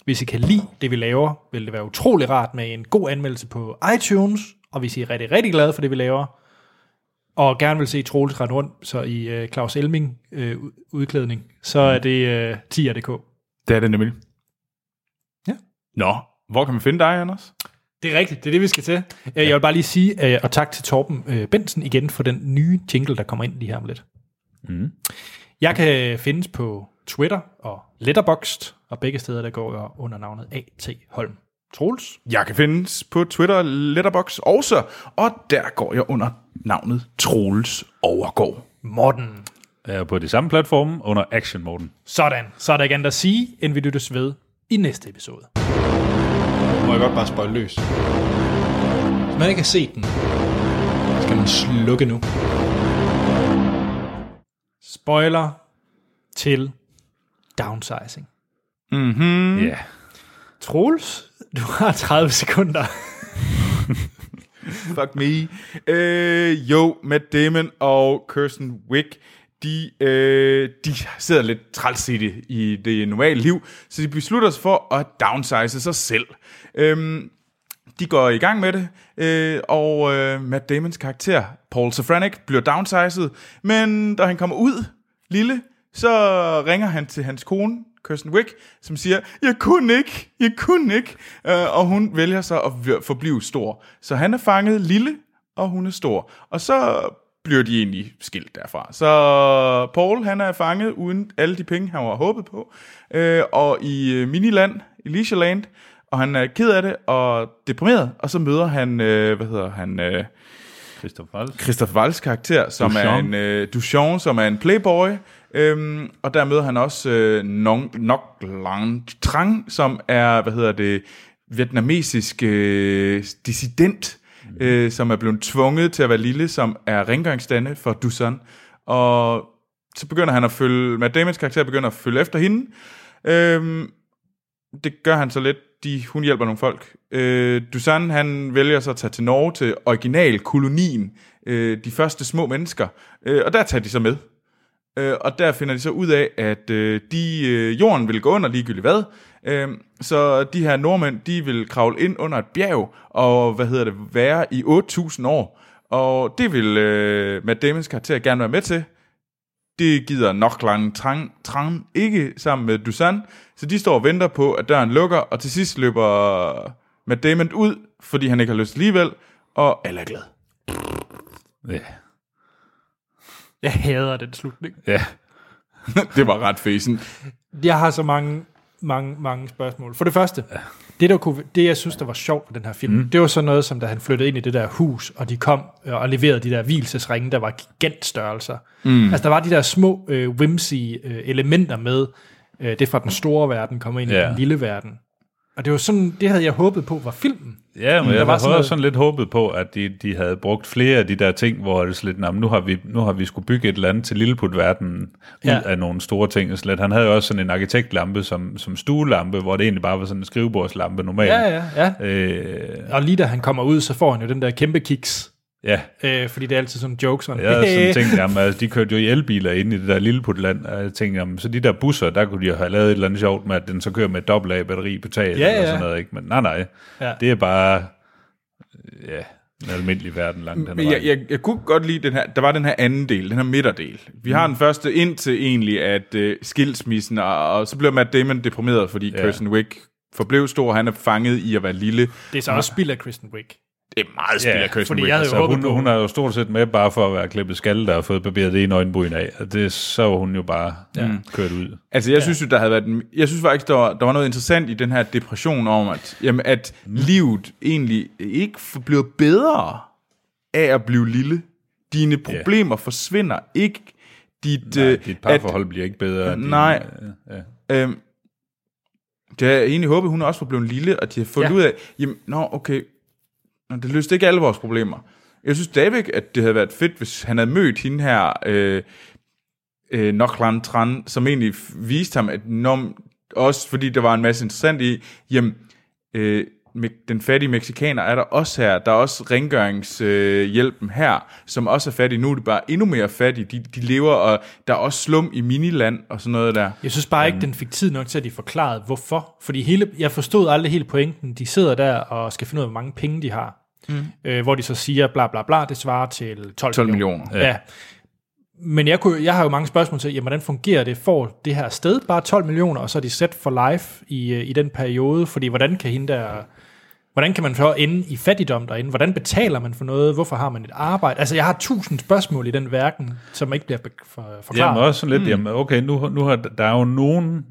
B: Hvis I kan lide det, vi laver, vil det være utrolig rart med en god anmeldelse på iTunes. Og hvis I er rigtig, rigtig glade for det, vi laver, og gerne vil se Troels rende rundt, så i øh, Claus Elming øh, ud- udklædning, så er det øh, 10.dk.
C: Det er det nemlig.
B: Ja.
C: Nå, hvor kan man finde dig, Anders?
B: Det er rigtigt, det er det, vi skal til. Øh, Jeg vil bare lige sige, øh, og tak til Torben øh, Bensen igen for den nye jingle, der kommer ind lige her om lidt. Mm. Jeg kan findes på Twitter og Letterboxd, og begge steder, der går jeg under navnet A.T. Holm Troels.
C: Jeg kan findes på Twitter, Letterbox også, og der går jeg under navnet Troels Overgaard.
B: Morten.
D: Jeg er på de samme platforme under Action Morten.
B: Sådan, så er der ikke andet at sige, end vi lyttes ved i næste episode.
F: Må jeg godt bare spøjle løs. Hvis man ikke har set den, skal man slukke nu.
B: Spoiler til downsizing.
D: Ja. Mm. Yeah.
B: Troels, du har 30 sekunder.
C: Fuck me. Øh, jo, Matt Damon og Kirsten Wick, de, øh, de sidder lidt træls i det, i det normale liv, så de beslutter sig for at downsize sig selv. Øhm, de går i gang med det, øh, og øh, Matt Damons karakter, Paul Safranek, bliver downsized, men da han kommer ud, lille, så ringer han til hans kone, Kirsten Wick, som siger, jeg kunne ikke, jeg kunne ikke, øh, og hun vælger så at v- forblive stor. Så han er fanget lille, og hun er stor, og så bliver de egentlig skilt derfra. Så Paul, han er fanget uden alle de penge, han var håbet på, øh, og i øh, Miniland, Alicia Land, og han er ked af det og deprimeret, og så møder han, øh, hvad hedder han, øh,
D: Christoph Waltz.
C: Christoph Waltz karakter, som Duchamp. er
D: Duchamp.
C: en øh, Duchamp, som er en playboy. Øhm, og der møder han også øh, Nong Nok Lang Trang, som er, hvad hedder det, vietnamesisk øh, dissident, øh, som er blevet tvunget til at være lille, som er rengøringsstande for Dusan. Og så begynder han at følge, Matt Damons karakter begynder at følge efter hende. Øhm, det gør han så lidt. De, hun hjælper nogle folk. Øh, Dusan, han vælger så at tage til Norge til originalkolonien. Øh, de første små mennesker. Øh, og der tager de så med. Øh, og der finder de så ud af, at øh, de, øh, jorden vil gå under ligegyldigt hvad. Øh, så de her nordmænd, de vil kravle ind under et bjerg, og hvad hedder det, være i 8.000 år. Og det vil øh, Matt Damons karakter gerne være med til. Det gider nok lang trang, trang ikke sammen med Dusan, så de står og venter på, at døren lukker, og til sidst løber Matt Damon ud, fordi han ikke har lyst alligevel, og alle er glade.
D: Ja.
B: Jeg hader den slutning.
D: Ja.
C: det var ret fesen.
B: Jeg har så mange, mange, mange spørgsmål. For det første, det, der kunne, det jeg synes, der var sjovt ved den her film, mm. det var sådan noget, som da han flyttede ind i det der hus, og de kom øh, og leverede de der hvilesesringe, der var gigantstørrelser. Mm. Altså, der var de der små øh, whimsy øh, elementer med, øh, det fra den store verden kommer ind yeah. i
D: Ja.
B: den lille verden. Og det var sådan, det havde jeg håbet på var filmen.
D: Ja, men jeg
B: Mm, var
D: var
B: sådan
D: sådan,
B: noget-
D: sådan lidt håbet på, at de, de havde brugt flere af de der ting, hvor det er sådan lidt, "Nå, men nu har vi, nu har vi skulle bygge et eller andet til Lilleput-verdenen ja.
B: Ja.
D: ud af nogle store ting. Sådan lidt. Han havde jo også sådan en arkitektlampe som, som stuelampe, hvor det egentlig bare var sådan en skrivebordslampe normalt.
B: Ja, ja, ja.
D: Øh,
B: Og lige da han kommer ud, så får han jo den der kæmpe kiks.
D: ja.
B: Øh, fordi det er altid sådan en joke, sådan,
D: Jeg havde sådan tænkt, jamen, altså, de kørte jo i elbiler ind i det der Lilleputland, og jeg tænkte, jamen, så de der busser, der kunne de jo have lavet et eller andet sjovt med, at den så kører med et dobbelt A batteri på taget,
B: Ja,
D: eller
B: ja.
D: sådan noget, ikke? Men nej, nej,
B: Ja.
D: ja. det er bare, ja, en almindelig verden langt hen ad
C: Men jeg,
D: vejen.
C: jeg, jeg kunne godt lide den her, der var den her anden del, den her midterdel. Vi har den første indtil egentlig, at øh, skilsmissen, og, og så bliver Matt Damon deprimeret, fordi ja. Kirsten Wick forblev stor, han er fanget i at være lille.
B: Det er så også spild af Kristen Wick.
C: Det er meget spil
D: Ja,
C: af Kirsten
B: fordi
C: Wick.
B: jeg havde jo
D: Så
B: håbet
D: Altså,
B: på-
D: hun, hun er jo stort set med bare for at være klippet skaldet og fået barberet det ene øjenbryn af. Og det, så var hun jo bare ja. kørt ud.
C: Altså, jeg ja. synes jo, der havde været... en- Jeg synes faktisk, der var, der var noget interessant i den her depression om, at, jamen, at
D: Mm.
C: livet egentlig ikke f- bliver bedre af at blive lille. Dine problemer yeah. forsvinder ikke. Dit,
D: Nej,
C: øh,
D: dit parforhold bliver ikke bedre. end din-
C: Nej.
D: ja.
C: At, øh, det havde jeg egentlig håbet, hun også var blevet lille, og de har fundet
B: Ja.
C: ja. ud af, jamen, nå, okay, nå, det løste ikke alle vores problemer. Jeg synes stadigvæk, at det havde været fedt, hvis han havde mødt hende her, øh, øh, Noklan Tran, som egentlig f- viste ham, at nom, også fordi der var en masse interessant i, jamen, øh, me- den fattige mexikaner er der også her, der er også rengøringshjælpen øh, hjælpen her, som også er fattig, nu er det bare endnu mere fattige, de, de lever, og der er også slum i miniland, og sådan noget der.
B: Jeg synes bare ikke, den fik tid nok til, at de forklarede, hvorfor. Fordi hele, jeg forstod aldrig helt pointen. De sidder der og skal finde ud af, hvor mange penge de har. Mm. Øh, hvor de så siger, bla bla bla, det svarer til 12,
C: 12
B: millioner.
C: millioner.
B: Ja. ja. Men jeg, kunne, jeg har jo mange spørgsmål til, jamen, hvordan fungerer det? Får det her sted bare 12 millioner, og så er de set for life i, øh, i den periode? Fordi hvordan kan hende der... Hvordan kan man så ende i fattigdom derinde? Hvordan betaler man for noget? Hvorfor har man et arbejde? Altså, jeg har tusind spørgsmål i den verden, som ikke bliver be- for, forklaret.
D: Jamen også sådan lidt, mm. jamen okay, nu, nu har der er jo nogen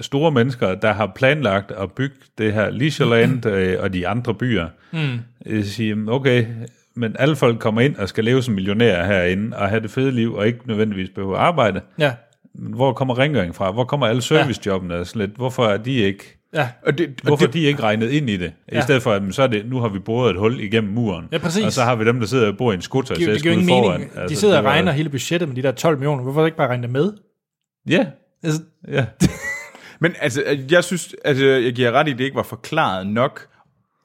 D: store mennesker, der har planlagt at bygge det her Leisureland øh, og de andre byer. Mm. Øh, sige, jamen, okay, men alle folk kommer ind og skal leve som millionærer herinde og have det fede liv og ikke nødvendigvis behøve arbejde.
B: Ja,
D: Men Hvor kommer rengøringen fra? Hvor kommer alle servicejobbene? Ja. Lidt, hvorfor er de ikke...
B: ja.
C: Og det, og
D: Hvorfor
C: det,
D: er de ikke regnet ind i det? I
B: Ja.
D: stedet for, at jamen, så er det, nu har vi boret et hul igennem muren.
B: Ja, præcis.
D: Og så har vi dem, der sidder og bor i en skutter.
B: Det, det giver jo ingen mening. Altså, de sidder og regner hele budgettet med de der 12 millioner. Hvorfor ikke bare regne det med?
D: Ja,
B: Altså,
D: ja.
C: Øh, Men altså, jeg synes, altså, jeg giver ret i, at det ikke var forklaret nok,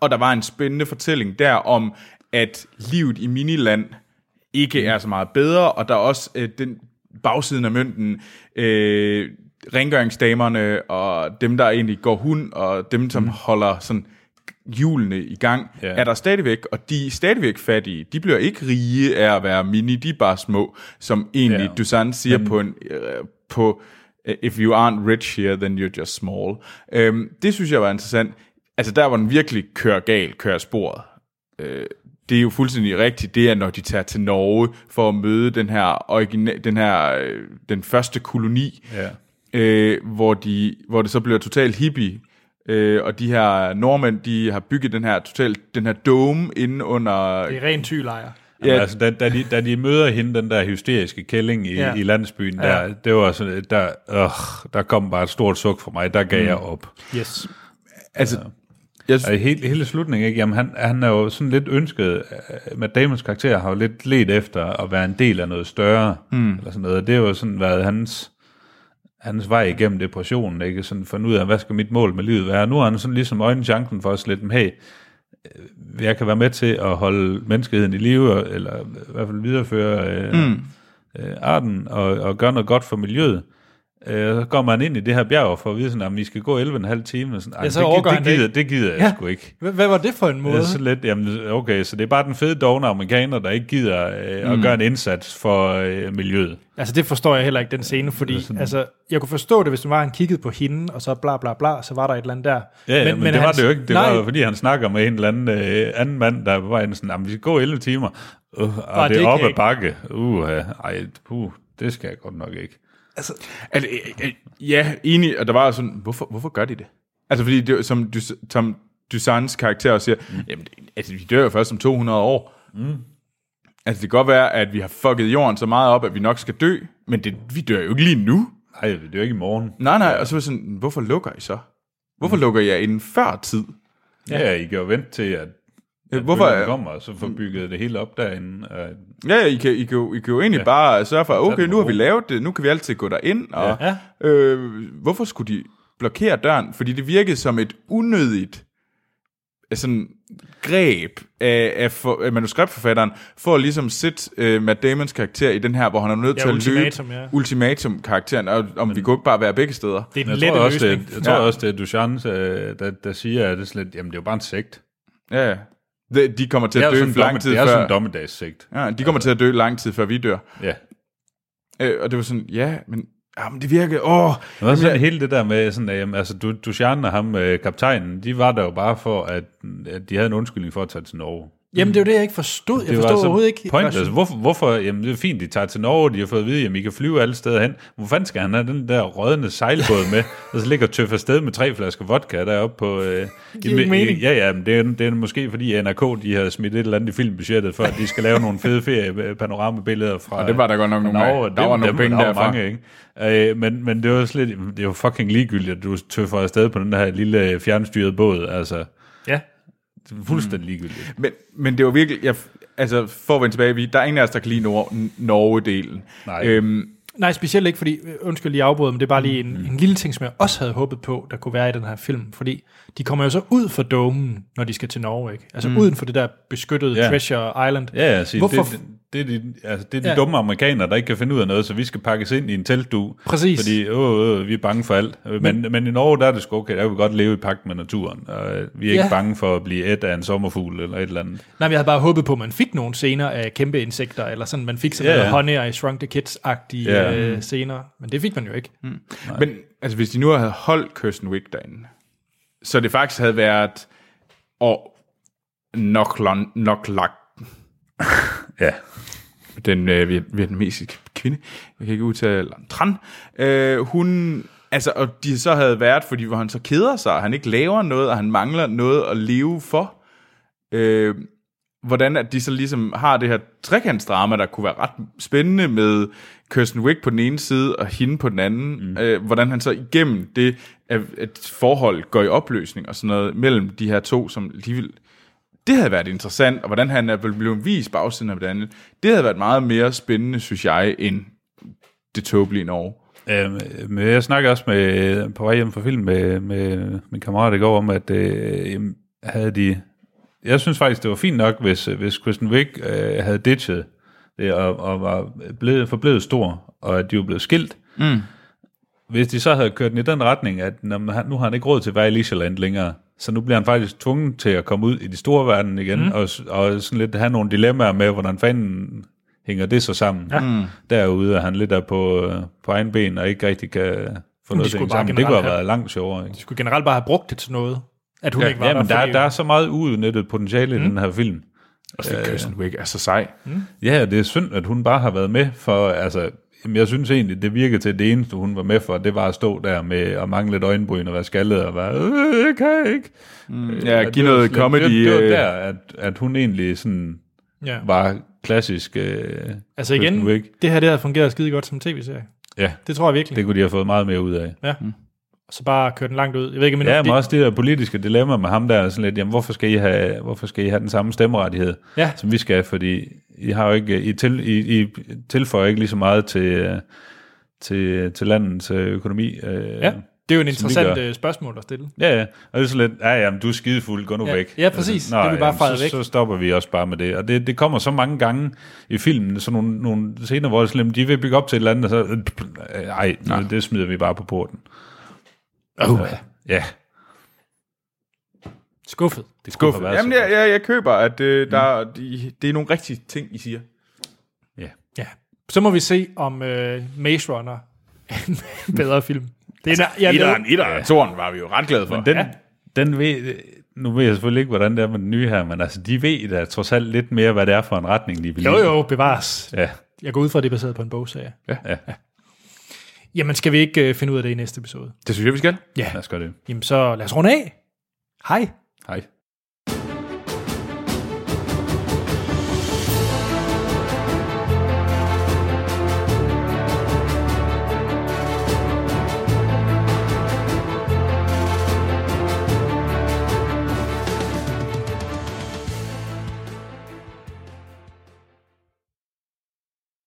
C: og der var en spændende fortælling der om, at livet i miniland ikke er så meget bedre, og der er også øh, den bagsiden af mønten, øh, rengøringsdamerne, og dem, der egentlig går hund, og dem, som mm. holder sådan hjulene i gang,
D: Ja.
C: ja. er der stadigvæk, og de er stadigvæk fattige. De bliver ikke rige af at være mini, de er bare små, som egentlig
D: Ja.
C: ja. Dusan siger på en, øh, på øh, if you aren't rich here, then you're just small. Øhm, det synes jeg var interessant. Altså der, hvor den virkelig kører galt, kører af sporet. Øh, det er jo fuldstændig rigtigt, det er, når de tager til Norge for at møde den her, origina- den, her øh, den første koloni,
D: Ja.
C: øh, hvor, de, hvor det så bliver totalt hippie, øh, og de her nordmænd, de har bygget den her totalt, den her dome inde under...
B: det er ren tylejr.
D: Ja.
C: Ja.
D: Altså, da, da, de, da de møder hende, den der hysteriske kælling i, ja.
B: Ja.
D: i landsbyen, der, ja. det var sådan, der, øh, der kom bare et stort suk for mig, der gav mm. jeg op.
B: Yes.
C: Altså, jeg,
D: Og i hele, hele slutningen, ikke? Jamen, han, han er jo sådan lidt ønsket, øh, Matt Damons karakter har jo lidt let efter at være en del af noget større, mm. eller sådan noget, og det har jo sådan været hans, hans vej igennem depressionen, ikke? Sådan fundet ud af, hvad skal mit mål med livet være? Nu har han sådan ligesom øjnene chancen for os lidt, men hey, øh, jeg kan være med til at holde menneskeheden i live, eller i hvert fald videreføre øh, mm. øh, arten, og, og gøre noget godt for miljøet. Øh, og så går man ind i det her bjerg for at vide, sådan, at vi skal gå 11,5 timer. og Sådan, "Ej,
B: Ja, så
D: det,
B: overgår
D: gi- det,
B: han det
D: gider,
B: ikke."
D: det, det gider jeg ja.
B: Ja.
D: sgu ikke.
B: Hvad, hvad var det for en
D: Det
B: måde?
D: er så lidt, jamen, okay, så det er bare den fede dogne amerikaner, der ikke gider øh, at gøre en indsats for øh, miljøet.
B: Altså, det forstår jeg heller ikke, den scene, fordi altså, jeg kunne forstå det, hvis det var, han kiggede på hende, og så bla bla bla, så var der et eller andet der.
D: Ja, men, men, men det var
B: hans-
D: det jo ikke. Det
B: nej,
D: var jo, fordi han snakker med en eller anden øh, anden mand, der er på vejen sådan, jamen, vi skal gå 11 timer, uh, og
B: Og
D: det
B: det
D: er
B: kan
D: op
B: jeg
D: ad
B: ikke.
D: bakke. Uh, ej, puh, det skal jeg godt nok ikke.
C: Altså, øh, øh, ja, enig, og der var jo sådan, hvorfor, hvorfor gør de det? Altså, fordi det, var- som, du, som Dusans karakter også siger, mm. jamen, det- altså, vi dør jo først om 200 år. Mm. Altså, det kan godt være, at vi har fucket jorden så meget op, at vi nok skal dø, men det, vi dør jo ikke lige nu.
D: Nej, det er jo ikke i morgen.
C: Nej, Mm. nej, og så var jeg sådan, hvorfor lukker I så? Hvorfor lukker jeg inden før tid?
D: Ja, ja I kan jo vente til, at, at
C: Hvorfor,
D: bølgen
C: øh,
D: kommer, og så får bygget det hele op derinde. Og,
C: Ja, ja, I kan, I kan, jo- I kan jo egentlig ja. bare sørge for, okay,
D: den
C: nu har vi
D: ro.
C: lavet det, nu kan vi altid gå derind, og ja. øh, hvorfor skulle de blokere døren? Fordi det virkede som et unødigt øh, sådan, greb af, af, for, af manuskriptforfatteren, for at ligesom sætte øh, Matt Damons karakter i den her, hvor han er nødt
B: Ja,
C: til at
B: ultimatum,
C: løbe
B: ja.
C: ultimatum-karakteren, og om vi kunne ikke bare være begge steder.
B: det er den
D: jeg tror,
B: lette
D: også,
B: løsning.
D: det, jeg tror
C: Ja.
D: også, det er Duchamp, øh, der, der siger, at det er, sådan lidt, jamen, det er jo bare en sekt.
C: Ja, ja. De, de kommer til
D: Det er
C: at
D: jo
C: dø
D: sådan en
C: lang
D: domme,
C: tid
D: det er sådan en
C: før.
D: dommedagssigt.
C: Ja, de kommer til at dø lang tid før vi dør.
D: Ja.
C: Øh, og det var sådan, ja, men, ah, men det virkede, åh,
D: Men også sådan, hele det der med, sådan, at, jamen, altså, du, Duchan og ham, øh, kaptajnen, de var der jo bare for, at, at de havde en undskyldning for at tage til Norge.
B: Jamen, det er jo det, jeg ikke forstod. Jeg
D: Det altså
B: forstod overhovedet ikke.
D: pointless. Hvorfor, hvorfor? Jamen, det er fint, de tager til Norge, de har fået at vide, at I kan flyve alle steder hen. Hvor fanden skal han have den der rødende sejlbåd med, og så ligger tøff afsted med tre flasker vodka deroppe på... Øh,
B: giver ikke mening.
D: Ja, ja, men det er, det er måske fordi NRK, de har smidt et eller andet i filmbudgettet, for at de skal lave nogle fede feriepanorambilleder fra...
C: Og det var der godt nok
D: fra
C: nogle af.
D: Norge.
C: Der
D: Dem-
C: var nogle
D: dem-
C: penge
D: der var
C: derfra.
D: mange, ikke? Øh, men, men det var slet, det var fucking ligegyldigt, at du tøffer afsted på den der lille fjernstyrede båd, altså.
B: Ja.
D: Det er Fuldstændig
B: Mm.
D: ligegyldigt.
C: Men, men det var virkelig, jeg, altså for at vende tilbage, vi, der er ingen af os, der kan lide Nor- Norge-delen.
D: Nej.
C: Øhm,
B: Nej, specielt ikke, fordi, øh, undskyld lige afbryder, men det er bare lige en, mm. en lille ting, som jeg også havde håbet på, der kunne være i den her film, fordi de kommer jo så ud for domen, når de skal til Norge, ikke? Altså mm. uden for det der beskyttede
D: Ja.
B: yeah. Treasure Island.
D: Ja, ja, sige,
B: Hvorfor?
D: Hvorfor? Det, det, det, er de, altså, det er de ja.
B: Ja.
D: dumme amerikanere, der ikke kan finde ud af noget, så vi skal pakkes ind i en teltdu.
B: Præcis.
D: Fordi åh, øh, vi er bange for alt. Men, men, men i Norge, der er det sgu okay, der kan vi godt leve i pagt med naturen. Og øh, vi er ja. ikke
B: Ja.
D: bange for at blive et af en sommerfugl eller et eller andet.
B: Nej, men jeg havde bare håbet på, at man fik nogle scener af kæmpe insekter, eller sådan, man fik sådan
D: Ja,
B: yeah.
D: ja.
B: noget Honey I Shrunk the Kids-agtige
D: Ja. Mm.
B: yeah. øh, scener, men det fik man jo ikke. Mm.
C: men altså, hvis de nu havde holdt Kirsten Wick derinde, så det faktisk havde været og nok, nok lak,
D: Ja.
C: den øh, viet- vietnamesiske kvinde, jeg kan ikke udtale Tran, øh, hun, altså, og de så havde været, fordi hvor han så keder sig, og han ikke laver noget, og han mangler noget at leve for, øh, hvordan at de så ligesom har det her trekantsdrama, der kunne være ret spændende med Kirsten Wick på den ene side, og hende på den anden, mm. øh, hvordan han så igennem det, at, at forhold går i opløsning og sådan noget, mellem de her to, som alligevel det havde været interessant, og hvordan han er blevet vist bagsiden af hvordan det havde været meget mere spændende, synes jeg, end det tåbelige Norge.
D: Øhm, men jeg snakkede også med, på vej hjem fra film med, med min kammerat i går om, at øh, jamen, havde de... Jeg synes faktisk, det var fint nok, hvis, hvis Kristen Wiig øh, havde ditchet det og, og var blevet, forblevet stor, og at de var blevet skilt. Mm. Hvis de så havde kørt den i den retning, at nå, men han- nu har han ikke råd til at være i Leisureland længere, så nu bliver han faktisk tvunget til at komme ud i de store verden igen, mm. og, s- og sådan lidt have nogle dilemmaer med, hvordan fanden hænger det så sammen ja. derude, at han lidt er på, øh, på egen ben og ikke rigtig kan få noget til at
B: skulle bare
D: hænge sammen. Det kunne
B: generelt
D: have været
B: have-
D: langt sjovere. Ikke?
B: skulle generelt bare have brugt det til noget, at hun ja, ikke var
D: Ja, men der, Mm.
B: fordi-
D: der er så meget uudnyttet potentiale i den her film.
C: Og så Kirsten Wick er så sej.
D: Ja, det er synd, at hun bare har været med for, altså, jamen, jeg synes egentlig, det virkede til, at det eneste, hun var med for, det var at stå der med at mangle et øjenbryn og være skaldet og være, øh, jeg kan ikke. Mm,
C: ja, give noget comedy,
D: Det, det var
C: øh.
D: der, at, at hun egentlig sådan
B: ja.
D: var klassisk øh,
B: Altså
D: Kristen
B: igen,
D: Wiig.
B: det her det havde fungeret skide godt som tv-serie.
D: Ja,
B: Det tror jeg virkelig.
D: det kunne de have fået meget mere ud af.
B: Ja. Så bare køre den langt ud. Jeg ved ikke, men
D: Ja,
B: det,
D: men også det der politiske dilemma med ham der, er sådan lidt, jamen hvorfor skal I have, hvorfor skal I have den samme stemmerettighed,
B: Ja.
D: som vi skal, fordi I, har jo ikke, I, til, I, I tilføjer ikke lige så meget til, øh, til, til landets øh, økonomi. øh,
B: ja, det er jo en
D: som vi
B: interessant
D: gør.
B: øh, spørgsmål at stille.
D: Ja, ja. Og det er sådan lidt, ja, jamen, du er skidefuld, gå nu
B: Ja.
D: væk.
B: Ja, præcis.
D: Altså,
B: Det er vi bare
D: jamen,
B: fejet
D: så,
B: væk.
D: Så stopper vi også bare med det. Og det, det kommer så mange gange i filmen, sådan nogle, nogle scener, hvor det er sådan, lidt, de vil bygge op til et eller andet, og så, øh, øh, ej, det, det smider vi bare på porten.
B: Oh,
D: Ja,
B: Skuffet.
D: det Mm. skulle
C: Skuffet.
D: have været
C: Jamen,
D: så
C: jeg, jeg, jeg køber, at øh, der, de, det er nogle rigtige ting, I siger.
B: Ja. Så må vi se, om øh, Maze Runner er en bedre film.
D: Altså,
B: Det er, en- jeg, ved-
C: etteren. Toren var vi jo ret glade for.
D: Men den, ja. den ved, nu ved jeg selvfølgelig ikke, hvordan det er med den nye her, men altså, de ved da trods alt lidt mere, hvad det er for en retning, de vil
B: jo,
D: i.
B: jo, bevares.
D: Ja,
B: Jeg går ud fra, at det er baseret på en bogserie.
D: ja,
B: Jamen, skal vi ikke øh, finde ud af det i næste episode?
C: Det synes jeg, vi skal.
D: lad os gøre det.
B: Jamen, så lad os runde af. Hej.
D: Hej.